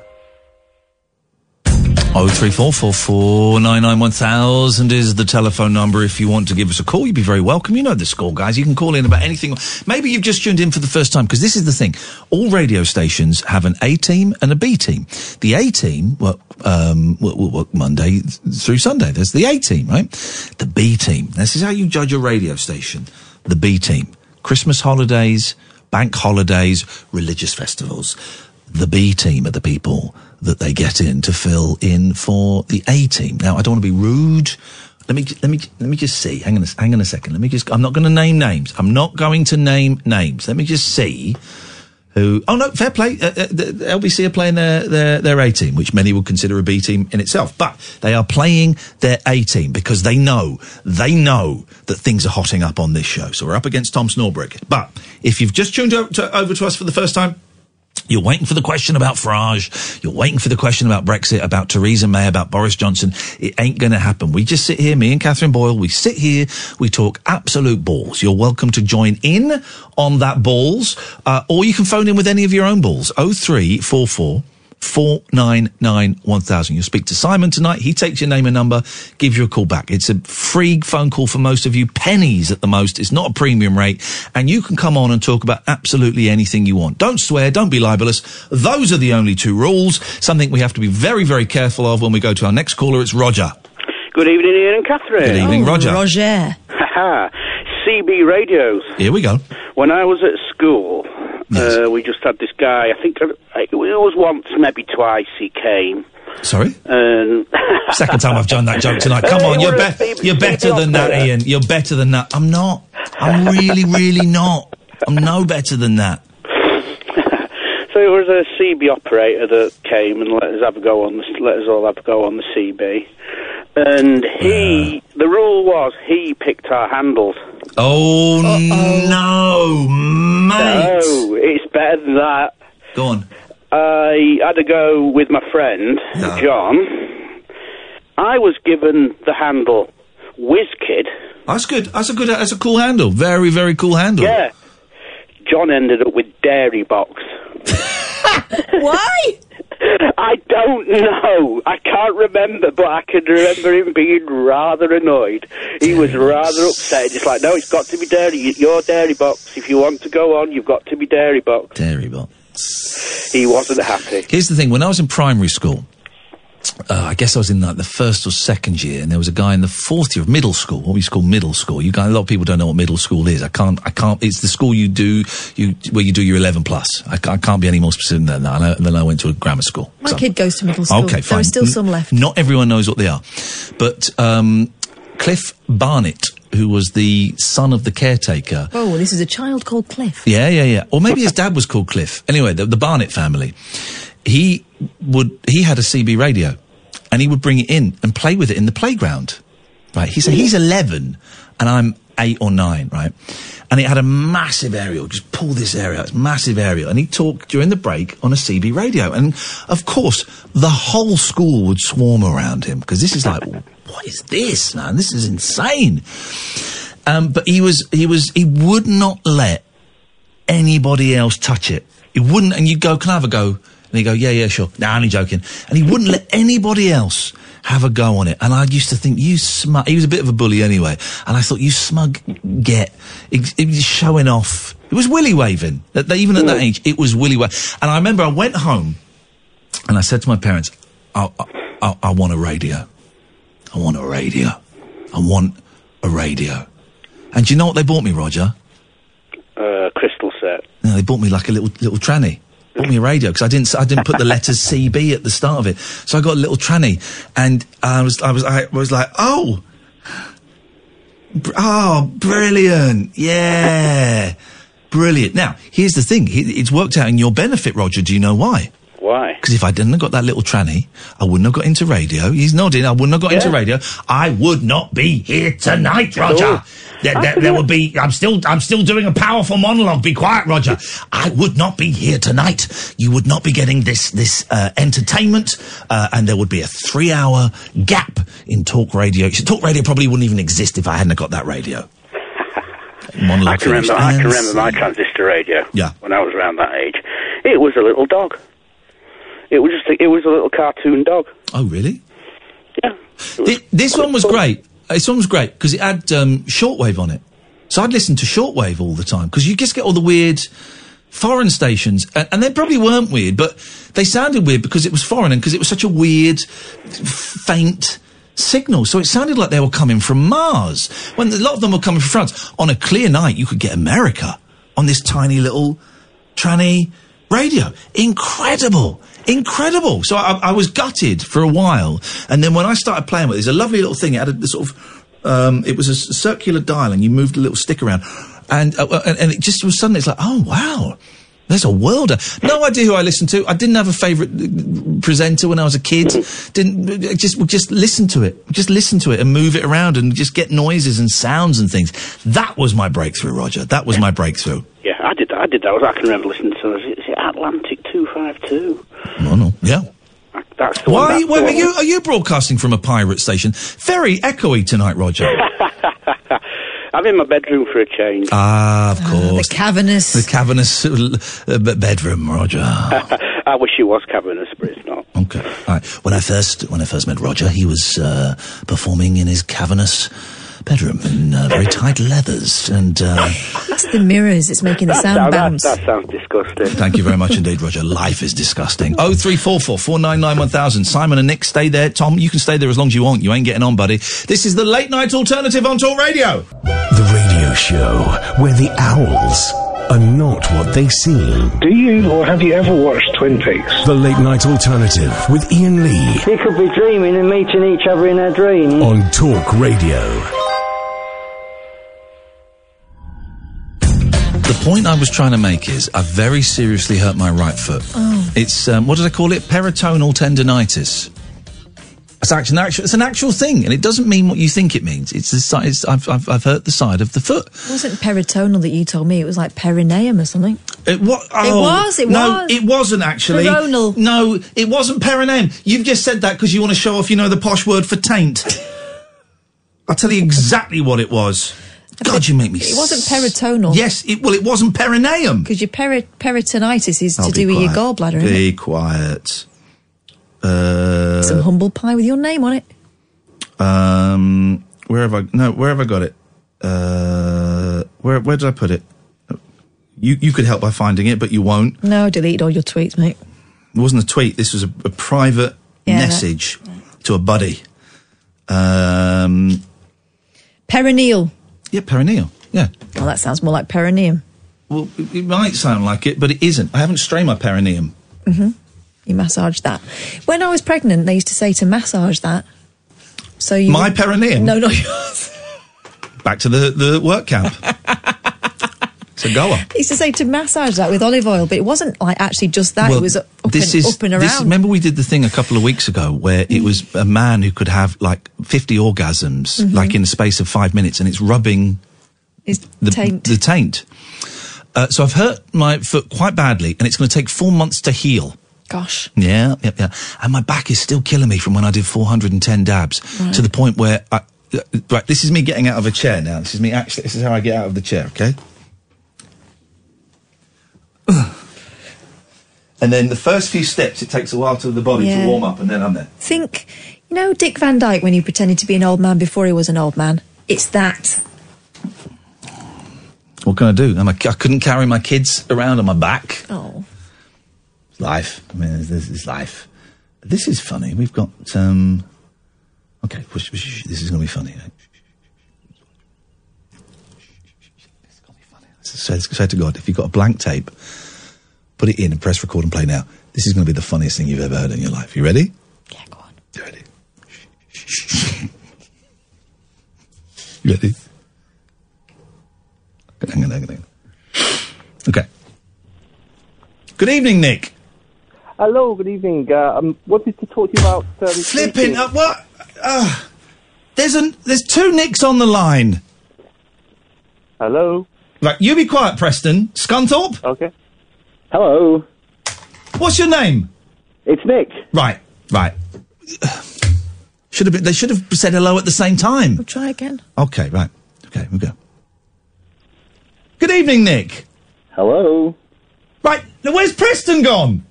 Speaker 1: 0344 499 1000 is the telephone number. If you want to give us a call, you'd be very welcome. You know the score, guys. You can call in about anything. Maybe you've just tuned in for the first time because this is the thing. All radio stations have an A team and a B team. The A team work, um, work, work- work Monday through Sunday. There's the A team, right? The B team. This is how you judge a radio station. The B team. Christmas holidays, bank holidays, religious festivals. The B team are the people that they get in to fill in for the A team. Now, I don't want to be rude. Let me let me let me just see. Hang on, a, hang on a second. Let me just. I'm not going to name names. I'm not going to name names. Let me just see who. Oh no, fair play. Uh, uh, the, the LBC are playing their, their their A team, which many would consider a B team in itself, but they are playing their A team because they know they know that things are hotting up on this show. So we're up against Tom Snorbrick. But if you've just tuned over to, over to us for the first time. You're waiting for the question about Farage. You're waiting for the question about Brexit, about Theresa May, about Boris Johnson. It ain't going to happen. We just sit here, me and Catherine Boyle, we sit here, we talk absolute balls. You're welcome to join in on that balls, uh, or you can phone in with any of your own balls. 0344 499 1000. You'll speak to Simon tonight. He takes your name and number, gives you a call back. It's a free phone call for most of you, pennies at the most. It's not a premium rate. And you can come on and talk about absolutely anything you want. Don't swear, don't be libelous. Those are the only two rules. Something we have to be very, very careful of when we go to our next caller. It's Roger.
Speaker 24: Good evening, Ian and Catherine.
Speaker 1: Good evening,
Speaker 4: Oh,
Speaker 1: Roger.
Speaker 5: Roger.
Speaker 24: Haha. CB radios.
Speaker 1: Here we go.
Speaker 24: When I was at school, uh, we just had this guy. I think uh, it was once, maybe twice. He came.
Speaker 1: Sorry?
Speaker 24: And [LAUGHS]
Speaker 1: Second time I've done that joke tonight. Come
Speaker 24: Hey,
Speaker 1: on, you're,
Speaker 24: we're
Speaker 1: be-
Speaker 24: a baby-
Speaker 1: you're better
Speaker 24: baby
Speaker 1: than that,
Speaker 24: operator.
Speaker 1: Ian. You're better than that. I'm not. I'm really, really not. I'm no better than that.
Speaker 24: So it was a CB operator that came and let us have a go on the let us all have a go on the CB. And he, the rule was he picked our handles.
Speaker 1: Oh no, mate!
Speaker 24: No, it's better than that.
Speaker 1: Go on.
Speaker 24: I had a go with my friend John. I was given the handle Kid.
Speaker 1: That's good. That's a good. That's a cool handle. Very, very cool handle.
Speaker 24: Yeah. John ended up with Dairy Box.
Speaker 2: [LAUGHS]
Speaker 5: Why?
Speaker 24: [LAUGHS] I don't know. I can't remember, but I can remember him being rather annoyed. He was rather upset. It's like, no, it's got to be dairy. You- You're dairy box. If you want to go on, you've got to be dairy box.
Speaker 1: Dairy box.
Speaker 24: He wasn't happy.
Speaker 1: Here's the thing: when I was in primary school, uh, I guess I was in like the first or second year, and there was a guy in the fourth year of middle school. What we used to call middle school. You guys, a lot of people don't know what middle school is. I can't. I can't. It's the school you do you where you do your eleven plus. I, ca- I can't be any more specific than that. And I- then I went to a grammar school.
Speaker 5: My
Speaker 1: So-
Speaker 5: kid goes to middle school.
Speaker 1: Okay, fine. Mm.
Speaker 5: There are still
Speaker 1: N-
Speaker 5: some left.
Speaker 1: Not everyone knows what they are. But um, Cliff Barnett, who was the son of the caretaker.
Speaker 5: Oh, this is a child called Cliff.
Speaker 1: Yeah, yeah, yeah. Or maybe his dad was called Cliff. Anyway, the, the Barnett family. He would he had a CB radio, and he would bring it in and play with it in the playground. Right? He said he's eleven, and I'm eight or nine. Right? And it had a massive aerial. Just pull this aerial. It's massive aerial. And he talked during the break on a CB radio, and of course the whole school would swarm around him because this is like, what is this, man? This is insane. Um, but he was he was he would not let anybody else touch it. He wouldn't, and you'd go, can I have a go? And he'd go, yeah, yeah, sure. Nah, only joking. And he wouldn't let anybody else have a go on it. And I used to think, you smug, he was a bit of a bully anyway. And I thought, you smug get, it, it was showing off. It was willy waving. That- that- Even at that age, it was willy waving. And I remember I went home and I said to my parents, I, I, I, I want a radio. I want a radio. I want a radio. And do you know what they bought me, Roger?
Speaker 24: Uh, crystal set.
Speaker 1: No, they bought me like a little little tranny. Bought me a radio because I didn't I didn't put the letters CB at the start of it, so I got a little tranny, and I was I was I was like, oh, Br- oh, brilliant, yeah, brilliant. Now here's the thing: It- it's worked out in your benefit, Roger. Do you know why?
Speaker 24: Why?
Speaker 1: Because if I didn't have got that little tranny, I wouldn't have got into radio. He's nodding. I wouldn't have got into
Speaker 24: Yeah.
Speaker 1: radio. I would not be here tonight, Roger.
Speaker 20: Oh.
Speaker 1: There, there, there will be. I'm still. I'm still doing a powerful monologue. Be quiet, Roger. I would not be here tonight. You would not be getting this this uh, entertainment, uh, and there would be a three hour gap in talk radio. Talk radio probably wouldn't even exist if I hadn't have got
Speaker 24: [LAUGHS]
Speaker 1: that radio. Monologue
Speaker 24: I can remember. I can
Speaker 1: finished.
Speaker 24: remember my transistor radio.
Speaker 1: Yeah.
Speaker 24: When I was around that age, it was a little dog. It was just. A, it was a little cartoon dog.
Speaker 1: Oh, really? Yeah. this one was great. This one was great because it had um, shortwave on it. So I'd listen to shortwave all the time because you just get all the weird foreign stations, and, and they probably weren't weird, but they sounded weird because it was foreign and because it was such a weird, f- faint signal. So it sounded like they were coming from Mars when a lot of them were coming from France. On a clear night, you could get America on this tiny little tranny radio. Incredible. Incredible. So I, I was gutted for a while. And then when I started playing with it, it's a lovely little thing. It had a the sort of, um, it was a s- circular dial and you moved a little stick around. And, uh, uh, and, and it just was suddenly, it's like, oh, wow. There's a world. of- No idea who I listened to. I didn't have a favourite uh, presenter when I was a kid. Didn't uh, just would just listen to it. Just listen to it and move it around and just get noises and sounds and things. That was my breakthrough, Roger. That was my breakthrough.
Speaker 24: Yeah, I did. that. I did that. I can remember listening to. Is it Atlantic
Speaker 3: 252.
Speaker 1: Yeah.
Speaker 3: That's the one.
Speaker 1: Why?
Speaker 3: that's the
Speaker 1: Wait, are
Speaker 3: one.
Speaker 1: you are you broadcasting from a pirate station? Very echoey tonight,
Speaker 3: [LAUGHS]
Speaker 1: Roger.
Speaker 3: I'm in my bedroom for a change.
Speaker 1: Ah, of course.
Speaker 5: the cavernous.
Speaker 1: The cavernous uh, uh, b- bedroom, Roger.
Speaker 24: [LAUGHS]
Speaker 3: I wish it was cavernous, but it's not.
Speaker 1: Okay. All right. When I first when I first met Roger, he was uh, performing in his cavernous bedroom in uh, very tight leathers and. Uh,
Speaker 5: It's the mirrors. It's making the sound bounce.
Speaker 3: sounds disgusting.
Speaker 1: Thank you very much indeed, Roger. Life is disgusting. Oh three four four four nine nine one thousand. Simon and Nick, stay there. Tom, you can stay there as long as you want. You ain't getting on, buddy. This is the late night alternative on Talk Radio.
Speaker 6: The radio show where the owls are not what they seem.
Speaker 18: Do you or have you ever watched Twin Peaks?
Speaker 6: The late night alternative with Ian Lee
Speaker 11: We could be dreaming and meeting each other in our dreams.
Speaker 6: on Talk Radio.
Speaker 1: The point I was trying to make is I very seriously hurt my right foot.
Speaker 8: Oh.
Speaker 1: It's um, what did I call it? Peritoneal tendonitis. It's actually an actual, it's an actual thing, and it doesn't mean what you think it means. It's, the, si- it's I've, I've, I've hurt the side of the foot.
Speaker 5: It wasn't peritonal that you told me. It was like perineum or something.
Speaker 1: It, what, oh,
Speaker 5: was, it
Speaker 1: no,
Speaker 5: was.
Speaker 1: it wasn't actually.
Speaker 5: Coronal.
Speaker 1: No, it wasn't perineum. You've just said that because you want to show off. You know the posh word for taint. [LAUGHS] I'll tell you exactly what it was. God, you make me.
Speaker 5: It wasn't peritonal.
Speaker 1: Yes, it, well, it wasn't perineum.
Speaker 5: Because your peri- peritonitis is
Speaker 1: Oh,
Speaker 5: to
Speaker 1: be
Speaker 5: do with your
Speaker 1: quiet.
Speaker 5: gallbladder. Isn't it?
Speaker 1: Be quiet. Uh,
Speaker 5: Some humble pie with your name on it.
Speaker 1: Um, where have I? No, where have I got it? Uh, where where did I put it? You you could help by finding it, but you won't.
Speaker 5: No, I deleted all your tweets, mate.
Speaker 1: It wasn't a tweet. This was a, a private
Speaker 5: Yeah, that-
Speaker 1: message to a buddy. Um,
Speaker 5: Perineal.
Speaker 1: yeah, perineal. Yeah.
Speaker 5: Well, that sounds more like perineum.
Speaker 1: Well, it, it might sound like it, but it isn't. I haven't strained my perineum. Mm-hmm.
Speaker 5: hmm You massage that. When I was pregnant, they used to say to massage that. So you
Speaker 1: My perineum?
Speaker 5: No, not [LAUGHS] yours.
Speaker 1: Back to the the work
Speaker 5: [LAUGHS]
Speaker 1: camp. so go on.
Speaker 5: They used to say to massage that with olive oil, but it wasn't like actually just that. it was up, up
Speaker 1: this
Speaker 5: and,
Speaker 1: is,
Speaker 5: up and
Speaker 1: this is-
Speaker 5: around.
Speaker 1: remember, we did the thing a couple of weeks ago where it was a man who could have like 50 orgasms,
Speaker 5: Mhm.
Speaker 1: like in the space of five minutes, and it's rubbing
Speaker 5: It's
Speaker 1: the
Speaker 5: taint.
Speaker 1: The taint. Uh, so I've hurt my foot quite badly, and it's going to take four months to heal.
Speaker 5: Gosh.
Speaker 1: Yeah, yeah, yeah. And my back is still killing me from when I did 410 dabs
Speaker 5: Right.
Speaker 1: to the point where I. uh, Right, this is me getting out of a chair now. This is me actually. This is how I get out of the chair,
Speaker 5: [SIGHS]
Speaker 1: okay? And then the first few steps, it takes a while to the body
Speaker 5: Yeah.
Speaker 1: to warm up, and then I'm there.
Speaker 5: Think, you know, Dick Van Dyke when he pretended to be an old man before he was an old man. It's that.
Speaker 1: What can I do? I'm a, I couldn't carry my kids around on my back.
Speaker 5: Oh,
Speaker 1: It's life. I mean, this is life. This is funny. We've got. um Okay, whoosh, whoosh, whoosh, this is going to be funny. Say, say to God, if you've got a blank tape, put it in and press record and play now. This is going to be the funniest thing you've ever heard in your life. You ready? Yeah, go on. You ready? you ready? Hang on, hang on, hang on. Okay. Good evening, Nick.
Speaker 20: Hello, good evening. Uh, um, wanted to talk to you about um,
Speaker 1: [SIGHS] Flipping up what? Uh, there's an there's two Nicks on the line.
Speaker 20: Hello.
Speaker 1: Right, you be quiet, Preston. Scunthorpe.
Speaker 20: Okay. Hello.
Speaker 1: What's your name?
Speaker 20: It's Nick.
Speaker 1: Right, right. [SIGHS] Should have been. They should have said hello at the same time.
Speaker 5: we'll try again.
Speaker 1: Okay, right. Okay, we go. Good evening, Nick.
Speaker 20: Hello.
Speaker 1: Right now, where's Preston gone?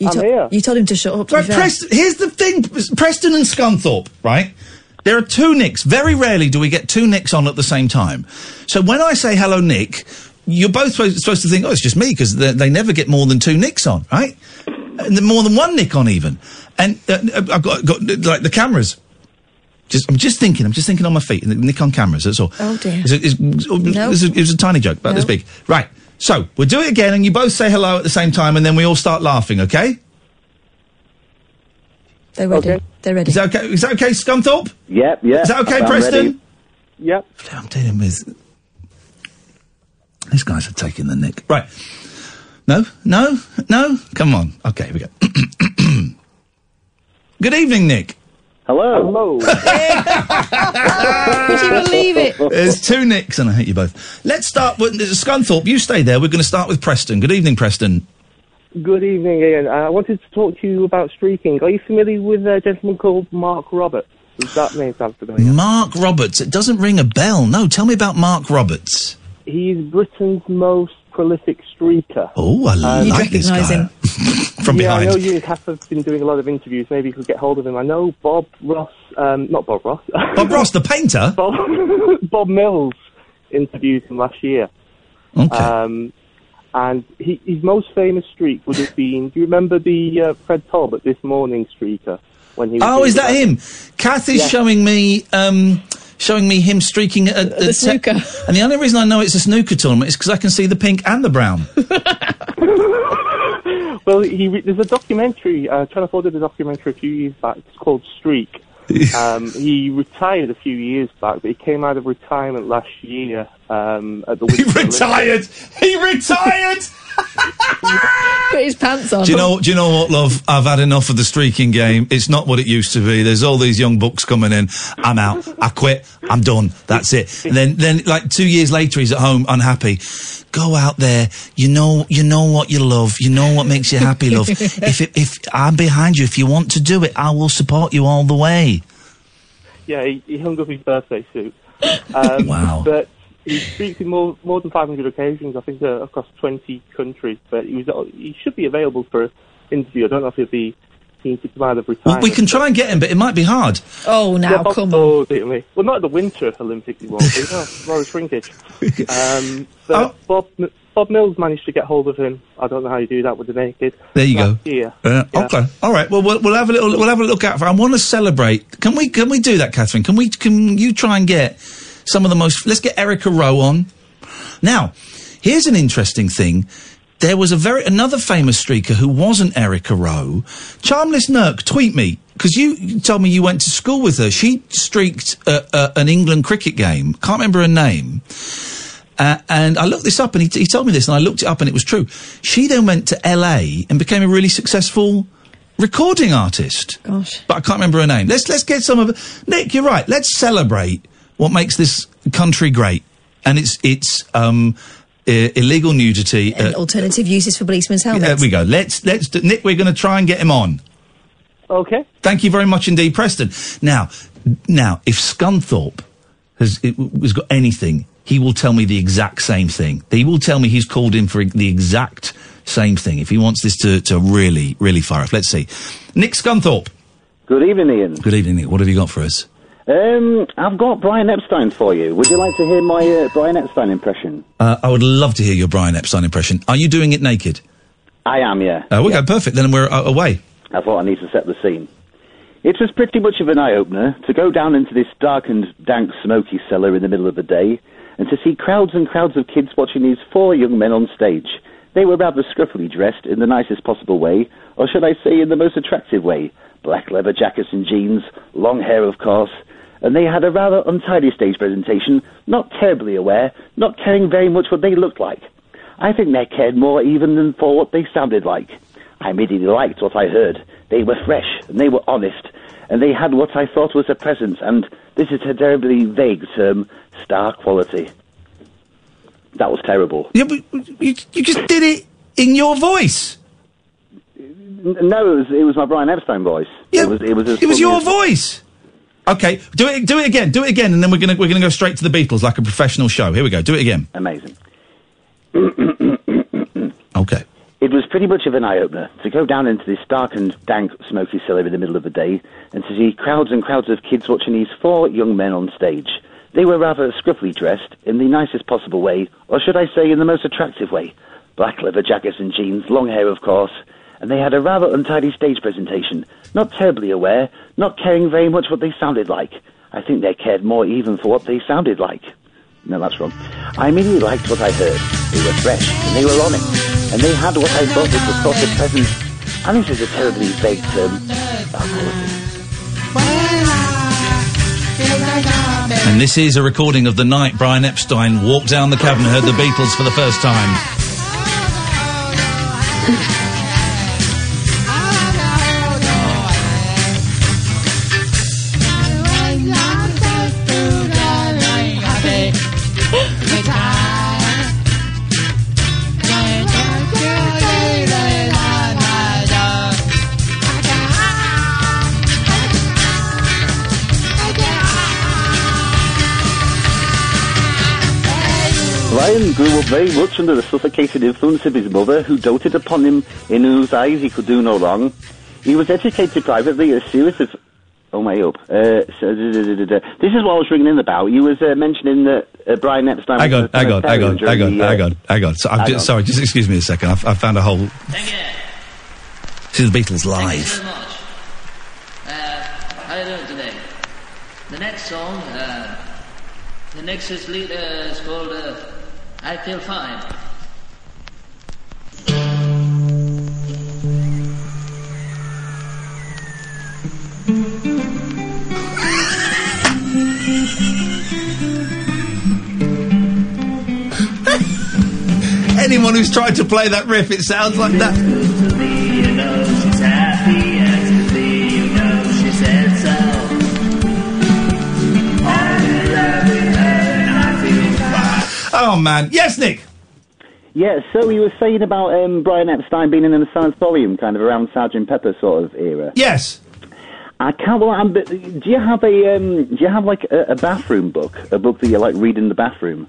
Speaker 5: You
Speaker 1: I'm
Speaker 5: to-
Speaker 1: here.
Speaker 5: You told him to shut up. to be
Speaker 1: Right,
Speaker 5: fair.
Speaker 1: Preston. Here's the thing: Preston and Scunthorpe. Right, there are two Nicks. Very rarely do we get two Nicks on at the same time. So when I say hello, Nick, you're both supposed, supposed to think, oh, it's just me because they, they never get more than two Nicks on, right? And then more than one Nick on even. And uh, I've got, got like the cameras. Just, I'm just thinking. I'm just thinking on my feet. Nick on cameras. That's all.
Speaker 5: Oh, dear.
Speaker 1: It's a, it's,
Speaker 5: No.
Speaker 1: it's a- it was a tiny joke, about this
Speaker 5: No.
Speaker 1: big. Right. So we'll do it again, and you both say hello at the same time, and then we all start laughing. Okay.
Speaker 5: They're ready. They're ready.
Speaker 1: Is that okay? Is that okay, Scunthorpe?
Speaker 20: Yep, yep.
Speaker 1: Is that okay,
Speaker 20: I'm
Speaker 1: Preston?
Speaker 20: ready. Yep.
Speaker 1: I'm dealing with. These guys are taking the nick. Right. No, no, no. Come on. Okay, here we go. [CLEARS THROAT] Good evening, Nick.
Speaker 20: Hello.
Speaker 5: Could you believe it?
Speaker 1: There's two Nicks, and I hate you both. Let's start with Scunthorpe. You stay there. We're going to start with Preston. Good evening, Preston.
Speaker 20: Good evening, Ian. Uh, I wanted to talk to you about streaking. Are you familiar with a gentleman called Mark Roberts? Does that name sound familiar?
Speaker 1: Mark Roberts. It doesn't ring a bell. No, tell me about Mark Roberts.
Speaker 20: He's Britain's most prolific streaker.
Speaker 1: Oh, I
Speaker 20: Um,
Speaker 1: like this guy. From
Speaker 20: yeah, I know
Speaker 1: behind.
Speaker 20: you and Kath have been doing a lot of interviews. Maybe you could get hold of him. I know Bob Ross, um, not Bob Ross. [LAUGHS]
Speaker 1: Bob Ross, the painter.
Speaker 20: Bob, [LAUGHS] Bob Mills interviewed him last year.
Speaker 1: Okay.
Speaker 20: Um, and he, his most famous streak would have been, do you remember the uh, Fred Talbot This Morning streaker? When he was
Speaker 1: Oh,
Speaker 20: doing
Speaker 1: is that
Speaker 20: the-
Speaker 1: him? Kathy's
Speaker 20: Yeah.
Speaker 1: showing me um, showing me him streaking at, at
Speaker 20: the snooker.
Speaker 1: and the only reason I know it's a snooker tournament is because I can see the pink and the brown.
Speaker 20: Well, he, re- there's a documentary. Uh, Channel 4 did a documentary a few years back. It's called
Speaker 1: [LAUGHS]
Speaker 20: Streak. um, he retired a few years back, but he came out of retirement last year um, at the. He
Speaker 1: retired. He retired.
Speaker 5: [LAUGHS] Put his pants on.
Speaker 1: Do you know? Do you know what, love? I've had enough of the streaking game. It's not what it used to be. There's all these young bucks coming in. I'm out. I quit. I'm done. That's it. And then, then, like two years later, he's at home, unhappy. Go out there. You know. You know what you love. You know what makes you happy,
Speaker 5: [LAUGHS]
Speaker 1: love. if it, if I'm behind you, if you want to do it, I will support you all the way.
Speaker 20: Yeah, he, he hung up his birthday suit. Um,
Speaker 1: [LAUGHS] Wow.
Speaker 20: But he streaked in more more than 500 occasions. I think uh, across 20 countries. But he was he should be available for interview. I don't know if he'll be keen to come out of
Speaker 1: We,
Speaker 20: retirement.
Speaker 1: we can try and get him, but it might be hard.
Speaker 5: Oh, now,
Speaker 20: Bob
Speaker 5: come
Speaker 20: on. Well, not at the Winter Olympics he won't be. No,
Speaker 5: [LAUGHS]
Speaker 20: more shrinkage. Um, but
Speaker 5: Oh.
Speaker 20: Bob, Bob Mills managed to get hold of him. I don't know how you do that with the naked.
Speaker 1: There you go.
Speaker 20: Yeah.
Speaker 1: Uh, Okay. All right. Well, we'll we'll have a little we'll have a look out for. I want to celebrate. Can we can we do that, Catherine? Can we can you try and get some of the most? Let's get Erica Rowe on. Now, here's an interesting thing. There was a very another famous streaker who wasn't Erica Rowe. Charmless Nurk, tweet me because you, you told me you went to school with her. She streaked uh, uh, an England cricket game. Can't remember her name. Uh, and I looked this up, and he, he told me this, and I looked it up, and it was true. She then went to LA and became a really successful recording artist.
Speaker 5: Gosh,
Speaker 1: but I can't remember her name. Let's let's get some of Nick. You're right. Let's celebrate what makes this country great, and it's it's um, I- illegal nudity. Uh,
Speaker 5: And alternative uses for policemen's helmets.
Speaker 1: there we go. Let's let's do, Nick. We're going to try and get him on.
Speaker 20: Okay.
Speaker 1: Thank you very much indeed, Preston. Now, now, if Scunthorpe has it, w- has got anything, he will tell me the exact same thing. He will tell me he's called in for the exact same thing. If he wants this to, to really really fire off, let's see. Nick Scunthorpe.
Speaker 13: Good evening, Ian.
Speaker 1: Good evening, Nick. What have you got for us?
Speaker 13: Um, I've got Brian Epstein for you. Would you like to hear my uh, Brian Epstein impression?
Speaker 1: Uh, I would love to hear your Brian Epstein impression. Are you doing it naked?
Speaker 13: I am, yeah.
Speaker 1: Uh, okay, perfect. Then we're uh, away.
Speaker 13: I thought I need to set the scene. It was pretty much of an eye opener to go down into this dark and dank, smoky cellar in the middle of the day and to see crowds and crowds of kids watching these four young men on stage. They were rather scruffily dressed in the nicest possible way, or should I say in the most attractive way. Black leather jackets and jeans, long hair, of course, and they had a rather untidy stage presentation, not terribly aware, not caring very much what they looked like. I think they cared more even than for what they sounded like. I immediately liked what I heard. They were fresh, and they were honest, and they had what I thought was a presence, and this is a terribly vague term, star quality. That was terrible.
Speaker 1: Yeah, but you, you just did it in your voice.
Speaker 13: N- No, it was, it was my Brian Epstein voice. it was, it was, as
Speaker 1: It was
Speaker 13: funny
Speaker 1: your
Speaker 13: as-
Speaker 1: voice. Okay, do it. Do it again. Do it again, and then we're gonna we're gonna go straight to the Beatles like a professional show. Here we go. Do it again.
Speaker 13: Amazing.
Speaker 1: okay.
Speaker 13: It was pretty much of an eye opener to go down into this dark and dank, smoky cellar in the middle of the day and to see crowds and crowds of kids watching these four young men on stage. They were rather scruffily dressed in the nicest possible way, or should I say in the most attractive way. Black leather jackets and jeans, long hair, of course, and they had a rather untidy stage presentation, not terribly aware, not caring very much what they sounded like. I think they cared more even for what they sounded like. No, that's wrong. I immediately liked what I heard. They were fresh, and they were on it, and they had what I thought was the sort of presence. And this is a terribly vague term.
Speaker 1: And this is a recording of the night Brian Epstein walked down the cavern and heard the Beatles for the first time.
Speaker 8: Happy.
Speaker 13: Flynn grew up very much under the suffocating influence of his mother, who doted upon him, in whose eyes he could do no wrong. He was educated privately at a series of... Oh, my up. Uh, so- this is what I was ringing in about. You was uh, mentioning that uh, Brian Epstein...
Speaker 1: Hang on,
Speaker 13: was a
Speaker 1: hang on, hang on,
Speaker 13: humanitarian
Speaker 1: hang on,
Speaker 13: during the, uh,
Speaker 1: hang on, hang on. So I'm
Speaker 13: hang
Speaker 1: ju-
Speaker 13: on.
Speaker 1: sorry, just excuse me a second. I've, I found a whole. See the Beatles live.
Speaker 12: Uh, How you doing today? The next song, uh, the Nexus lead uh, is called uh, I Feel Fine.
Speaker 1: Anyone who's tried to play that riff, it sounds like that.
Speaker 8: You know she's happy as can be. You know she said so. I'm in love with her and I feel fine.
Speaker 1: Oh, man. Yes, Nick.
Speaker 13: Yeah, so you were saying about um, Brian Epstein being in an sanatorium, kind of around Sergeant Pepper sort of era.
Speaker 1: Yes.
Speaker 13: I can't. Well, I'm, but do you have a um, do you have like a, a bathroom book, a book that you like read in the bathroom?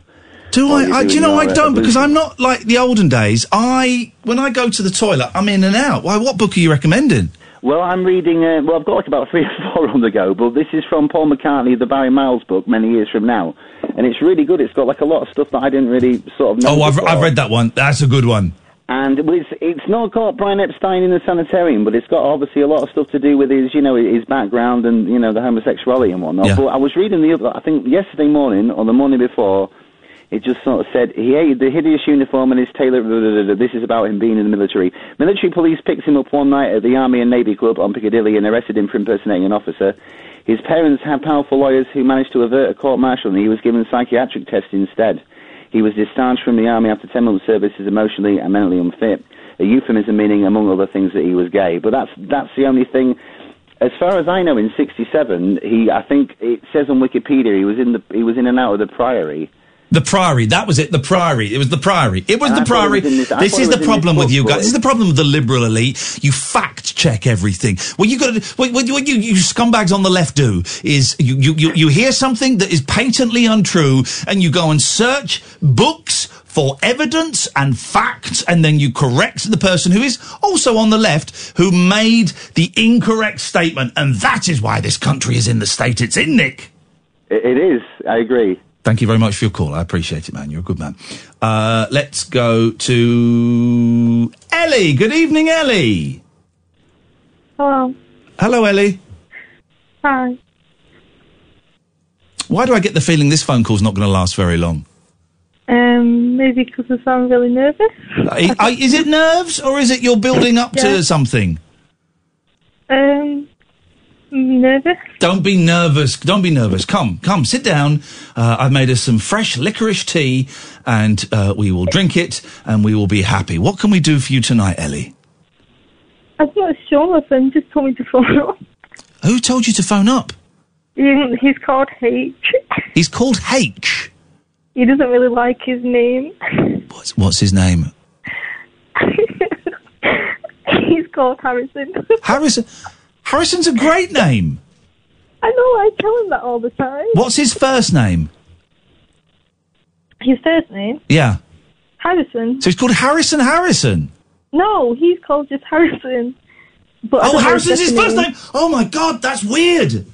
Speaker 1: Do
Speaker 13: While
Speaker 1: I,
Speaker 13: you're
Speaker 1: I? Do you
Speaker 13: doing
Speaker 1: know I
Speaker 13: your, uh,
Speaker 1: don't because
Speaker 13: ablution?
Speaker 1: I'm not like the olden days. I when I go to the toilet, I'm in and out. Why? What book are you recommending?
Speaker 13: Well, I'm reading. Uh, well, I've got like about three [LAUGHS] or four on the go, but this is from Paul McCartney, the Barry Miles book, many years from now, and it's really good. It's got like a lot of stuff that I didn't really sort of know.
Speaker 1: Oh, I've,
Speaker 13: before.
Speaker 1: I've read that one. That's a good one.
Speaker 13: And it was, it's not got Brian Epstein in the sanitarium, but it's got obviously a lot of stuff to do with his, you know, his background and you know the homosexuality and whatnot. But I was reading the other, I think yesterday morning or the morning before, it just sort of said he hated the hideous uniform and his tailor. blah, blah, blah, blah. This is about him being in the military. Military police picked him up one night at the Army and Navy Club on Piccadilly and arrested him for impersonating an officer. His parents had powerful lawyers who managed to avert a court martial, and he was given psychiatric tests instead. He was discharged from the army after 10 months' service as emotionally and mentally unfit. A euphemism meaning, among other things, that he was gay. But that's that's the only thing. As far as I know, in '67, he I think it says on Wikipedia he was in the he was in and out of the Priory.
Speaker 1: The Priory. That was it. The Priory. It was the Priory. It was
Speaker 13: Uh, I
Speaker 1: the
Speaker 13: thought it
Speaker 1: Priory.
Speaker 13: was in
Speaker 1: This,
Speaker 13: this- I thought
Speaker 1: is
Speaker 13: it was
Speaker 1: the
Speaker 13: in
Speaker 1: problem
Speaker 13: this
Speaker 1: with
Speaker 13: book,
Speaker 1: you guys.
Speaker 13: but-
Speaker 1: This is the problem with the liberal elite. You fact check everything. What you got to, what, what, what you, you scumbags on the left do is you, you, you, you hear something that is patently untrue and you go and search books for evidence and facts and then you correct the person who is also on the left who made the incorrect statement. And that is why this country is in the state it's in, Nick.
Speaker 13: it is. I agree.
Speaker 1: Thank you very much for your call. I appreciate it, man. You're a good man. Uh, let's go to Ellie. Good evening, Ellie.
Speaker 2: Hello.
Speaker 1: Hello, Ellie.
Speaker 2: Oh, Hi.
Speaker 1: Why do I get the feeling this phone call's not going to last very long?
Speaker 2: Um, maybe because I sound really nervous.
Speaker 1: I- I- is it nerves or is it you're building up
Speaker 2: Yeah.
Speaker 1: to something?
Speaker 2: Um, nervous.
Speaker 1: Don't be nervous. Don't be nervous. Come, come, sit down. Uh, I've made us some fresh licorice tea and uh, we will drink it and we will be happy. What can we do for you tonight, Ellie?
Speaker 2: I've not sure. My friend just told me to phone up.
Speaker 1: Who told you to phone up?
Speaker 2: He- He's called H.
Speaker 1: He's called H.
Speaker 2: He doesn't really like his name. [LAUGHS]
Speaker 1: What's, what's his name?
Speaker 2: He's called Harrison.
Speaker 1: Harrison. Harrison's a great name.
Speaker 2: I know. I tell him that all the time.
Speaker 1: What's his first name?
Speaker 2: His first name
Speaker 1: Yeah.
Speaker 2: Harrison.
Speaker 1: So he's called Harrison Harrison.
Speaker 2: No, he's called just Harrison. But I
Speaker 1: oh,
Speaker 2: don't know
Speaker 1: Harrison's his
Speaker 2: second
Speaker 1: first name. Oh my God, that's weird.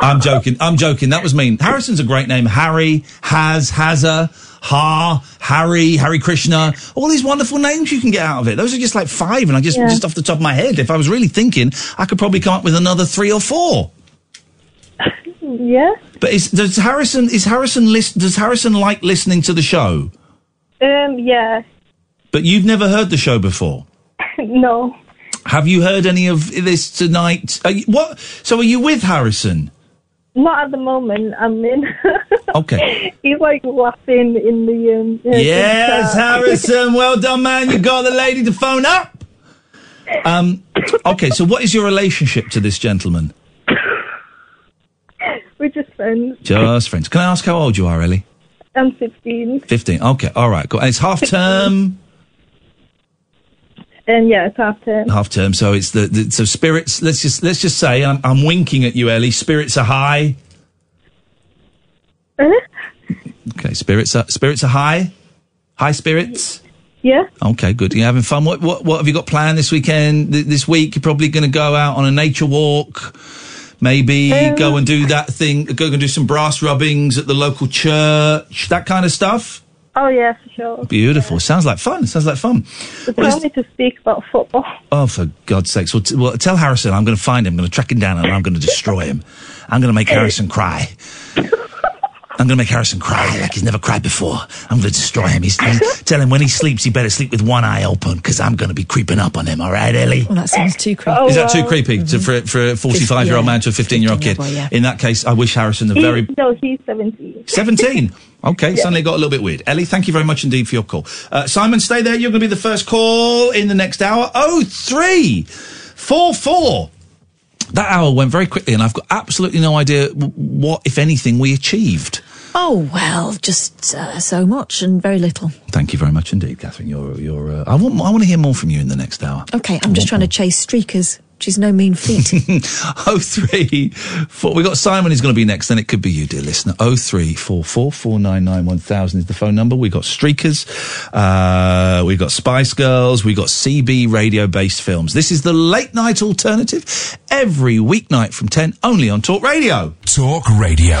Speaker 1: I'm joking. I'm joking. That was mean. Harrison's a great name. Harry, Has, Hazza, Ha, Harry, Harry Krishna. All these wonderful names you can get out of it. Those are just like five, and I just
Speaker 2: Yeah.
Speaker 1: just off the top of my head. If I was really thinking, I could probably come up with another three or four.
Speaker 2: Yeah.
Speaker 1: But is, does Harrison is Harrison list? Does Harrison like listening to the show?
Speaker 2: Um. Yeah. [LAUGHS]
Speaker 1: But you've never heard the show before.
Speaker 2: no.
Speaker 1: Have you heard any of this tonight? Are you, what? So are you with Harrison?
Speaker 2: Not at the moment. I'm in.
Speaker 1: Okay.
Speaker 2: [LAUGHS] He's like laughing in the um. uh,
Speaker 1: yes,
Speaker 2: in the chat.
Speaker 1: Harrison. Well done, man. You got the lady to phone up. Um. Okay. So what is your relationship to this gentleman?
Speaker 2: [LAUGHS] We're just friends.
Speaker 1: Just friends. Can I ask how old you are, Ellie?
Speaker 2: I'm 16,
Speaker 1: Fifteen. Okay. All right. Cool. And it's half term.
Speaker 2: and yeah, it's after.
Speaker 1: half term. So it's the, the so spirits. Let's just let's just say I'm, I'm winking at you, Ellie. Spirits are high. Okay, spirits are spirits are high. High spirits.
Speaker 2: Yeah.
Speaker 1: Okay, good. You having fun? What what what have you got planned this weekend? Th- This week you're probably going to go out on a nature walk. Maybe
Speaker 2: Um,
Speaker 1: go and do that thing. Go and do some brass rubbings at the local church. That kind of stuff.
Speaker 2: Oh yeah, for sure.
Speaker 1: Beautiful. Sounds like fun. Sounds like fun.
Speaker 2: But tell me to speak about football.
Speaker 1: Oh, for God's sakes. Well, t- well tell Harrison I'm going to find him. I'm going to track him down and I'm going to destroy him. I'm going to make Harrison cry. I'm going to make Harrison cry like he's never cried before. I'm going to destroy him. He's, and tell him when he sleeps, he better sleep with one eye open because I'm going to be creeping up on him. All right, Ellie?
Speaker 5: Well, that sounds too creepy.
Speaker 1: Is that too creepy to, for, for a 45 year old man to a 15 year old kid?
Speaker 5: boy, yeah.
Speaker 1: In that case, I wish Harrison the
Speaker 2: He-
Speaker 1: very
Speaker 2: [LAUGHS] no, he's seventeen. [LAUGHS]
Speaker 1: 17. Okay,
Speaker 2: Yeah.
Speaker 1: suddenly it got a little bit weird. Ellie, thank you very much indeed for your call. Uh, Simon, stay there. You're going to be the first call in the next hour. Oh, three, four, four. That hour went very quickly, and I've got absolutely no idea w- what, if anything, we achieved.
Speaker 5: Oh, well, just uh, so much and very little.
Speaker 1: Thank you very much indeed, Catherine. You're, you're. Uh, I want, I want to hear more from you in the next hour.
Speaker 5: Okay, I'm just trying to chase streakers, which is no mean
Speaker 1: [LAUGHS]
Speaker 5: feat.
Speaker 1: oh three four. We got Simon is going to be next. Then it could be you, dear listener. Oh three four four four nine nine one thousand is the phone number. We got Streakers, uh, we got Spice Girls, we got CB radio based films. This is the late night alternative every weeknight from ten, only on Talk Radio.
Speaker 6: Talk Radio.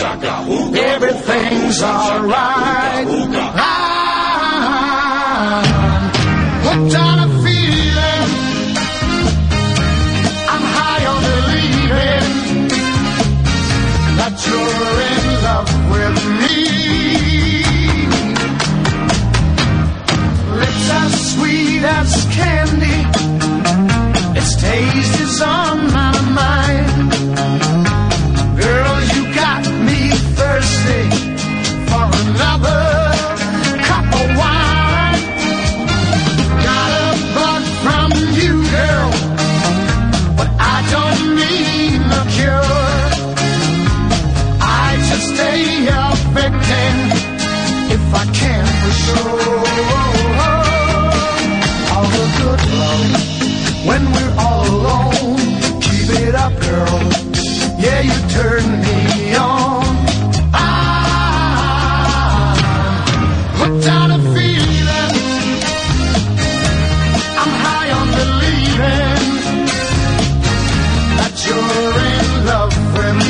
Speaker 8: everything's alright. I'm hooked on a feeling. I'm high on believing that you're in love with me. Lips as sweet as candy, its taste is on my mind. Girl, you got me thirsty for another cup of wine. Got a bug from you, girl. But I don't need a cure. I just stay up victim if I can for sure. All the good love when we're all alone. Keep it up, girl. Yeah, you turn me on. Ah, I'm hooked on a feeling. I'm high on believing that you're in love with me.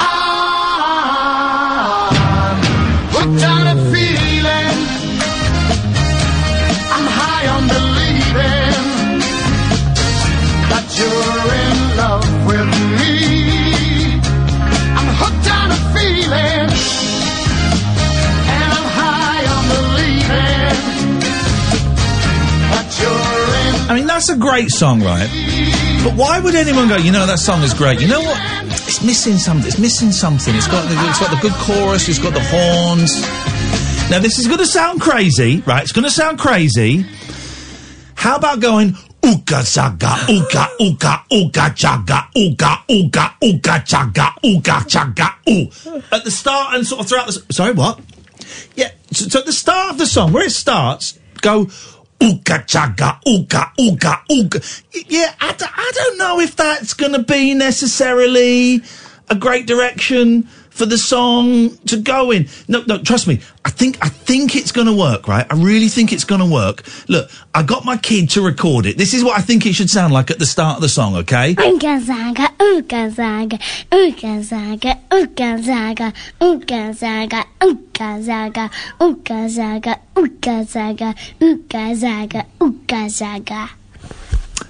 Speaker 8: Ah, I'm hooked on a feeling. I'm high on believing that you're in love with me. I'm hooked on a feeling. And I'm high on believing that you're in
Speaker 1: I mean, that's a great song, right? But why would anyone go? You know, that song is great. You know what? It's missing something. It's missing something. It's got the, it's got the good chorus. It's got the horns. Now, this is going to sound crazy, right? It's going to sound crazy. How about going? Ooga zaga, ooga ooga ooga chaga, ooga ooga ooga chaga, ooga chaga, ooh. At the start and sort of throughout the s- sorry, what? Yeah, so, so at the start of the song, where it starts, go ooga chaga, ooga ooga ooga. Y- Yeah, I, d- I don't know if that's going to be necessarily a great direction for the song to go in. No, no, trust me. I, think I think it's going to work, right? I really think it's going to work. Look, I got my kid to record it. This is what I think it should sound like at the start of the song, okay?
Speaker 15: Ooga zaga, ooga zaga, ooga zaga, ooga zaga, ooga zaga, ooga zaga, ooga zaga, ooga zaga, ooga zaga, ooga zaga.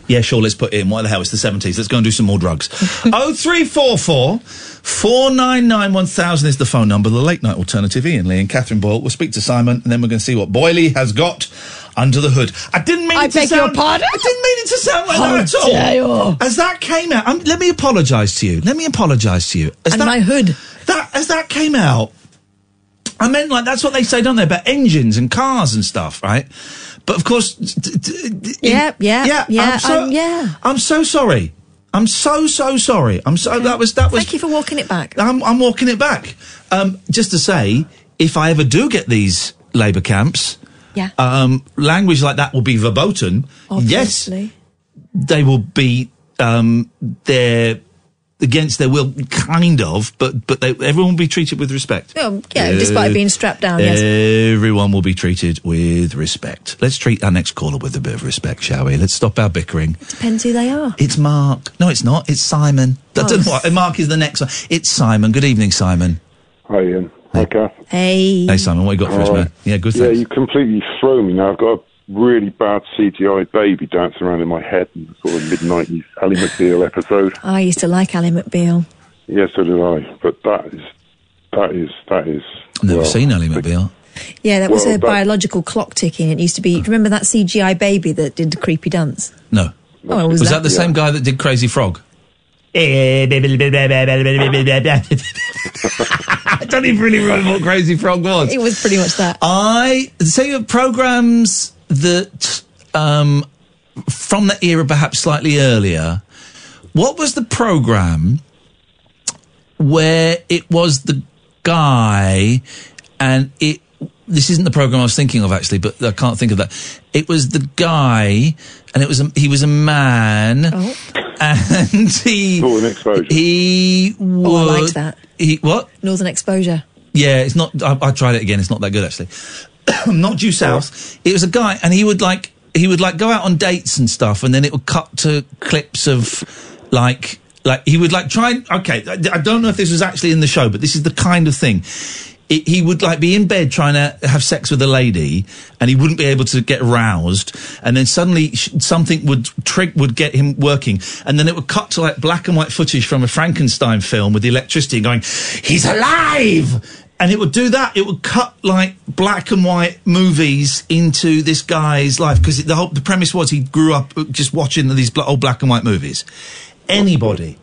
Speaker 1: Yeah, sure, let's put it in. Why the hell? It's the 70s. Let's go and do some
Speaker 8: [LAUGHS]
Speaker 1: more drugs. Oh, 0344 499 1000 is the phone number. The late night alternative, Ian Lee and Catherine Boyle. We'll speak to Simon and then we're going to see what Boyley has got under the hood. I didn't mean
Speaker 8: I
Speaker 1: it to
Speaker 8: beg your
Speaker 1: sound,
Speaker 8: pardon? oh.
Speaker 1: I didn't mean it to sound like
Speaker 8: How
Speaker 1: that
Speaker 8: dare
Speaker 1: at all.
Speaker 8: you.
Speaker 1: As that came out, um, let me apologise to you. Let me apologise to you. As and that, my hood. That, as that came out, I meant like that's what they say, don't they, about engines and cars and stuff, right? But of course, t- t- t-
Speaker 5: Yeah, yeah,
Speaker 1: yeah,
Speaker 5: yeah,
Speaker 1: I'm so,
Speaker 5: um, yeah.
Speaker 1: I'm so sorry. I'm so so sorry. I'm so that was that was. Thank you
Speaker 5: for walking it back.
Speaker 1: I'm I'm walking it back. Um, just to say, if I ever do get these labour camps,
Speaker 5: Yeah.
Speaker 1: um, language like that will be verboten.
Speaker 5: Obviously.
Speaker 1: Yes, they will be um, their against their will, kind of, but but they, everyone will be treated with respect.
Speaker 5: Oh, yeah, despite being strapped down, Oh, yes.
Speaker 1: Everyone will be treated with respect. Let's treat our next caller with a bit of respect, shall we? Let's stop our bickering.
Speaker 5: Depends who they are.
Speaker 1: It's Mark. No, it's not. It's Simon. I don't know
Speaker 5: Oh.
Speaker 1: why- Mark is the next one. It's Simon. Good evening, Simon.
Speaker 16: Hi, Ian. Hi, Kath.
Speaker 5: Hey.
Speaker 1: Hey, Simon. What you got for us,
Speaker 16: Hi.
Speaker 1: man? Yeah, good.
Speaker 16: Yeah,
Speaker 1: Thanks.
Speaker 16: you completely throw me now. I've got a really bad CGI baby dancing around in my head in the sort of mid 90s Ally McBeal episode.
Speaker 5: I used to like Ali McBeal.
Speaker 16: Yeah, so did I. But that is, that is, that is.
Speaker 1: I've never seen Ellie McBeal.
Speaker 5: Yeah, that was
Speaker 16: Well,
Speaker 5: her
Speaker 16: that-
Speaker 5: biological clock ticking. It used to be. do you Remember that CGI baby that did the creepy
Speaker 1: [LAUGHS]
Speaker 5: dance?
Speaker 1: No.
Speaker 5: Oh, it was
Speaker 1: that,
Speaker 5: that-
Speaker 1: the
Speaker 5: Yeah.
Speaker 1: same guy that did Crazy
Speaker 5: [LAUGHS]
Speaker 1: Frog? [LAUGHS] I don't even really remember what Crazy Frog was.
Speaker 5: It was pretty much that.
Speaker 1: I say programs that um, from that era, perhaps slightly earlier. What was the program where it was the guy and it? This isn't the program I was thinking of actually, but I can't think of that. It was the guy, and it was a, he was a man, and [LAUGHS] he He was.
Speaker 5: Oh, I liked that.
Speaker 1: He what?
Speaker 5: Northern Exposure.
Speaker 1: Yeah, it's not. I, I tried it again. It's not that good actually. [COUGHS] not due south. It was a guy, and he would like he would like go out on dates and stuff, and then it would cut to clips of like like he would like try. and- Okay, I, I don't know if this was actually in the show, but this is the kind of thing. It, he would like be in bed trying to have sex with a lady, and he wouldn't be able to get roused. And then suddenly sh- something would trick would get him working, and then it would cut to like black and white footage from a Frankenstein film with the electricity going, "He's alive!" and it would do that. It would cut like black and white movies into this guy's life because the whole the premise was he grew up just watching these bla- old black and white movies. Anybody,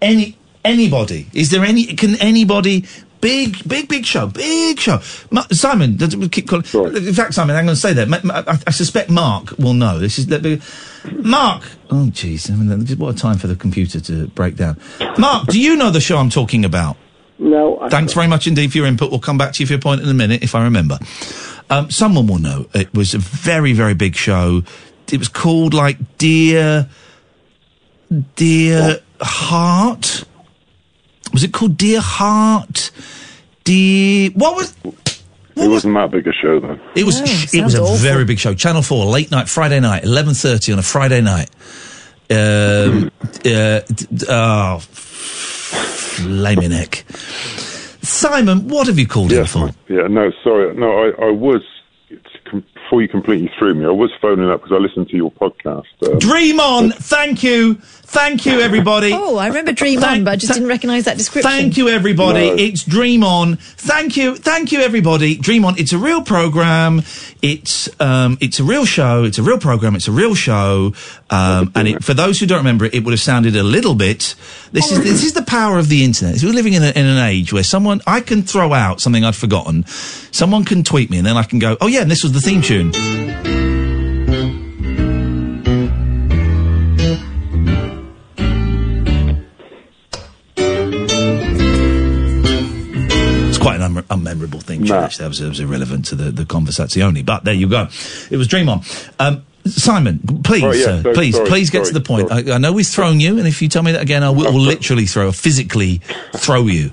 Speaker 1: any anybody, is there any? Can anybody? Big, big, big show, big show. Ma- Simon, th- we keep calling. In fact, Simon, I'm going to say that. Ma- ma- I, I suspect Mark will know. This is let me- Mark. Oh, jeez, I mean, what a time for the computer to break down. Mark, do you know the show I'm talking about?
Speaker 24: No, I
Speaker 1: Thanks very much indeed for your input. We'll come back to you for your point in a minute if I remember. Um, someone will know. It was a very, very big show. It was called like Dear, Dear Heart. Was it called Dear Heart? Dear, what was?
Speaker 16: It wasn't that big a show, though.
Speaker 1: It was.
Speaker 16: No,
Speaker 1: it was
Speaker 16: sounds
Speaker 1: a
Speaker 16: awful.
Speaker 1: very big show. Channel Four, late night, Friday night, eleven thirty on a Friday night. Um, uh, d- d- oh, flaming neck. Simon, what have you called in for?
Speaker 16: Yeah, no, sorry. No, I, I was, it's com- before you completely threw me, I was phoning up because I listened to your podcast. Um,
Speaker 1: Dream on. Thank you. Thank you, everybody.
Speaker 5: Oh, I remember Dream On, but I just didn't recognise
Speaker 1: [LAUGHS]
Speaker 5: that description.
Speaker 1: Thank you, everybody.
Speaker 5: No.
Speaker 1: It's Dream On. Thank you, thank you, everybody. Dream On. It's a real program. It's um, it's a real show. It's a real program. It's a real show. Um, and it, for those who don't remember it, it would have sounded a little bit. This is this is the power of the internet. We're living in, a, in an age where someone I can throw out something I'd forgotten. Someone can tweet me, and then I can go, oh yeah, and this was the theme tune. It's quite an unme- unmemorable thing, Church. That was, that was irrelevant to the, the conversazione. But there you go. It was Dream On. Um, Simon, please,
Speaker 16: Right, yeah,
Speaker 1: sir,
Speaker 16: sorry,
Speaker 1: please,
Speaker 16: sorry,
Speaker 1: please get
Speaker 16: sorry,
Speaker 1: to the
Speaker 16: [LAUGHS]
Speaker 1: point. I, I know we've thrown you, and if you tell me that again, I will, will literally throw, physically throw you.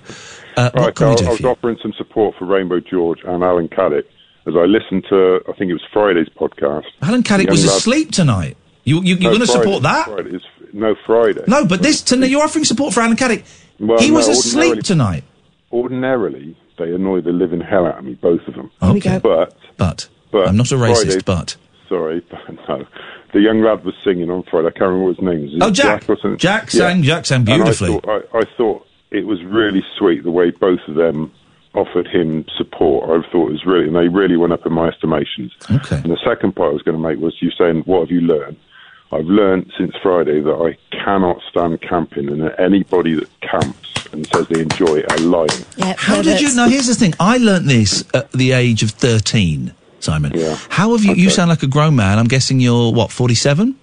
Speaker 1: Uh,
Speaker 16: right,
Speaker 1: what can we
Speaker 16: I,
Speaker 1: do
Speaker 16: I was
Speaker 1: for you?
Speaker 16: offering some support for Rainbow George and Alan Caddick as I listened to, I think it was Friday's podcast.
Speaker 1: Alan Caddick
Speaker 16: Young
Speaker 1: was
Speaker 16: lad-
Speaker 1: asleep tonight. You, you,
Speaker 16: No,
Speaker 1: you're going to
Speaker 16: Friday,
Speaker 1: support that?
Speaker 16: Friday. It's, no, Friday.
Speaker 1: No, but this tonight you're offering support for Alan Caddick.
Speaker 16: Well,
Speaker 1: he
Speaker 16: no,
Speaker 1: was asleep
Speaker 16: ordinarily-
Speaker 1: tonight.
Speaker 16: Ordinarily, they annoy the living hell out of me, both of them.
Speaker 1: Here we go.
Speaker 16: But,
Speaker 1: but,
Speaker 16: but
Speaker 1: I'm not a racist,
Speaker 16: Friday-
Speaker 1: but
Speaker 16: Sorry, [LAUGHS] but no. The young lad was singing on Friday. I can't remember what his name is.
Speaker 1: Oh, Jack.
Speaker 16: or something?
Speaker 1: Jack sang- Jack sang
Speaker 16: And I
Speaker 1: beautifully.
Speaker 16: thought- I, I thought it was really sweet the way both of them offered him support. I thought it was really, and they really went up in my estimations.
Speaker 1: Okay. And
Speaker 16: the second point I was going to make was you saying, "What have you learned?" I've learned since Friday that I cannot stand camping, and that anybody that camps and says they enjoy it are lying.
Speaker 1: how did you? Now here's the thing. I learnt this at the age of 13, Simon. How have you? You sound like a grown man. I'm guessing you're what 47.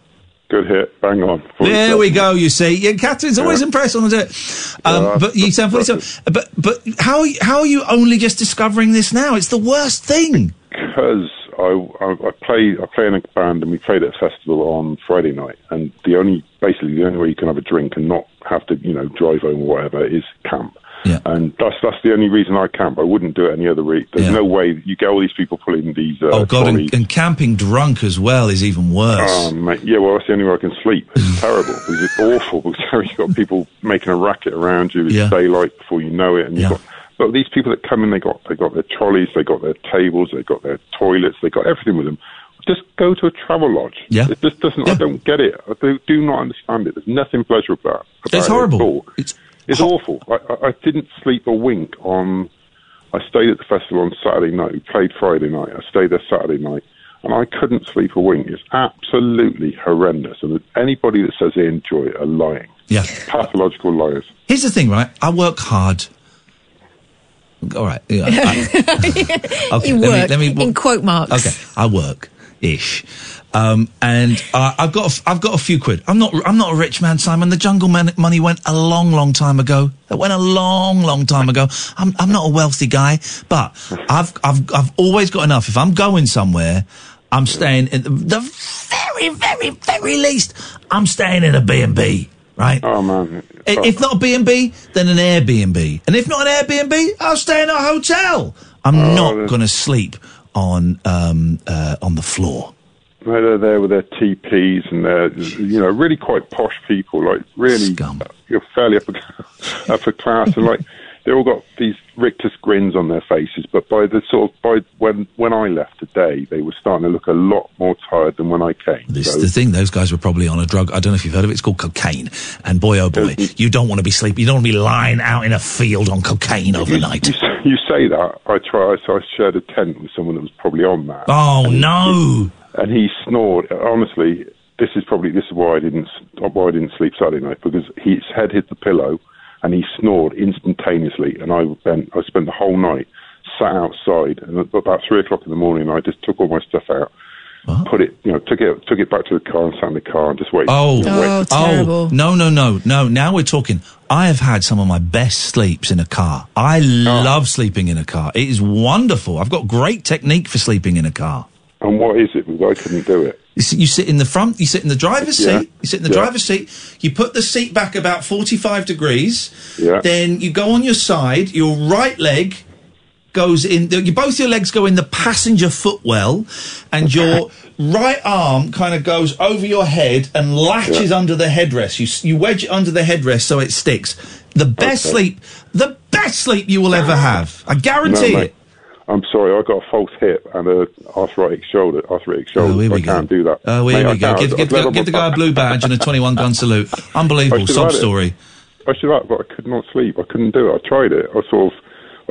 Speaker 16: Good hit, bang on.
Speaker 1: There we go. You see, yeah, Catherine's always impressed when I do it. Um, but you sound funny. So, but but how how are you only just discovering this now? It's the worst thing.
Speaker 16: because I, I, I play I play in a band and we played at a festival on Friday night and the only basically the only way you can have a drink and not have to you know drive home or whatever is camp. And that's that's the only reason I camp. I wouldn't do it any other week. There's no way you get all these people pulling these. Uh,
Speaker 1: oh God,
Speaker 16: trolley-
Speaker 1: and, and camping drunk as well is even worse.
Speaker 16: Oh, mate. Yeah, well, that's the only way I can sleep.
Speaker 1: [LAUGHS]
Speaker 16: It's terrible. It's awful [LAUGHS] because you've got people making a racket around you. It's daylight before you know it, and you've got. But these people that come in, they got they got their trolleys, they got their tables, they got their toilets, they got everything with them. Just go to a travel lodge.
Speaker 1: Yeah.
Speaker 16: It just doesn't. I don't get it. I do, do not understand it. There's nothing pleasurable about. about
Speaker 1: It's
Speaker 16: it at
Speaker 1: horrible.
Speaker 16: all.
Speaker 1: It's
Speaker 16: it's awful. I, I, I didn't sleep a wink on. I stayed at the festival on Saturday night. We played Friday night. I stayed there Saturday night, and I couldn't sleep a wink. It's absolutely horrendous. And anybody that says they enjoy it are lying.
Speaker 1: Yeah.
Speaker 16: Pathological liars.
Speaker 1: Here's the thing, right? I work hard. All right. yeah, I-
Speaker 5: [LAUGHS]
Speaker 1: Okay,
Speaker 5: you
Speaker 1: let me-
Speaker 5: work
Speaker 1: let me-
Speaker 5: in quote marks.
Speaker 1: Okay, I work ish, um, and uh, I've got a f- I've got a few quid. I'm not I'm not a rich man, Simon. The jungle man- money went a long, long time ago. That went a long, long time ago. I'm I'm not a wealthy guy, but I've I've I've always got enough. If I'm going somewhere, I'm staying in the, the very, very, very least. I'm staying in a B and B. Right.
Speaker 16: Oh man.
Speaker 1: I- If not a B&B, then an Airbnb. And if not an Airbnb, I'll stay in a hotel. I'm
Speaker 16: Oh,
Speaker 1: not going to sleep on um, uh, on the floor.
Speaker 16: No, They're there with their TPs and they're, you know, really quite posh people, like really, you're fairly upper, [LAUGHS] upper class and like, they all got these rictus grins on their faces, but by the sort of, by when, when I left today, they were starting to look a lot more tired than when I came.
Speaker 1: This
Speaker 16: So-
Speaker 1: is the thing; those guys were probably on a drug. I don't know if you've heard of it. It's called cocaine. And boy, oh boy, you don't want to be sleeping. You don't want to be lying out in a field on cocaine overnight.
Speaker 16: You, you say that. I try. So I shared a tent with someone that was probably on that.
Speaker 1: Oh,
Speaker 16: And he-
Speaker 1: no.
Speaker 16: and he snored. Honestly, this is probably this is why I didn't why I didn't sleep Saturday night because his head hit the pillow, and he snored instantaneously. And I spent I spent the whole night sat outside, and at about three o'clock in the morning, I just took all my stuff out. Put it, you know, took it, took it back to the car and sat in the car and just waited.
Speaker 1: Oh,
Speaker 16: you know, waited.
Speaker 1: oh, no, no, no, no. Now we're talking. I have had some of my best sleeps in a car.
Speaker 16: Oh.
Speaker 1: I love sleeping in a car. It is wonderful. I've got great technique for sleeping in a car.
Speaker 16: And what is it? Because I couldn't do it.
Speaker 1: You sit- you sit in the front, you sit in the driver's
Speaker 16: Yeah.
Speaker 1: seat, you sit in the
Speaker 16: Yeah.
Speaker 1: driver's seat, you put the seat back about 45 degrees,
Speaker 16: Yeah.
Speaker 1: then you go on your side, your right leg goes in, the, you, both your legs go in the passenger footwell, and your right arm kind of goes over your head and latches under the headrest. You, s- you wedge it under the headrest so it sticks. The best
Speaker 16: Okay.
Speaker 1: sleep, the best sleep you will ever have. I guarantee
Speaker 16: No, mate.
Speaker 1: it.
Speaker 16: I'm sorry, I got a false hip and a arthritic shoulder. Arthritic shoulder. I can't do that.
Speaker 1: Oh, here
Speaker 16: Mate, I
Speaker 1: we go.
Speaker 16: can't.
Speaker 1: Give,
Speaker 16: I've
Speaker 1: give,
Speaker 16: let
Speaker 1: give,
Speaker 16: on my
Speaker 1: the guy a blue badge and a 21 gun
Speaker 16: [LAUGHS]
Speaker 1: salute. Unbelievable.
Speaker 16: should
Speaker 1: Sob
Speaker 16: have had it.
Speaker 1: story.
Speaker 16: I should have, but I could not sleep. I couldn't do it. I tried it. I sort of,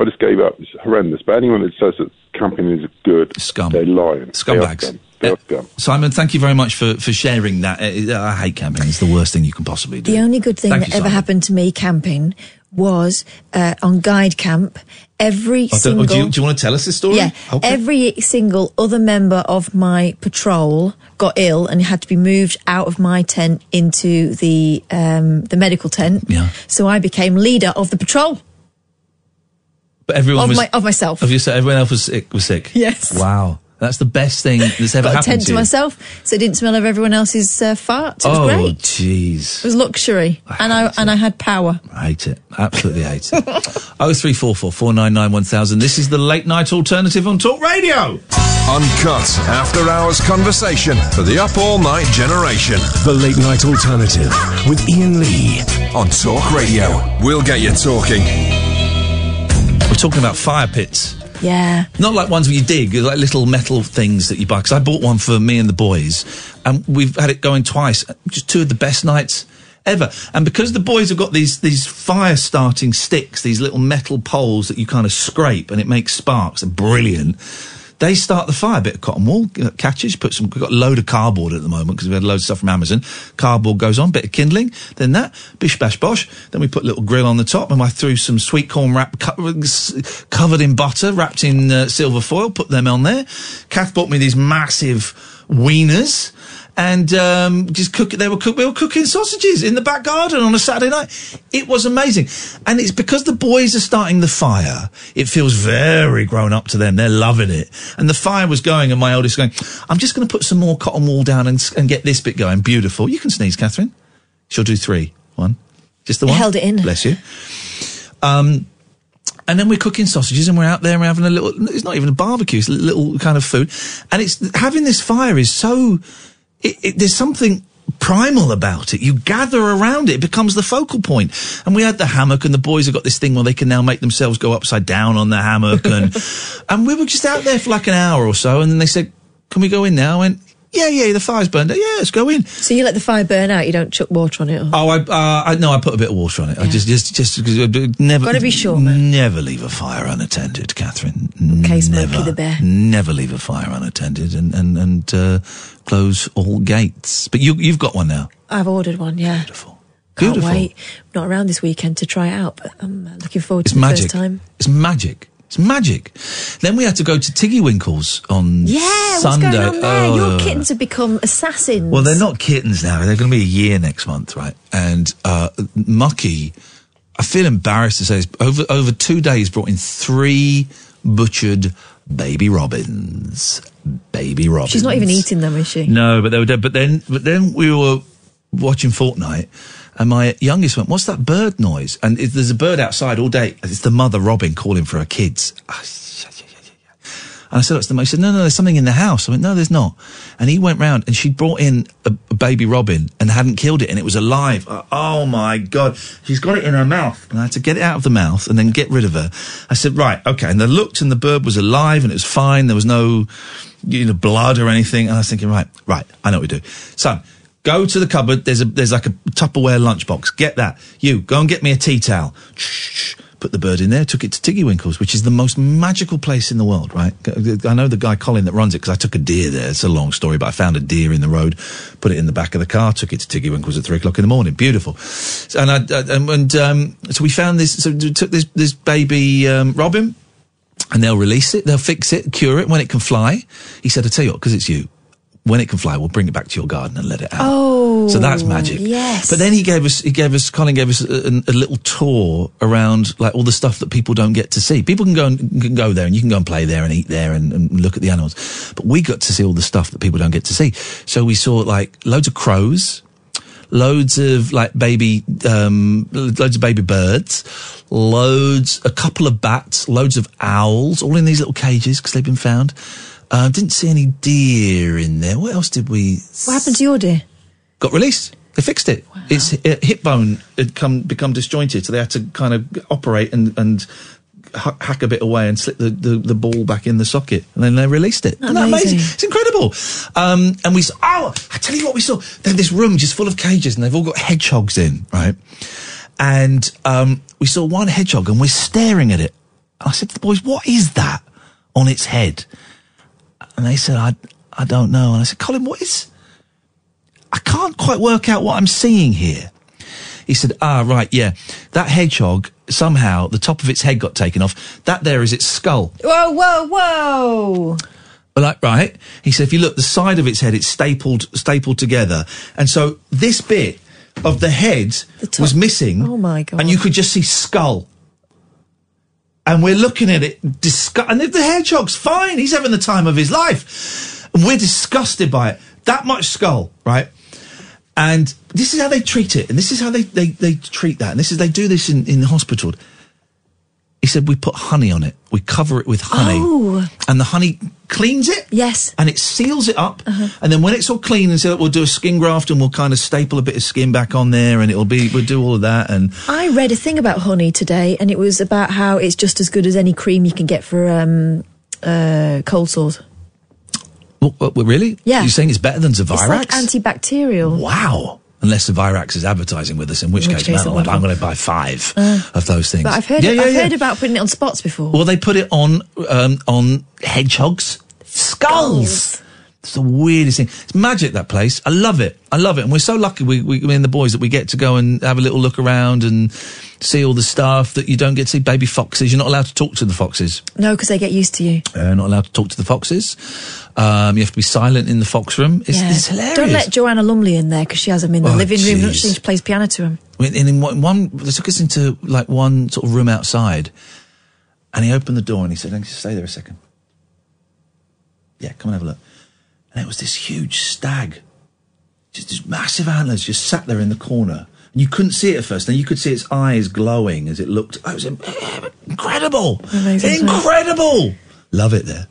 Speaker 16: I just gave up. It's horrendous. But anyone that says that camping is good,
Speaker 1: Scum.
Speaker 16: they're lying. They
Speaker 1: Scumbags.
Speaker 16: are scum. They are
Speaker 1: Uh,
Speaker 16: scum.
Speaker 1: Simon, thank you very much for, for sharing that. Uh, uh, I hate camping. It's the worst thing you can possibly do.
Speaker 5: The only good thing
Speaker 1: Thank
Speaker 5: that
Speaker 1: you,
Speaker 5: ever
Speaker 1: Simon.
Speaker 5: happened to me camping was uh, on guide camp. Every
Speaker 1: I don't-
Speaker 5: single
Speaker 1: oh, do, you, do you want to tell us this story?
Speaker 5: yeah,
Speaker 1: Okay.
Speaker 5: every single other member of my patrol got ill and had to be moved out of my tent into the um, the medical tent. Yeah. So I became leader of the patrol
Speaker 1: but everyone
Speaker 5: of
Speaker 1: was
Speaker 5: my of myself.
Speaker 1: of yourself. Everyone else was sick. Was sick.
Speaker 5: Yes.
Speaker 1: Wow. That's the best thing that's ever
Speaker 5: Got a
Speaker 1: happened
Speaker 5: tent
Speaker 1: to
Speaker 5: to
Speaker 1: you.
Speaker 5: myself, so it didn't smell of everyone else's uh, fart. It was
Speaker 1: oh,
Speaker 5: great.
Speaker 1: jeez.
Speaker 5: It was luxury, and I and I had
Speaker 1: [LAUGHS]
Speaker 5: power.
Speaker 1: I hate it. Absolutely hate it. Oh, 0344 499 1000. This is the late night alternative on Talk Radio.
Speaker 6: Uncut after hours conversation for the up all night generation. The late night alternative with Ian Lee on Talk Radio. We'll get you talking.
Speaker 1: We're talking about fire pits.
Speaker 5: Yeah.
Speaker 1: Not like ones where you dig, like little metal things that you buy. Because I bought one for me and the boys, and we've had it going twice. Just two of the best nights ever. And because the boys have got these these fire starting sticks, these little metal poles that you kind of scrape and it makes sparks. They're brilliant. They start the fire. bit of cotton wool uh, catches. Put some. We've got a load of cardboard at the moment because we had loads of stuff from Amazon. Cardboard goes on. Bit of kindling. Then that. Bish bash bosh. Then we put a little grill on the top, and I threw some sweet corn wrap co- s- covered in butter, wrapped in uh, silver foil. Put them on there. Kath bought me these massive wieners. And um, just cook. They were cook. We were cooking sausages in the back garden on a Saturday night. It was amazing, and it's because the boys are starting the fire. It feels very grown up to them. They're loving it, and the fire was going. And my oldest going, "I'm just going to put some more cotton wool down and, s- and get this bit going. Beautiful. You can sneeze, Catherine. She'll do three. One, just the
Speaker 5: I
Speaker 1: one.
Speaker 5: held it in.
Speaker 1: Bless you. Um, and then we're cooking sausages and we're out there and we're having a little, it's not even a barbecue, it's a little kind of food. And it's having this fire is so, it, it, there's something primal about it. You gather around it, it becomes the focal point. And we had the hammock and the boys have got this thing where they can now make themselves go upside down on the hammock. And, and we were just out there for like an hour or so. And then they said, can we go in now? I went, yeah, yeah, the fire's burned. out. Yeah, let's go in.
Speaker 5: So you let the fire burn out. You don't chuck water on it. Or...
Speaker 1: Oh, I, uh, I no, I put a bit of water on it. I just, just, just because I'd never.
Speaker 5: Gotta be sure,
Speaker 1: Never leave a fire unattended, Catherine.
Speaker 5: Okay, Smokey
Speaker 1: never,
Speaker 5: the Bear.
Speaker 1: Never leave a fire unattended, and and and uh, close all gates. But you you've got one now.
Speaker 5: I've ordered one. Yeah. Beautiful. Can't
Speaker 1: Beautiful.
Speaker 5: wait. I'm not around this weekend to try it out, but I'm uh, looking forward to
Speaker 1: It's
Speaker 5: the
Speaker 1: magic.
Speaker 5: first time.
Speaker 1: It's magic. It's magic. Then we had to go to Tiggy Winkles on
Speaker 5: Yeah.
Speaker 1: Sunday.
Speaker 5: What's going on there? Your
Speaker 1: Oh.
Speaker 5: kittens have become assassins.
Speaker 1: Well, they're not kittens now. They're going to be a year next month, right? And uh, Mucky, I feel embarrassed to say this, but over over two days brought in three butchered baby robins. Baby robins.
Speaker 5: She's not even eating them, is she?
Speaker 1: No, but they were dead. But then, but then we were watching Fortnite, and my youngest went, "What's that bird noise?" And it, there's a bird outside all day. It's the mother robin calling for her kids. Ah, And I said, "What's the?" mo-" He said, "No, no, there's something in the house." I went, "No, there's not." And he went round, and she brought in a, a baby robin and hadn't killed it, and it was alive. Uh, oh my god, she's got it in her mouth. And I had to get it out of the mouth and then get rid of her. I said, "Right, okay." And they looked, and the bird was alive, and it was fine. There was no, you know, blood or anything. And I was thinking, right, right, I know what we do. Son, go to the cupboard. There's a there's like a Tupperware lunchbox. Get that. You go and get me a tea towel. Put the bird in there, took it to Tiggy Winkles, which is the most magical place in the world, right? I know the guy Colin that runs it because I took a deer there. It's a long story, but I found a deer in the road, put it in the back of the car, took it to Tiggy Winkles at three o'clock in the morning. Beautiful. So, and I, I- and, and um, so we found this, so we took this, this baby um, robin and they'll release it, they'll fix it, cure it when it can fly. He said, I tell you what, because it's you, when it can fly, we'll bring it back to your garden and let it out.
Speaker 5: Oh,
Speaker 1: So that's magic.
Speaker 5: yes.
Speaker 1: But then he gave us, he gave us, Colin gave us a, a little tour around like all the stuff that people don't get to see. People can go and can go there and you can go and play there and eat there and, and look at the animals. But we got to see all the stuff that people don't get to see. So we saw like loads of crows, loads of like baby, um, loads of baby birds, loads, a couple of bats, loads of owls, all in these little cages because they've been found. Uh, didn't see any deer in there. What else did we
Speaker 5: What happened to your dear?
Speaker 1: got released. They fixed it. Its uh, hip bone had come become disjointed, so they had to kind of operate and and ha- hack a bit away and slip the, the, the ball back in the socket, and then they released it. Isn't that amazing?
Speaker 8: Amazing.
Speaker 1: It's incredible. Um, and we saw, oh, I tell you what we saw. They had this room just full of cages, and they've all got hedgehogs in, right? And um, we saw one hedgehog, and we're staring at it. And I said to the boys, "What is that on its head?" And they said, "I I don't know." And I said, "Colin, what is?" I can't quite work out what I'm seeing here. He said, ah, right, yeah. That hedgehog, somehow, the top of its head got taken off. That there is its skull.
Speaker 5: Whoa, whoa, whoa!
Speaker 1: Well, like, right. He said, if you look, the side of its head, it's stapled, stapled together. And so this bit of the head was missing. Oh my God. And you could just see skull. and we're looking at it, disgu- and the, the hedgehog's fine. He's having the time of his life. And we're disgusted by it. That much skull, right? And this is how they treat it, and this is how they, they, they treat that, and this is they do this in, in the hospital. He said we put honey on it, we cover it with honey,
Speaker 5: Oh.
Speaker 1: and the honey cleans it.
Speaker 5: Yes,
Speaker 1: and it seals it up,
Speaker 5: Uh-huh.
Speaker 1: and then when it's all clean and sealed, we'll do a skin graft and we'll kind of staple a bit of skin back on there, and it'll be we'll do all of that, and
Speaker 5: I read a thing about honey today, and it was about how it's just as good as any cream you can get for um, uh, cold sores.
Speaker 1: Well, well, really?
Speaker 5: Yeah.
Speaker 1: You're saying it's better than
Speaker 5: It's
Speaker 1: Zavirax?
Speaker 5: like antibacterial.
Speaker 1: wow. Unless Zavirax is advertising with us, in which,
Speaker 5: In which
Speaker 1: case,
Speaker 5: case
Speaker 1: man,
Speaker 5: it
Speaker 1: I'm,
Speaker 5: won't.
Speaker 1: going to buy five
Speaker 5: Uh,
Speaker 1: of those things.
Speaker 5: But I've heard
Speaker 1: Yeah, yeah,
Speaker 5: I've
Speaker 1: yeah.
Speaker 5: heard about putting it on spots before.
Speaker 1: Well, they put it on um, on hedgehogs' skulls. It's the weirdest thing. It's magic that place. I love it. I love it. And we're so lucky. We, we me and the boys that we get to go and have a little look around and see all the stuff that you don't get to see. Baby foxes. You're not allowed to talk to the foxes.
Speaker 5: No, because they get used to you.
Speaker 1: Uh, not allowed to talk to the foxes. Um, you have to be silent in the fox room. It's,
Speaker 5: Yeah.
Speaker 1: it's hilarious.
Speaker 5: Don't let Joanna Lumley in there because she has him in the
Speaker 1: Oh,
Speaker 5: living room.
Speaker 1: jeez.
Speaker 5: She plays piano to him.
Speaker 1: And in one, one, they took us into like one sort of room outside, and he opened the door and he said, "Can you stay there a second? Yeah, come and have a look." And it was this huge stag, just this massive antlers, just sat there in the corner. And you couldn't see it at first. Then you could see its eyes glowing as it looked. Oh, it was im- incredible,
Speaker 8: Amazing place.
Speaker 1: incredible. Love it there.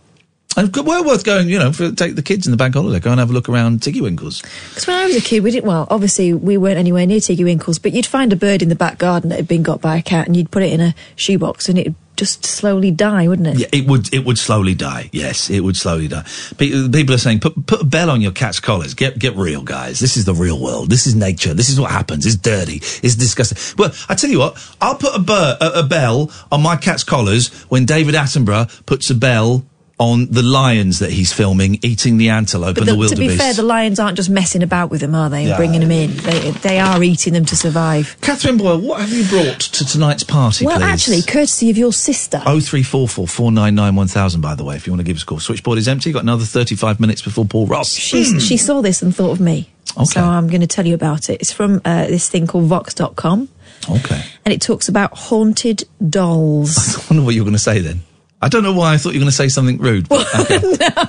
Speaker 1: And good- well worth going, you know, for take the kids in the bank holiday, go and have a look around Tiggy Winkles.
Speaker 5: Because when I was a kid, we didn't. Well, obviously, we weren't anywhere near Tiggy Winkles, but you'd find a bird in the back garden that had been got by a cat, and you'd put it in a shoebox, and it'd just slowly die, wouldn't it?
Speaker 1: Yeah, it would it would slowly die. Yes, it would slowly die. Pe- People are saying put put a bell on your cat's collars. Get get real, guys. This is the real world. This is nature. This is what happens. It's dirty. It's disgusting. Well, I tell you what, I'll put a, bur- a, a bell on my cat's collars when David Attenborough puts a bell on the lions that he's filming eating the antelope
Speaker 5: But
Speaker 1: and
Speaker 5: the-
Speaker 1: the,
Speaker 5: to
Speaker 1: wildebeest.
Speaker 5: be fair, the lions aren't just messing about with them, are they? And
Speaker 1: Yeah.
Speaker 5: bringing them in, they they are eating them to survive.
Speaker 1: Catherine Boyle, what have you brought to tonight's party?
Speaker 5: Well,
Speaker 1: please?
Speaker 5: actually, uh, courtesy of your sister.
Speaker 1: Oh three four four four nine nine one thousand. By the way, if you want to give us a call, switchboard is empty. Got another thirty five minutes before Paul Ross.
Speaker 5: She's,
Speaker 1: Hmm.
Speaker 5: She saw this and thought of me. So I'm going to tell you about it. It's from uh, this thing called Vox.com.
Speaker 1: Hmm. Okay.
Speaker 5: And it talks about haunted
Speaker 1: [LAUGHS]
Speaker 5: dolls.
Speaker 1: I wonder what you're going to say then. I don't know why I thought you were going to say something rude. But
Speaker 5: [LAUGHS]
Speaker 1: okay.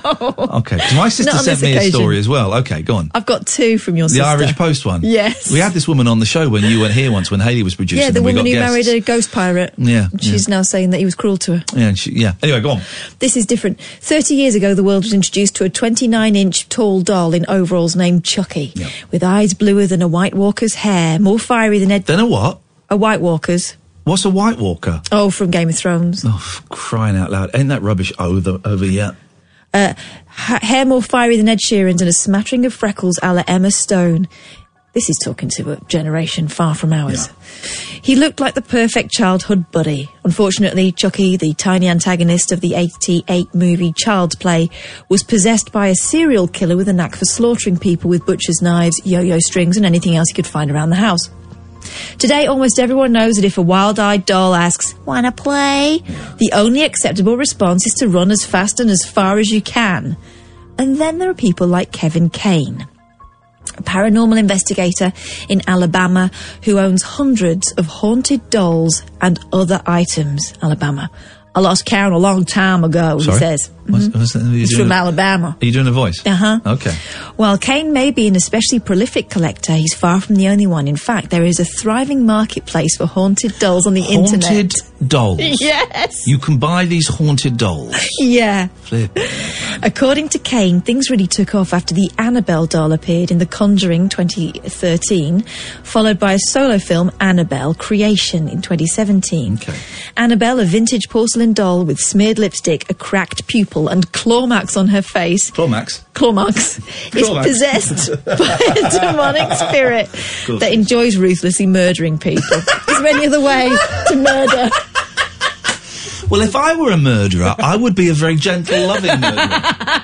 Speaker 1: Okay. 'Cause My sister
Speaker 5: Not on
Speaker 1: sent
Speaker 5: this
Speaker 1: me a
Speaker 5: occasion.
Speaker 1: story as well. Okay, go on.
Speaker 5: I've got two from your
Speaker 1: the
Speaker 5: sister.
Speaker 1: Irish Post one.
Speaker 5: Yes.
Speaker 1: We had this woman on the show when you weren't here once when Haley was producing.
Speaker 5: Yeah, the
Speaker 1: and we
Speaker 5: woman
Speaker 1: got
Speaker 5: who
Speaker 1: guests.
Speaker 5: married a ghost pirate.
Speaker 1: Yeah,
Speaker 5: She's now saying that he was cruel to her.
Speaker 1: Yeah, and she, yeah. Anyway, go on.
Speaker 5: This is different. 30 years ago, the world was introduced to a 29 inch tall doll in overalls named Chucky, with eyes bluer than a White Walker's hair, more fiery than Ed.
Speaker 1: Then a what?
Speaker 5: A White Walker's.
Speaker 1: What's a White Walker?
Speaker 5: Oh, from Game of Thrones.
Speaker 1: Oh, for crying out loud. Ain't that rubbish over, over yet?
Speaker 5: Uh, ha- hair more fiery than Ed Sheeran's and a smattering of freckles a la Emma Stone. This is talking to a generation far from ours. He looked like the perfect childhood buddy. Unfortunately, Chucky, the tiny antagonist of the 88 movie Child's Play, was possessed by a serial killer with a knack for slaughtering people with butcher's knives, yo yo strings, and anything else he could find around the house. Today, almost everyone knows that if a wild eyed doll asks, Wanna play? the only acceptable response is to run as fast and as far as you can. And then there are people like Kevin Kane, a paranormal investigator in Alabama who owns hundreds of haunted dolls and other items. Alabama. I lost count a long time ago,
Speaker 1: Sorry?
Speaker 5: he says. Mm-hmm.
Speaker 1: What's- what's that? Are you
Speaker 5: He's
Speaker 1: doing
Speaker 5: from
Speaker 1: a-
Speaker 5: Alabama.
Speaker 1: Are you doing a voice?
Speaker 5: Uh huh.
Speaker 1: Okay.
Speaker 5: While Kane may be an especially prolific collector, he's far from the only one. In fact, there is a thriving marketplace for haunted dolls on the
Speaker 1: Haunted
Speaker 5: internet.
Speaker 1: [LAUGHS] dolls.
Speaker 5: [LAUGHS] Yes.
Speaker 1: You can buy these haunted dolls.
Speaker 5: [LAUGHS] Yeah.
Speaker 1: Flip.
Speaker 5: According to Kane, things really took off after the Annabelle doll appeared in The Conjuring 2013, followed by a solo film, Annabelle Creation, in 2017. Annabelle, a vintage porcelain doll with smeared lipstick, a cracked pupil, and claw marks on her face.
Speaker 1: Claw marks?
Speaker 5: Claw marks. is
Speaker 1: [LAUGHS] Claw marks. [LAUGHS]
Speaker 5: possessed by a demonic spirit
Speaker 1: Cool.
Speaker 5: that enjoys ruthlessly murdering people. Is there any other way to murder?
Speaker 1: Well, if I were a murderer, I would be a very gentle, loving murderer.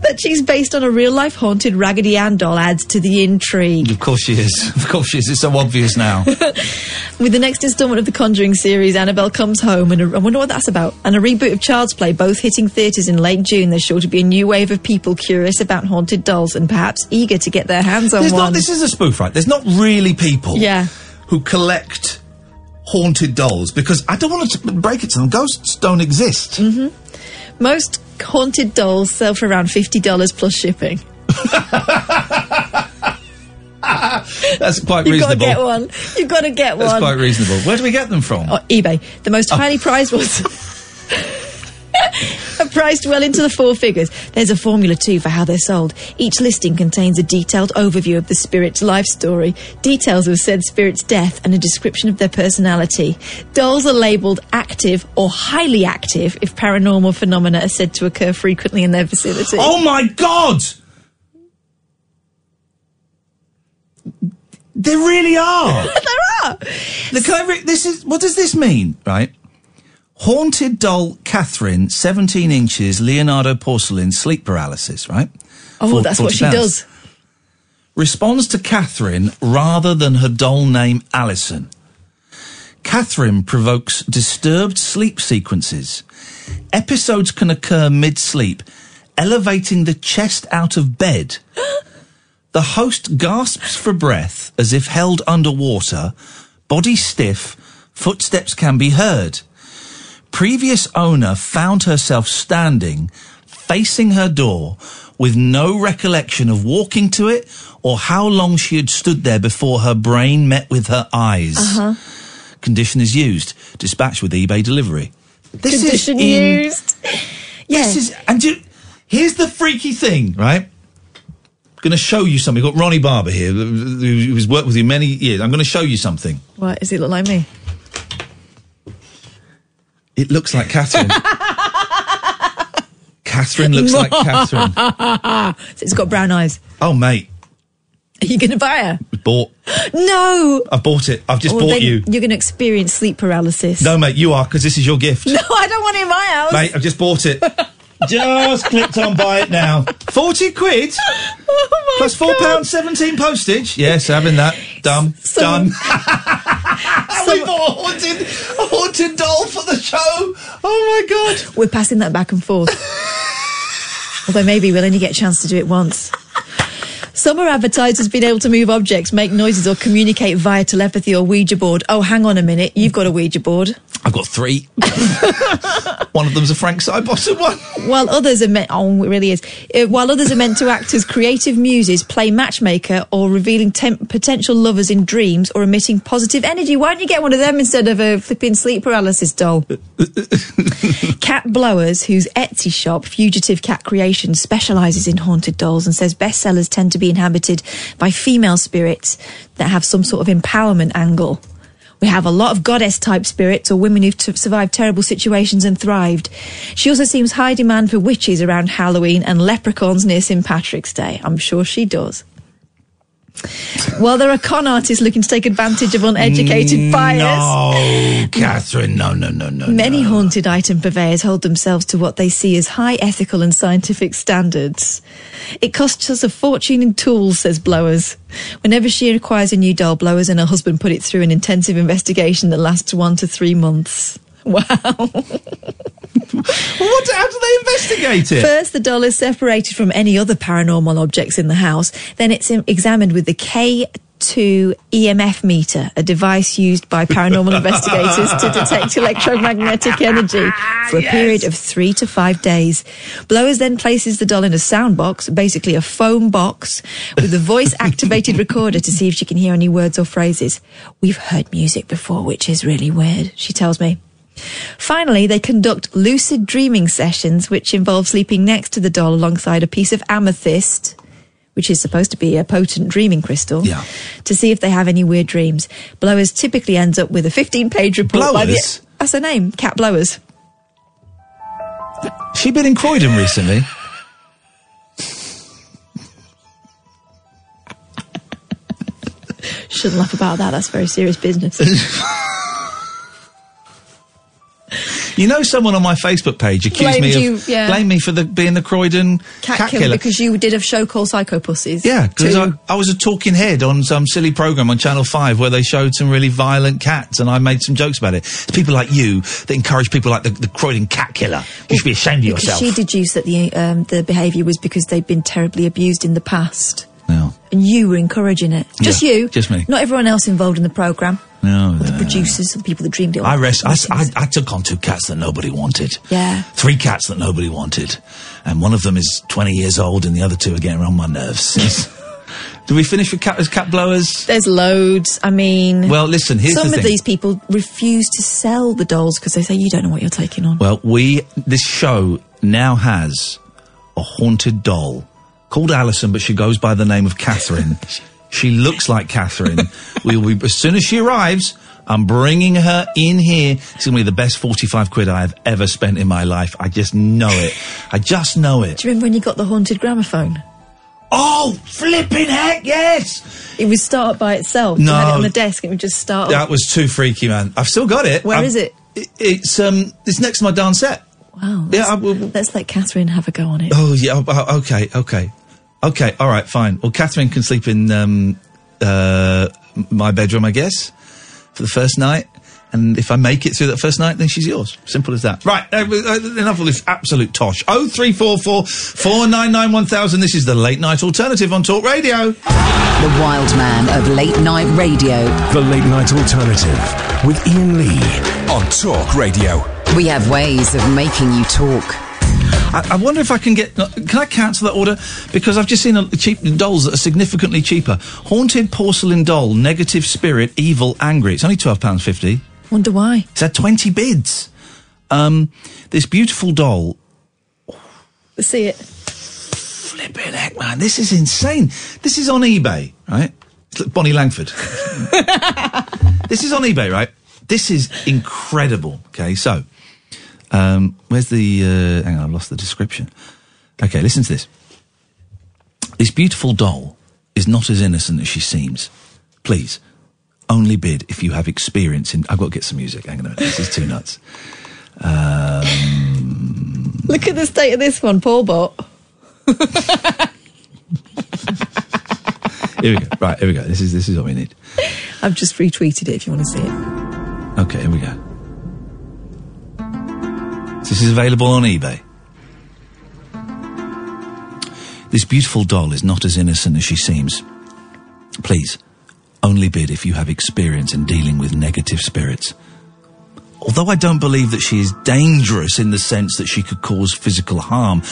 Speaker 5: That she's based on a real life haunted Raggedy Ann doll adds to the intrigue.
Speaker 1: [LAUGHS] Of course she is. Of course she is. It's so obvious now.
Speaker 5: With the next installment of the Conjuring series, Annabelle comes home, and a, I wonder what that's about. And a reboot of Child's Play, both hitting theatres in late June. There's sure to be a new wave of people curious about haunted dolls and perhaps eager to get their hands on
Speaker 1: There's
Speaker 5: one.
Speaker 1: not, this is a spoof, right? There's not really people
Speaker 5: yeah,
Speaker 1: who collect haunted dolls because I don't want to break it to them. Ghosts don't exist.
Speaker 5: hmm Most haunted dolls sell for around $50 plus shipping.
Speaker 1: That's quite
Speaker 5: You've got to
Speaker 1: reasonable.
Speaker 5: get one. You've got to get
Speaker 1: That's
Speaker 5: one.
Speaker 1: quite reasonable. Where do we get them from?
Speaker 5: Oh, eBay. The most highly prized ones [LAUGHS] are priced well into the four figures. There's a formula too for how they're sold. Each listing contains a detailed overview of the spirit's life story, details of said spirit's death, and a description of their personality. Dolls are labelled active or highly active if paranormal phenomena are said to occur frequently in their vicinity.
Speaker 1: Oh my god! They really are.
Speaker 5: [LAUGHS] there are.
Speaker 1: The Kyrie, this is what does this mean, right? Haunted doll Catherine, seventeen inches, Leonardo porcelain, sleep paralysis, right?
Speaker 5: Oh,
Speaker 1: For-
Speaker 5: that's what
Speaker 1: 40
Speaker 5: she
Speaker 1: pounds.
Speaker 5: does.
Speaker 1: Responds to Catherine rather than her doll name Alison. Catherine provokes disturbed sleep sequences. Episodes can occur mid sleep, elevating the chest out of bed. [GASPS] The host gasps for breath as if held underwater, body stiff, footsteps can be heard. Previous owner found herself standing, facing her door, with no recollection of walking to it or how long she had stood there before her brain met with her eyes.
Speaker 4: Uh-huh.
Speaker 2: Uh-huh.
Speaker 5: Uh huh.
Speaker 1: Condition is used. Dispatched with eBay delivery. This
Speaker 5: Condition
Speaker 1: is in-
Speaker 5: used. Yes.
Speaker 1: This is and do, here's the freaky thing, right? Going to show you something. We've got Ronnie Barber here, who- who's worked with you many years. I'm going to show you something.
Speaker 5: Why does it look like me?
Speaker 1: It looks like Catherine. [LAUGHS] Catherine looks
Speaker 5: [LAUGHS]
Speaker 1: like Catherine.
Speaker 5: so it's got brown eyes.
Speaker 1: Oh, mate,
Speaker 5: Are you going to buy her?
Speaker 1: we bought.
Speaker 5: No.
Speaker 1: I've bought it. I've just
Speaker 5: Well,
Speaker 1: bought
Speaker 5: Oh, then
Speaker 1: you.
Speaker 5: You're going to experience sleep paralysis.
Speaker 1: No, mate, you are because this is your
Speaker 5: [LAUGHS]
Speaker 1: gift,
Speaker 5: No, I don't want it in my house.
Speaker 1: mate. I've just bought it. just clicked on buy it now.
Speaker 5: [LAUGHS]
Speaker 1: Forty quid
Speaker 5: Oh
Speaker 1: plus four pounds seventeen postage. Yes, having that. Done. Done. we bought a haunted, a haunted doll for the show. Oh my god.
Speaker 5: We're passing that back and
Speaker 1: [LAUGHS]
Speaker 5: forth. Although maybe we'll only get a chance to do it once. Some are advertised as being able to move objects, make noises, or communicate via telepathy or Ouija board. Oh, hang on a minute. You've got a Ouija board.
Speaker 1: I've got [LAUGHS] three. one of them's a Frank Sybottom one.
Speaker 5: While others are meant, oh, it really is. Uh, while others are meant to act as creative muses, play matchmaker, or revealing temp- potential lovers in dreams, or emitting positive energy. Why don't you get one of them instead of a flipping sleep paralysis doll? cat Blowers, whose Etsy shop, Fugitive Cat Creations, specialises in haunted dolls and says bestsellers tend to be inhabited by female spirits that have some sort of empowerment angle. We have a lot of goddess type spirits or women who've t- survived terrible situations and thrived. She also seems high demand for witches around Halloween and leprechauns near St. Patrick's Day. I'm sure she does. While there are con artists looking to take advantage of uneducated buyers.
Speaker 1: No, Catherine. No, no, no, no.
Speaker 5: Many haunted item purveyors hold themselves to what they see as high ethical and scientific standards. It costs us a fortune in tools, says Blowers. Whenever she acquires a new doll, Blowers and her husband put it through an intensive investigation that lasts one to three months. Wow.
Speaker 1: What? How do they investigate it?
Speaker 5: First, the doll is separated from any other paranormal objects in the house. Then it's em- examined with the K2 EMF meter, a device used by paranormal investigators to detect electromagnetic energy for a period of three to five days. Blowers then places the doll in a sound box, basically a foam box, with a voice activated recorder to see if she can hear any words or phrases. We've heard music before, which is really weird, she tells me. Finally, they conduct lucid dreaming sessions, which involve sleeping next to the doll alongside a piece of amethyst, which is supposed to be a potent dreaming crystal, to see if they have any weird dreams. Blowers typically ends up with a 15 page report by the.
Speaker 1: Blowers?
Speaker 5: That's her name, Cat Blowers.
Speaker 1: She been in Croydon recently.
Speaker 5: Shouldn't laugh about that, that's very serious business.
Speaker 1: You know, someone on my Facebook page accused
Speaker 5: Blamed
Speaker 1: me of
Speaker 5: you, yeah.
Speaker 1: blame me for the, being the Croydon
Speaker 5: Cat,
Speaker 1: [LAUGHS] cat,
Speaker 5: killer, because you did a show called Psycho Pussies.
Speaker 1: Yeah, because
Speaker 5: to-
Speaker 1: I, I was a talking head on some silly program on Channel 5 where they showed some really violent cats and I made some jokes about it. It's people like you that encourage people like the, the Croydon cat killer. You should be ashamed of
Speaker 5: because
Speaker 1: yourself.
Speaker 5: she deduced that the um, the behaviour was because they'd been terribly abused in the past.
Speaker 1: No.
Speaker 5: And you were encouraging it. Just
Speaker 1: Yeah,
Speaker 5: you.
Speaker 1: just me.
Speaker 5: Not everyone else involved in the programme.
Speaker 1: No,
Speaker 5: [LAUGHS] or the producers, or the people that dreamed it. all.
Speaker 1: I rest. I, s- I- I took on two cats that nobody wanted.
Speaker 5: Yeah.
Speaker 1: Three cats that nobody wanted, and one of them is 20 years old, and the other two are getting on my nerves. [LAUGHS] Do we finish with cat, cat blowers?
Speaker 5: There's loads. I mean,
Speaker 1: Well, listen, here's
Speaker 5: some
Speaker 1: the
Speaker 5: of
Speaker 1: thing.
Speaker 5: these people refuse to sell the dolls because they say you don't know what you're taking on.
Speaker 1: Well, we this show now has a haunted doll called Alison, but she goes by the name of Catherine.
Speaker 5: [LAUGHS]
Speaker 1: she looks like Catherine. we will be as soon as she arrives. I'm bringing her in here. It's going to be the best 45 quid I have ever spent in my life. I just know it. I just know it.
Speaker 5: Do you remember when you got the haunted gramophone?
Speaker 1: Oh, flipping heck, yes!
Speaker 5: It would start by itself. You
Speaker 1: No.
Speaker 5: had it on the desk and it would just start.
Speaker 1: That was too freaky, man. I've still got it.
Speaker 5: Where
Speaker 1: Where
Speaker 5: is
Speaker 1: is
Speaker 5: it?
Speaker 1: Um, It's um, it's next to my dance set.
Speaker 5: Wow.
Speaker 1: Yeah,
Speaker 5: Let's,
Speaker 1: I
Speaker 5: let's let Catherine have a go on it.
Speaker 1: Oh yeah. oh, Oh, okay. Okay. Okay. All right. Fine. Well, Catherine can sleep in um, uh, my bedroom, I guess, for the first night. And if I make it through that first night, then she's yours. Simple as that. Right. uh, uh, Enough of this absolute tosh. Oh three four four four nine nine one thousand. This is the late night alternative on Talk Radio.
Speaker 23: The wild man of late night radio.
Speaker 6: The Late Night Alternative with Ian Lee on Talk Radio.
Speaker 23: We have ways of making you talk.
Speaker 1: I, I wonder if I can get. uh, Can I cancel that order? Because I've just seen a, cheap dolls that are significantly cheaper. Haunted porcelain doll, negative spirit, evil, angry. It's only twelve pounds fifty.
Speaker 5: Wonder why?
Speaker 1: It's had twenty bids. Um, this beautiful doll.
Speaker 5: Let's see it.
Speaker 1: Flipping heck, man! This is insane. This is on eBay, right? It's like Bonnie Langford. this is on eBay, right? This is incredible. Okay, so um, where's the? Uh, hang on, I've lost the description. Okay, listen to this. This beautiful doll is not as innocent as she seems. Please, only bid if you have experience in. I've got to get some music. Hang on a minute. This is too nuts. Um,
Speaker 5: Look at the state of this one, Paul Bot.
Speaker 1: here we go. Right, here we go. This is this is what we need.
Speaker 5: I've just retweeted it if you want to see it.
Speaker 1: Okay, here we go. This is available on eBay. This beautiful doll is not as innocent as she seems. Please, only bid if you have experience in dealing with negative spirits. Although I don't believe that she is dangerous in the sense that she could cause physical harm,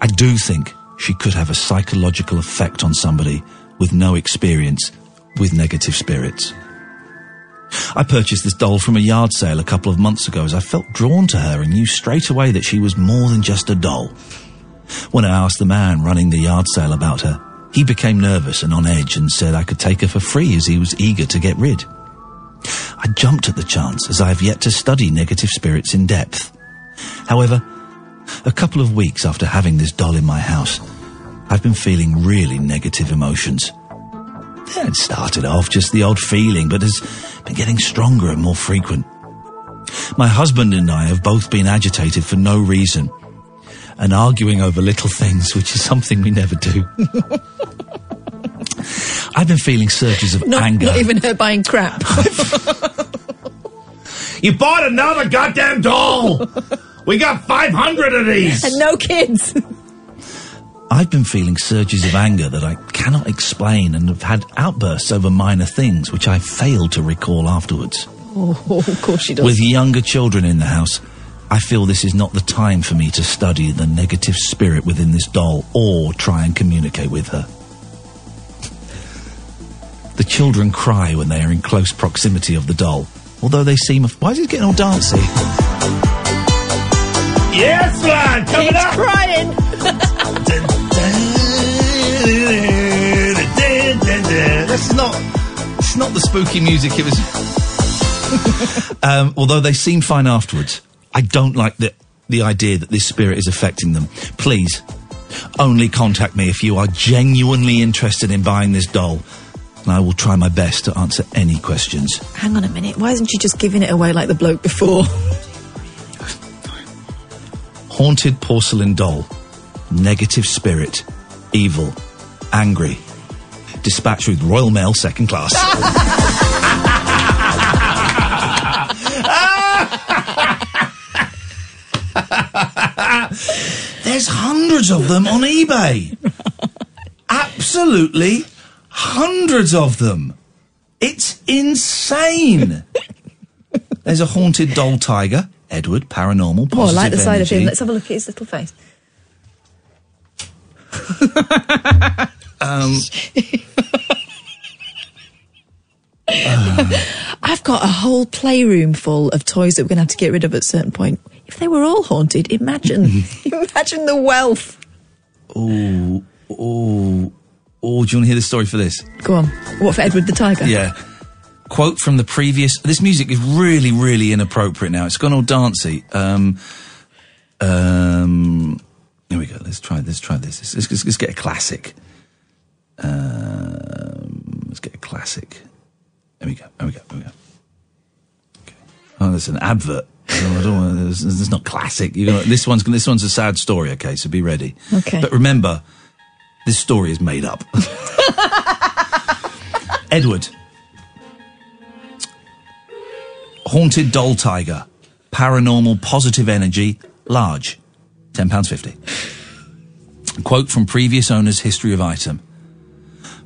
Speaker 1: I do think she could have a psychological effect on somebody with no experience with negative spirits. I purchased this doll from a yard sale a couple of months ago as I felt drawn to her and knew straight away that she was more than just a doll. When I asked the man running the yard sale about her, he became nervous and on edge and said I could take her for free as he was eager to get rid. I jumped at the chance as I have yet to study negative spirits in depth. However, a couple of weeks after having this doll in my house, I've been feeling really negative emotions. It started off just the odd feeling, but has been getting stronger and more frequent. My husband and I have both been agitated for no reason and arguing over little things, which is something we never do.
Speaker 5: [LAUGHS]
Speaker 1: I've been feeling surges of
Speaker 5: Not,
Speaker 1: anger.
Speaker 5: not even her buying crap.
Speaker 1: You bought another goddamn doll! we got 500 of these!
Speaker 5: and no kids. [LAUGHS]
Speaker 1: I've been feeling surges of anger that I cannot explain and have had outbursts over minor things which I failed to recall afterwards.
Speaker 5: Oh, of course she does.
Speaker 1: With younger children in the house, I feel this is not the time for me to study the negative spirit within this doll or try and communicate with her. The children cry when they are in close proximity of the doll, although they seem. Why is it getting all dancey? Yes, lad, coming
Speaker 8: It's
Speaker 1: up.
Speaker 8: [LAUGHS] crying.
Speaker 1: That's not. It's not the spooky music. It was. [LAUGHS] um, although they seem fine afterwards, I don't like the the idea that this spirit is affecting them. Please, only contact me if you are genuinely interested in buying this doll, and I will try my best to answer any questions.
Speaker 5: Hang on a minute. Why isn't she just giving it away like the bloke before?
Speaker 1: Haunted porcelain doll. Negative spirit. Evil. Angry. Dispatched with Royal Mail second class. [LAUGHS] [LAUGHS] There's hundreds of them on
Speaker 5: [LAUGHS]
Speaker 1: eBay. Absolutely hundreds of them. It's insane. There's a haunted doll tiger, Edward, paranormal,
Speaker 5: Oh, I
Speaker 1: positive
Speaker 5: like the side of him.
Speaker 1: energy.
Speaker 5: Let's have a look at his little face. [LAUGHS]
Speaker 1: Um,
Speaker 5: I've got a whole playroom full of toys that we're going to have to get rid of at a certain point. If they were all haunted,
Speaker 1: [LAUGHS]
Speaker 5: imagine, imagine the wealth.
Speaker 1: oh, oh, oh, do you want to hear the story for this?
Speaker 5: Go on. What for Edward the Tiger?
Speaker 1: Yeah. Quote from the previous. This music is really, really inappropriate now. It's gone all dancey. Um, um, here we go. Let's try. Let's try this. Let's, let's- let's get a classic. Um, let's get a classic. There we go. There we go. There we go. Oh, there's an advert. I don't, I don't want. This this is not classic. You know, this one's this one's a sad story. Okay, so be ready.
Speaker 8: Okay.
Speaker 1: But remember, this story is made up. Edward, haunted doll tiger, paranormal positive energy, large, ten pounds fifty. Quote from previous owner's history of item.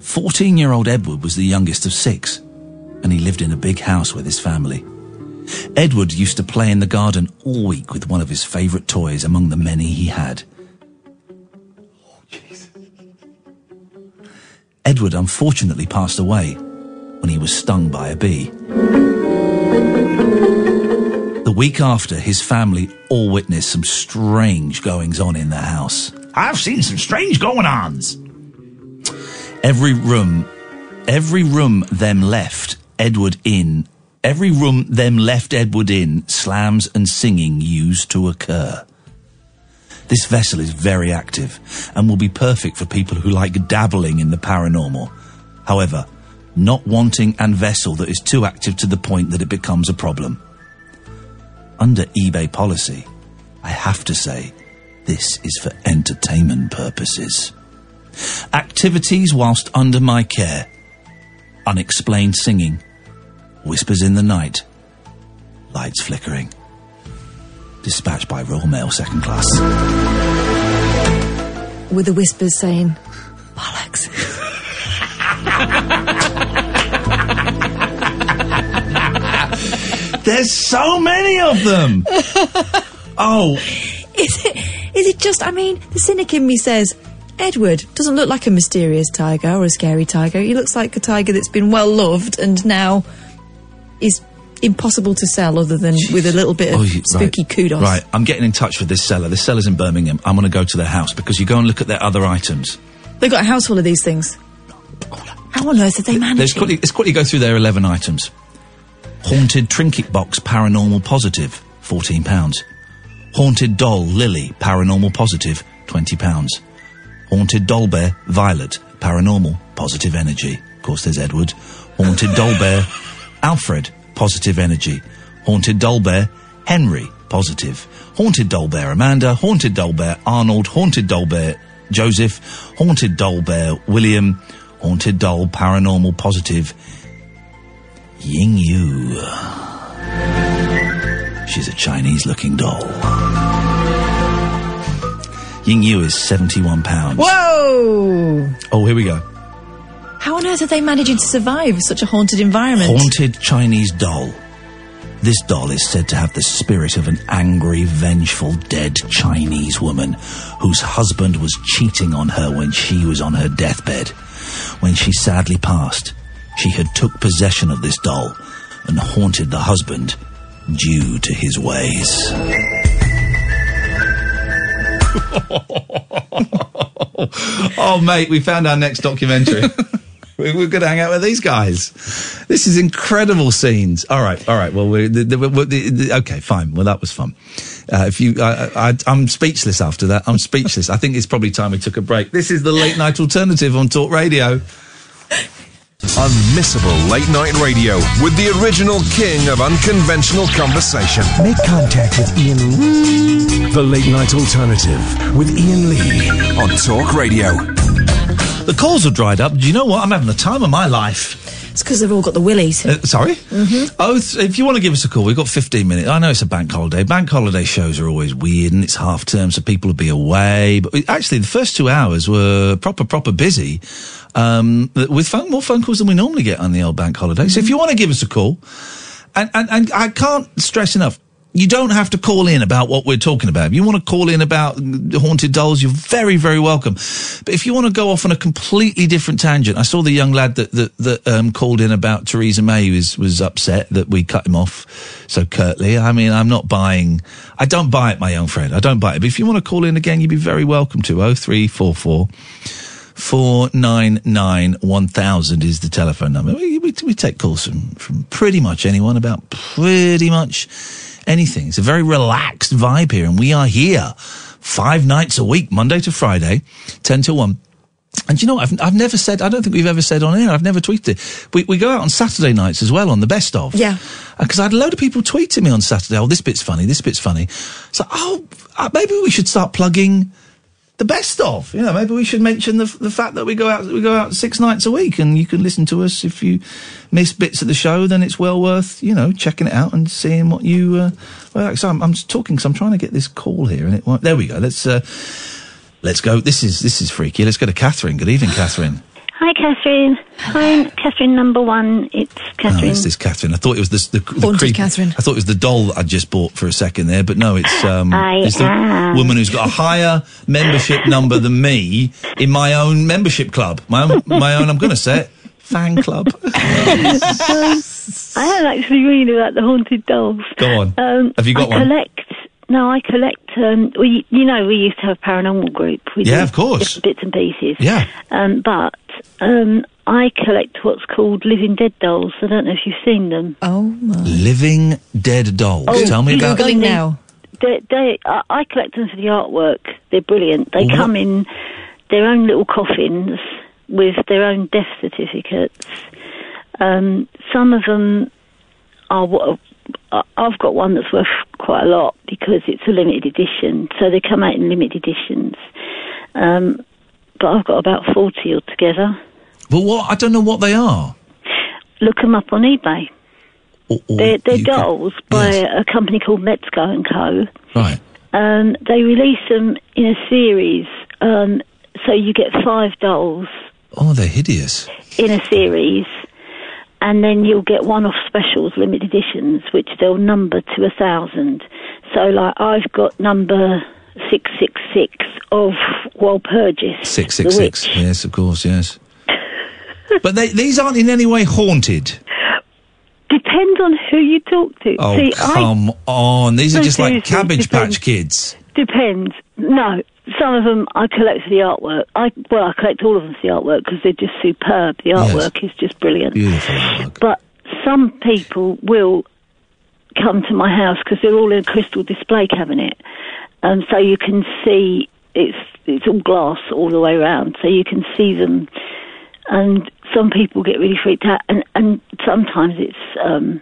Speaker 1: 14 year old Edward was the youngest of six, and he lived in a big house with his family. Edward used to play in the garden all week with one of his favourite toys among the many he had. Edward unfortunately passed away when he was stung by a bee. The week after, his family all witnessed some strange goings on in the house. I've seen some strange going ons. Every room, every room them left Edward in, every room them left Edward in, slams and singing used to occur. This vessel is very active and will be perfect for people who like dabbling in the paranormal. However, not wanting an vessel that is too active to the point that it becomes a problem. Under eBay policy, I have to say, this is for entertainment purposes. Activities whilst under my care. Unexplained singing. Whispers in the night. Lights flickering. Dispatched by Royal Mail Second Class.
Speaker 5: With the whispers saying, bollocks.
Speaker 1: There's so many
Speaker 5: [LAUGHS]
Speaker 1: of them. oh,
Speaker 5: Is it, is it just, I mean, the cynic in me says, Edward doesn't look like a mysterious tiger or a scary tiger. He looks like a tiger that's been well loved and now is impossible to sell other than with a little bit of
Speaker 1: Oh, you-
Speaker 5: spooky
Speaker 1: right,
Speaker 5: kudos.
Speaker 1: Right, I'm getting in touch with this seller. This seller's in Birmingham. I'm going to go to their house because you go and look at their other items.
Speaker 5: They've got a house full of these things. How on earth did they manage?
Speaker 1: Let's quickly, let's quickly go through their 11 items. Haunted trinket box, paranormal positive, £14. Haunted doll, Lily, paranormal positive, £20. Haunted doll bear, Violet, paranormal, positive energy. Of course, there's Edward. Haunted doll bear, Alfred, positive energy. Haunted doll bear, Henry, positive. Haunted doll bear, Amanda. Haunted doll bear, Arnold. Haunted doll bear, Joseph. Haunted doll bear, William. Haunted doll, paranormal, positive, Ying Yu. She's a Chinese looking doll. Ying Yu is £71.
Speaker 5: Whoa!
Speaker 1: Oh, here we go.
Speaker 5: How on earth are they managing to survive such a haunted environment?
Speaker 1: Haunted Chinese doll. This doll is said to have the spirit of an angry, vengeful, dead Chinese woman whose husband was cheating on her when she was on her deathbed. When she sadly passed, she had took possession of this doll and haunted the husband due to his ways. [LAUGHS] oh, mate, we found our next [LAUGHS] documentary. We- We're going to hang out with these guys. This is incredible scenes. All right, all right. Well, we're, the, the, we're- the, the, okay, fine. Well, that was fun. Uh, if you, I, I, I'm speechless after that. I'm speechless. I think it's probably time we took a break. This is the late night alternative on Talk Radio.
Speaker 6: Unmissable late night radio with the original king of unconventional conversation.
Speaker 17: Make contact with Ian Lee. The Late Night Alternative with Ian Lee on Talk Radio.
Speaker 1: The calls have dried up. Do you know what? I'm having the time of my life.
Speaker 5: It's because they've all got the willies.
Speaker 1: Uh, sorry? Mm-hmm. Oh, th- if you want to give us a call, we've got 15 minutes. I know it's a bank holiday. Bank holiday shows are always weird and it's half term, so people will be away. But we- actually, the first two hours were proper, proper busy um, th- with phone, more phone calls than we normally get on the old bank holiday. So if you want to give us a call, and, and, and I can't stress enough, you don't have to call in about what we're talking about. If you want to call in about haunted dolls, you're very, very welcome. But if you want to go off on a completely different tangent, I saw the young lad that that, that um, called in about Theresa May was was upset that we cut him off so curtly. I mean, I'm not buying. I don't buy it, my young friend. I don't buy it. But if you want to call in again, you'd be very welcome to. Oh three four four. 499 1000 is the telephone number. We, we, we take calls from, from pretty much anyone about pretty much anything. It's a very relaxed vibe here, and we are here five nights a week, Monday to Friday, 10 to 1. And you know, I've, I've never said, I don't think we've ever said on air, I've never tweeted it. We, we go out on Saturday nights as well on the best of.
Speaker 5: Yeah.
Speaker 1: Because I had a load of people tweet to me on Saturday, oh, this bit's funny, this bit's funny. So, oh, uh, maybe we should start plugging the best of. You know, maybe we should mention the the fact that we go out we go out six nights a week, and you can listen to us. If you miss bits of the show, then it's well worth you know checking it out and seeing what you. Uh, well, so I'm, I'm just talking, so I'm trying to get this call here, and it won't. There we go. Let's uh, let's go. This is this is freaky. Let's go to Catherine. Good evening, Catherine.
Speaker 19: Hi, Catherine. I'm Catherine number one. It's
Speaker 1: Oh,
Speaker 19: Catherine.
Speaker 1: it's this Catherine. I thought it was this, the, the
Speaker 19: Haunted
Speaker 1: creep-
Speaker 19: Catherine.
Speaker 1: I thought it was the doll that I just bought for a second there, but no, it's um,
Speaker 19: I
Speaker 1: it's the
Speaker 19: am.
Speaker 1: woman who's got a higher membership number than me in my own membership club. My own, my own. I'm going to say it. Fan club.
Speaker 19: [LAUGHS] Um, I am actually reading about the haunted dolls.
Speaker 1: Go on.
Speaker 19: Um,
Speaker 1: Have you got
Speaker 19: I
Speaker 1: one?
Speaker 19: Collect, no, I collect. Um, we, you know, we used to have a paranormal group. We
Speaker 1: Yeah,
Speaker 19: did
Speaker 1: of course.
Speaker 19: different Bits and pieces.
Speaker 1: Yeah.
Speaker 19: Um, but um, I collect what's called living dead dolls. I don't know if you've seen them.
Speaker 5: Oh my!
Speaker 1: Living dead dolls.
Speaker 19: Oh,
Speaker 1: Tell me about.
Speaker 19: They, they, I, I collect them for the artwork. They're brilliant. They
Speaker 1: Well,
Speaker 19: come
Speaker 1: what-
Speaker 19: in their own little coffins with their own death certificates. Um, some of them are. what- I- I've got one that's worth quite a lot because it's a limited edition, so they come out in limited editions. Um, but I've got about forty altogether.
Speaker 1: But what? I don't know what they are.
Speaker 19: Look them up on eBay. they're they're dolls by a company called Metzger and Co.
Speaker 1: Right.
Speaker 19: Um, they release them in a series, um, so you get five dolls
Speaker 1: Oh, they're hideous.
Speaker 19: in a series, and then you'll get one-off specials, limited editions, which they'll number to a thousand. So, like, I've got number six six six of Walpurgis.
Speaker 1: Six six six. Yes, of course. Yes. but they, these aren't in any way haunted.
Speaker 19: Depends on who you talk to.
Speaker 1: Oh
Speaker 19: See, I
Speaker 1: come on! These are
Speaker 19: No,
Speaker 1: just like
Speaker 19: seriously,
Speaker 1: Cabbage
Speaker 19: depends.
Speaker 1: Patch Kids.
Speaker 19: Depends. No, some of them I collect for the artwork. I well, I collect all of them for the artwork because they're just superb. The
Speaker 1: Yes.
Speaker 19: artwork is just brilliant.
Speaker 1: Beautiful.
Speaker 19: But some people will come to my house because they're all in a crystal display cabinet, and so you can see it's it's all glass all the way around, so you can see them. And some people get really freaked out, and and sometimes it's um,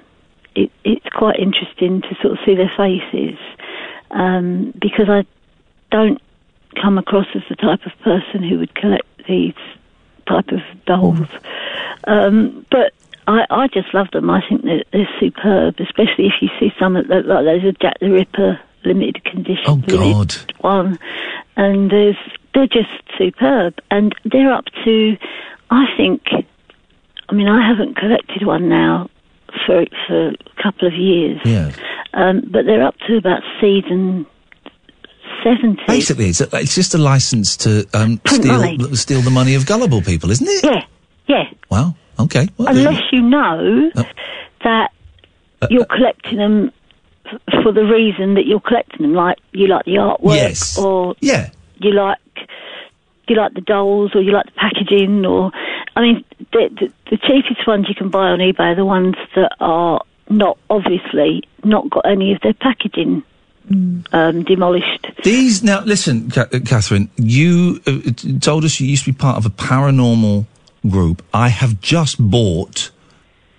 Speaker 19: it, it's quite interesting to sort of see their faces um, because I don't come across as the type of person who would collect these type of dolls. Um, but I, I just love them. I think they're, they're superb, especially if you see some of the, like there's a Jack the Ripper limited condition oh,
Speaker 1: God.
Speaker 19: one, and there's they're just superb, and they're up to, I think, I mean I haven't collected one now for for a couple of years,
Speaker 1: Yeah.
Speaker 19: um, but they're up to about season seventy.
Speaker 1: Basically, it's, a, it's just a license to
Speaker 19: [COUGHS]
Speaker 1: um,
Speaker 19: Print money.
Speaker 1: steal steal the money of gullible people, isn't it?
Speaker 19: Yeah, yeah.
Speaker 1: Wow. Okay. Well, there you
Speaker 19: Unless you know
Speaker 1: Oh.
Speaker 19: that
Speaker 1: Uh,
Speaker 19: you're collecting them f- for the reason that you're collecting them, like you like the artwork,
Speaker 1: Yes.
Speaker 19: or
Speaker 1: yeah,
Speaker 19: you like you like the dolls, or you like the packaging, or I mean, the, the, the cheapest ones you can buy on eBay are the ones that are not obviously not got any of their packaging
Speaker 1: Hmm.
Speaker 19: um, demolished.
Speaker 1: These now, listen, Ca- uh, Catherine. You uh, t- told us you used to be part of a paranormal group. I have just bought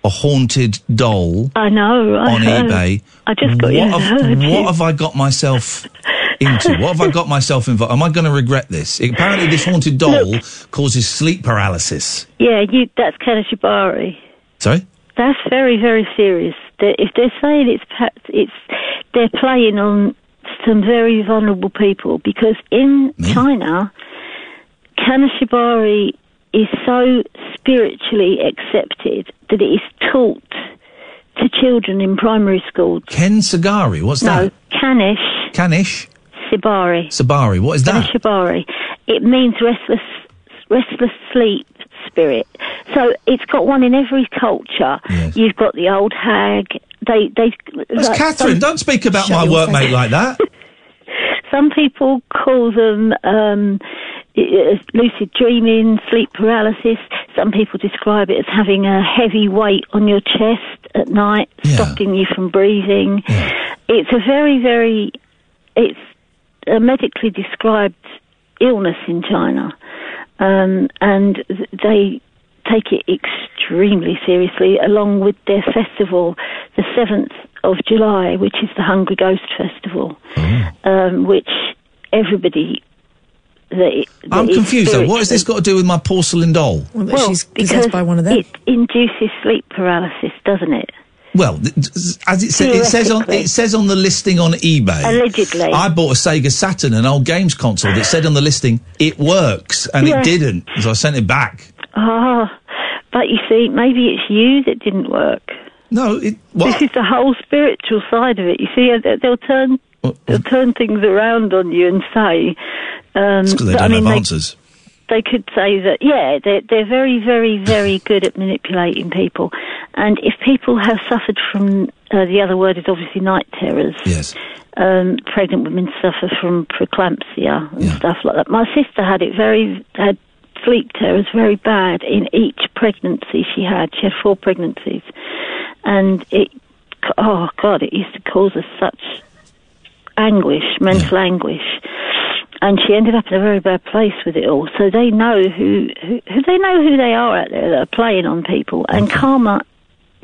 Speaker 1: a haunted doll
Speaker 19: I know. Oh, I
Speaker 1: on
Speaker 19: heard.
Speaker 1: eBay.
Speaker 19: I just got
Speaker 1: what
Speaker 19: yeah,
Speaker 1: have,
Speaker 19: I heard
Speaker 1: what
Speaker 19: it.
Speaker 1: have I got myself into? What have I got myself involved? Am I going to regret this? Apparently, this haunted doll causes sleep paralysis.
Speaker 19: Yeah, you, that's Kenneth Shibari.
Speaker 1: Sorry?
Speaker 19: That's very, very serious. They- If they're saying it's perhaps it's they're playing on some very vulnerable people because in China, Kanashibari is so spiritually accepted that it is taught to children in primary schools.
Speaker 1: Ken Sagari, what's
Speaker 19: no,
Speaker 1: that?
Speaker 19: Kanish
Speaker 1: Kanish
Speaker 19: Sibari.
Speaker 1: Sabari, what is that?
Speaker 19: Kanashibari. It means restless, restless sleep spirit. So it's got one in every culture. You've got the old hag. They, they.
Speaker 1: That's
Speaker 19: like,
Speaker 1: Catherine.
Speaker 19: some-
Speaker 1: Don't speak about
Speaker 19: Shut
Speaker 1: my
Speaker 19: your
Speaker 1: workmate
Speaker 19: face. [LAUGHS]
Speaker 1: like that.
Speaker 19: Some people call them um, i- i- lucid dreaming, sleep paralysis. Some people describe it as having a heavy weight on your chest at night, stopping you from breathing. It's a very, very, it's a medically described illness in China, um, and th- they take it extremely seriously, along with their festival, the 7th of July, which is the Hungry Ghost Festival,
Speaker 1: Mm.
Speaker 19: um, which everybody. That, that
Speaker 1: I'm
Speaker 19: is
Speaker 1: confused though. What has this
Speaker 19: spiritually-
Speaker 1: got to do with my porcelain doll?
Speaker 19: well, because It induces sleep paralysis, doesn't it?
Speaker 1: Well, th- th- as it, sa- it says on
Speaker 19: Theoretically.
Speaker 1: it says on the listing on eBay.
Speaker 19: Allegedly.
Speaker 1: I bought a Sega Saturn, an old games console that said on the listing it works, and
Speaker 19: Yeah.
Speaker 1: it didn't, so I sent it back.
Speaker 19: Ah, but you see, maybe it's you that didn't work.
Speaker 1: No, it, what?
Speaker 19: this is the whole spiritual side of it. You see, uh, they- they'll turn they'll turn things around on you and say, um,
Speaker 1: Because they
Speaker 19: but,
Speaker 1: don't
Speaker 19: I mean,
Speaker 1: have
Speaker 19: they,
Speaker 1: answers.
Speaker 19: they could say that yeah, they're they're very, very,
Speaker 1: [LAUGHS]
Speaker 19: very good at manipulating people, and if people have suffered from uh, the other word is obviously night terrors.
Speaker 1: Yes.
Speaker 19: Um, pregnant women suffer from preeclampsia and stuff like that. My sister had it very had sleep terrors very bad in each pregnancy she had. She had four pregnancies, and it oh god, it used to cause us such anguish, mental anguish. And she ended up in a very bad place with it all. So they know who, who, who they know who they are out there that are playing on people. And karma,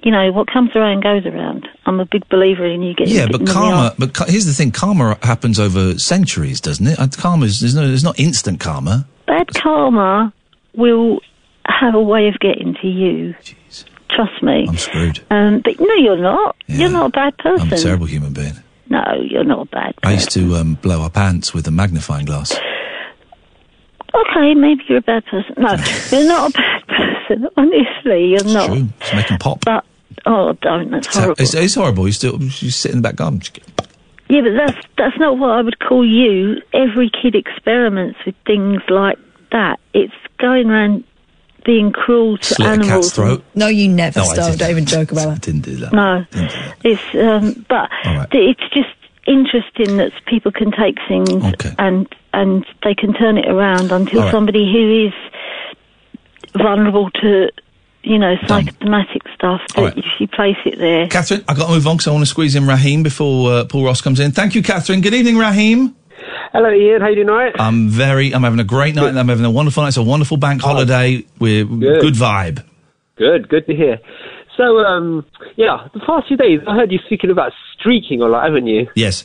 Speaker 19: you know, what comes around goes around. I'm a big believer in you getting
Speaker 1: Yeah,
Speaker 19: bitten in
Speaker 1: but
Speaker 19: the
Speaker 1: karma.
Speaker 19: arse.
Speaker 1: But ca- here's the thing: karma happens over centuries, doesn't it? Uh, Karma's there's no, there's not instant karma.
Speaker 19: Bad karma will have a way of getting to you. Trust me.
Speaker 1: I'm screwed.
Speaker 19: Um, but no, you're not. You're not a bad person.
Speaker 1: I'm a terrible human being.
Speaker 19: No, you're not a bad.
Speaker 1: I used to um, blow up ants with a magnifying glass.
Speaker 19: Okay, maybe you're a bad person.
Speaker 1: [LAUGHS]
Speaker 19: No, you're not a bad person. Honestly, you're not.
Speaker 1: True. Just make 'em pop.
Speaker 19: But oh, don't. That's horrible.
Speaker 1: It's, it's horrible. You still you sit in the back garden.
Speaker 19: Yeah, but that's that's not what I would call you. Every kid experiments with things like that. It's going around being cruel to
Speaker 1: Slit a cat's
Speaker 19: animals.
Speaker 1: throat.
Speaker 5: No, you never
Speaker 1: No, I
Speaker 5: stop.
Speaker 1: didn't.
Speaker 5: Don't even joke about that.
Speaker 1: Didn't do that.
Speaker 19: No, it's um, but th- it's just interesting that people can take things and and they can turn it around until
Speaker 1: All right.
Speaker 19: somebody who is vulnerable to you know psychosomatic stuff that if you place it there.
Speaker 1: Catherine, I got to move on because I want to squeeze in Raheem before uh, Paul Ross comes in. Thank you, Catherine. Good evening, Raheem.
Speaker 21: Hello, Ian. How you doing, all right?
Speaker 1: I'm very. I'm having a great night. and I'm having a wonderful night. It's a wonderful bank
Speaker 21: Oh.
Speaker 1: holiday. We're good, vibe.
Speaker 21: Good, good to hear. So, um, yeah, the past few days I heard you speaking about streaking a lot, haven't you?
Speaker 1: Yes.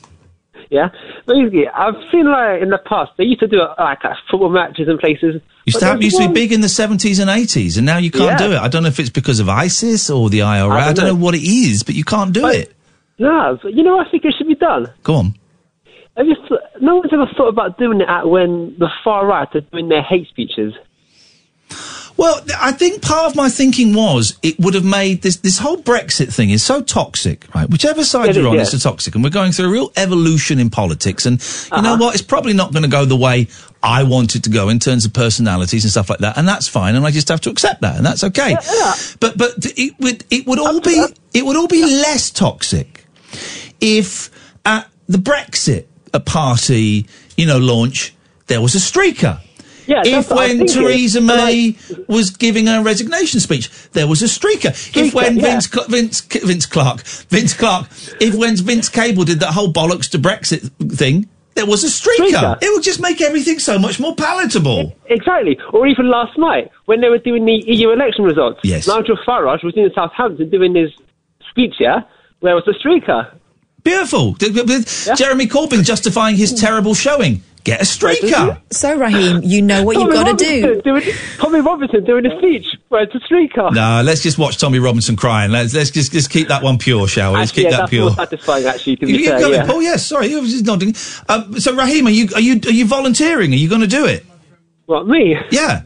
Speaker 21: Yeah. Basically, I've seen like in the past they used to do it like at football matches and places.
Speaker 1: Used
Speaker 21: But
Speaker 1: to, have,
Speaker 21: there's
Speaker 1: used to
Speaker 21: one-
Speaker 1: be big in the 70s and 80s, and now you can't
Speaker 21: Yeah.
Speaker 1: do it. I don't know if it's because of ISIS or the IRA. I don't, know. what it is, but you can't do it.
Speaker 21: No, but you know what I think it should be done.
Speaker 1: Go on.
Speaker 21: Have you th- no one's ever thought about doing it at when the far right are doing their hate speeches.
Speaker 1: Well, th- I think part of my thinking was it would have made this this whole Brexit thing is so toxic, right? Whichever side
Speaker 21: It
Speaker 1: you're
Speaker 21: is,
Speaker 1: on,
Speaker 21: yeah.
Speaker 1: it's a toxic, and we're going through a real evolution in politics. And you know
Speaker 21: Uh-huh.
Speaker 1: what? It's probably not going to go the way I want it to go in terms of personalities and stuff like that, and that's fine. And I just have to accept that, and that's okay. But but th- it would it would all be
Speaker 21: Uh-huh.
Speaker 1: it would all be less toxic if at the Brexit uh, party you know launch there was a streaker.
Speaker 21: Yeah, that's
Speaker 1: if
Speaker 21: what I'm
Speaker 1: when
Speaker 21: thinking.
Speaker 1: Theresa
Speaker 21: And I-
Speaker 1: May was giving her resignation speech, there was a streaker. if
Speaker 21: Streaker,
Speaker 1: when
Speaker 21: yeah.
Speaker 1: Vince, Cl- Vince C- Vince Clark Vince Clark, if when Vince Cable did that whole bollocks to Brexit thing, there was a streaker.
Speaker 21: Streaker.
Speaker 1: It would just make everything so much more palatable.
Speaker 21: E-, Exactly. Or even last night when they were doing the EU election results.
Speaker 1: Yes.
Speaker 21: Nigel Farage was in Southampton doing his speech, yeah, where was the streaker?
Speaker 1: Beautiful. D- d- d- Jeremy Corbyn justifying his terrible showing. Get a streaker.
Speaker 5: So, Raheem, you know what you've
Speaker 21: Tommy
Speaker 5: got to do.
Speaker 21: Robinson Doing, Tommy Robinson doing a speech where it's a streaker.
Speaker 1: No, let's just watch Tommy Robinson crying. Let's let's just, just keep that one pure, shall we? Let's
Speaker 21: Actually,
Speaker 1: keep
Speaker 21: yeah,
Speaker 1: that
Speaker 21: that's
Speaker 1: pure.
Speaker 21: more satisfying, actually, to
Speaker 1: You
Speaker 21: be
Speaker 1: get
Speaker 21: fair.
Speaker 1: going,
Speaker 21: yeah.
Speaker 1: Paul. Yes, Oh, sorry, I was just nodding. Um, so, Raheem, are you are you are you volunteering? Are you going to do it?
Speaker 21: What me?
Speaker 1: Yeah.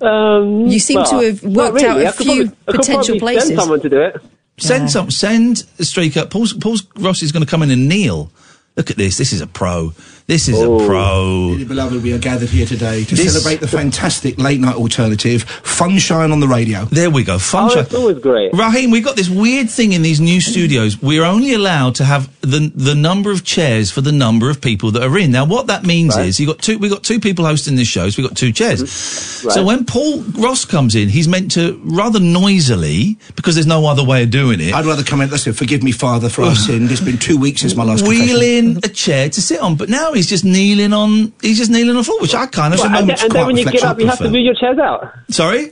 Speaker 21: Um,
Speaker 5: You seem
Speaker 21: well,
Speaker 5: to have
Speaker 21: not
Speaker 5: worked
Speaker 21: really.
Speaker 5: out a
Speaker 21: I
Speaker 5: few
Speaker 21: could probably- I could
Speaker 5: potential
Speaker 21: probably
Speaker 5: places.
Speaker 21: Send someone to do it.
Speaker 1: Send some. Send a streaker. Paul's Paul's Ross is going to come in and kneel. Look at this. This is a pro. This is
Speaker 21: Oh.
Speaker 1: a pro.
Speaker 7: Dearly beloved, we are gathered here today to
Speaker 1: This-
Speaker 7: celebrate the fantastic late night alternative, Funshine on the radio.
Speaker 1: There we go.
Speaker 20: Oh,
Speaker 1: Funshine.
Speaker 21: Oh, always great.
Speaker 1: Raheem, we've got this weird thing in these new studios. We're only allowed to have the the number of chairs for the number of people that are in. Now, what that means is you got two. We got two people hosting this show, so we got two chairs.
Speaker 7: Mm-hmm.
Speaker 1: So
Speaker 21: Right.
Speaker 1: when Paul Ross comes in, he's meant to rather noisily because there's no other way of doing it.
Speaker 7: I'd rather come in. Listen, forgive me, Father, for our sin. It's been two weeks since my last confession.
Speaker 1: Wheeling a chair to sit on, but now he's just kneeling on. He's just kneeling on the floor, which I kind of.
Speaker 21: Well,
Speaker 1: at the
Speaker 21: and,
Speaker 1: moment,
Speaker 21: then- and then
Speaker 1: quite
Speaker 21: when you get
Speaker 1: reflect-
Speaker 21: up, you have to
Speaker 1: prefer.
Speaker 21: wheel your chairs out.
Speaker 1: Sorry.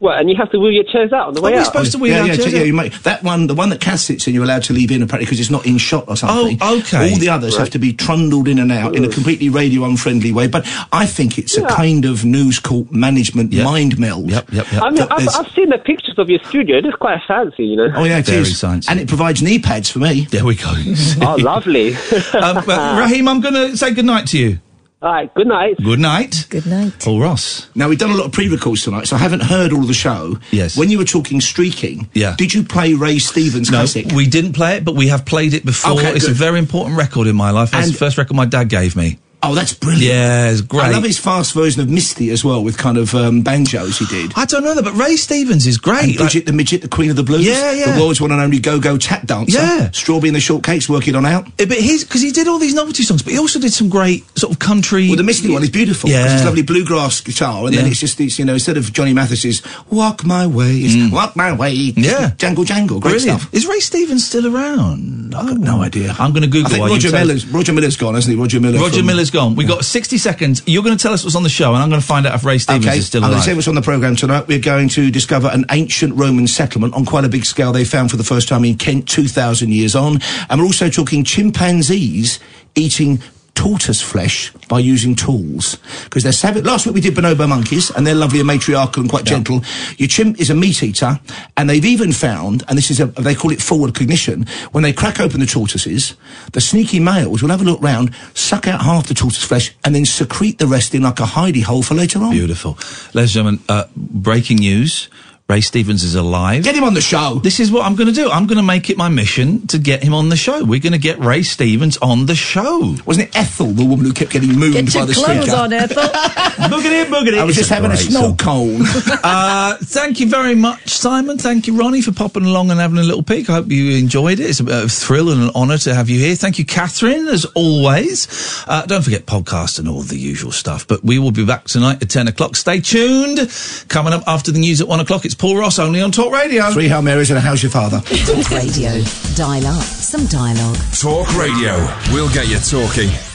Speaker 21: What? And you have to wheel your chairs out on the way out.
Speaker 7: yeah, yeah, yeah, you might, That one, the one that Cass sits in, you're allowed to leave in apparently because it's not in shot or something.
Speaker 1: Oh, okay.
Speaker 7: All the others
Speaker 1: Right.
Speaker 7: have to be trundled in and out in a completely radio unfriendly way. But I think it's a
Speaker 21: Yeah.
Speaker 7: kind of news court management mind meld. Yep,
Speaker 1: yep,
Speaker 7: yep.
Speaker 21: I mean, I've, I've seen the pictures of your studio. It is quite fancy, you know.
Speaker 7: Oh yeah, it is, and it provides knee pads for me.
Speaker 1: There we go.
Speaker 21: [LAUGHS] oh,
Speaker 7: [LAUGHS]
Speaker 21: lovely.
Speaker 1: um, but Raheem, I'm going to say good night to you.
Speaker 21: All right. Good night.
Speaker 1: Good night.
Speaker 5: Good night.
Speaker 1: Paul Ross.
Speaker 7: Now we've done a lot of pre-recalls tonight, so I haven't heard all of the show. Yes. When you were talking streaking,
Speaker 1: Yeah.
Speaker 7: Did you play Ray Stevens
Speaker 1: No,
Speaker 7: classic?
Speaker 1: we didn't play it, but we have played it before.
Speaker 7: Okay,
Speaker 1: it's a
Speaker 7: good.
Speaker 1: very important record in my life. It's the first record my dad gave me.
Speaker 7: Oh, that's brilliant.
Speaker 1: Yeah, it's great.
Speaker 7: I love his fast version of Misty as well, with kind of um, banjos he did.
Speaker 1: I don't know that, but Ray Stevens is great.
Speaker 7: And Bridget the Midget, the Queen of the Blues.
Speaker 1: Yeah, yeah.
Speaker 7: The world's one and only go-go tap dancer.
Speaker 1: Yeah.
Speaker 7: Strawberry and the Shortcakes, working on out.
Speaker 1: Yeah, Eh, but he's because he did all these novelty songs, but he also did some great sort of country.
Speaker 7: Well, the Misty one is beautiful. 'cause
Speaker 1: Yeah.
Speaker 7: It's lovely bluegrass guitar, and then
Speaker 1: Yeah.
Speaker 7: it's just it's you know instead of Johnny Mathis's "Walk My Way," it's "Walk My Way."
Speaker 1: Mm. Yeah.
Speaker 7: Jangle Jangle. Great
Speaker 1: Brilliant.
Speaker 7: stuff.
Speaker 1: Is Ray Stevens still around? Oh, I've got no idea. I'm going to Google.
Speaker 7: I think
Speaker 1: while you
Speaker 7: Roger
Speaker 1: tell-
Speaker 7: Miller's Roger Miller's gone, hasn't he? Roger Miller.
Speaker 1: Roger
Speaker 7: from-
Speaker 1: Miller's gone. We got 60 seconds. You're going to tell us what's on the show, and I'm going to find out if Ray Stevens
Speaker 7: Okay,
Speaker 1: is still
Speaker 7: I'm
Speaker 1: alive.
Speaker 7: going to say what's on the programme tonight. We're going to discover an ancient Roman settlement on quite a big scale they found for the first time in Kent 2,000 years on. And we're also talking chimpanzees eating tortoise flesh by using tools because they're savage. Last week we did bonobo monkeys and they're lovely and matriarchal and quite gentle. Your chimp is a meat eater and they've even found, and this is a, they call it forward cognition, when they crack open the tortoises, the sneaky males will have a look round, suck out half the tortoise flesh and then secrete the rest in like a hidey hole for later on.
Speaker 1: Beautiful. Ladies and gentlemen, uh, breaking news. Ray Stevens is alive. Get
Speaker 7: him on the show.
Speaker 1: This is what I'm going to do. I'm going to make it my mission to get him on the show. We're going to get Ray Stevens on the show.
Speaker 7: Wasn't it Ethel, the woman who kept getting mooned
Speaker 5: Get
Speaker 7: by
Speaker 5: your
Speaker 7: the
Speaker 5: clothes
Speaker 7: streaker?
Speaker 5: on,
Speaker 1: [LAUGHS]
Speaker 5: Ethel.
Speaker 1: Boogity, boogity.
Speaker 7: I was just
Speaker 1: It's a
Speaker 7: having a
Speaker 1: great
Speaker 7: snow
Speaker 1: song.
Speaker 7: cone.
Speaker 1: [LAUGHS] uh, thank you very much, Simon. Thank you, Ronnie, for popping along and having a little peek. I hope you enjoyed it. It's a, bit of a thrill and an honour to have you here. Thank you, Catherine, as always. Uh, don't forget podcasts and all the usual stuff. But we will be back tonight at 10 o'clock. Stay tuned. Coming up after the news at 1 o'clock, it's Paul Ross only on Talk Radio.
Speaker 7: Three Hail Marys and a How's Your Father?
Speaker 23: Talk radio. Dial up. Some dialogue.
Speaker 6: Talk Radio. We'll get you talking.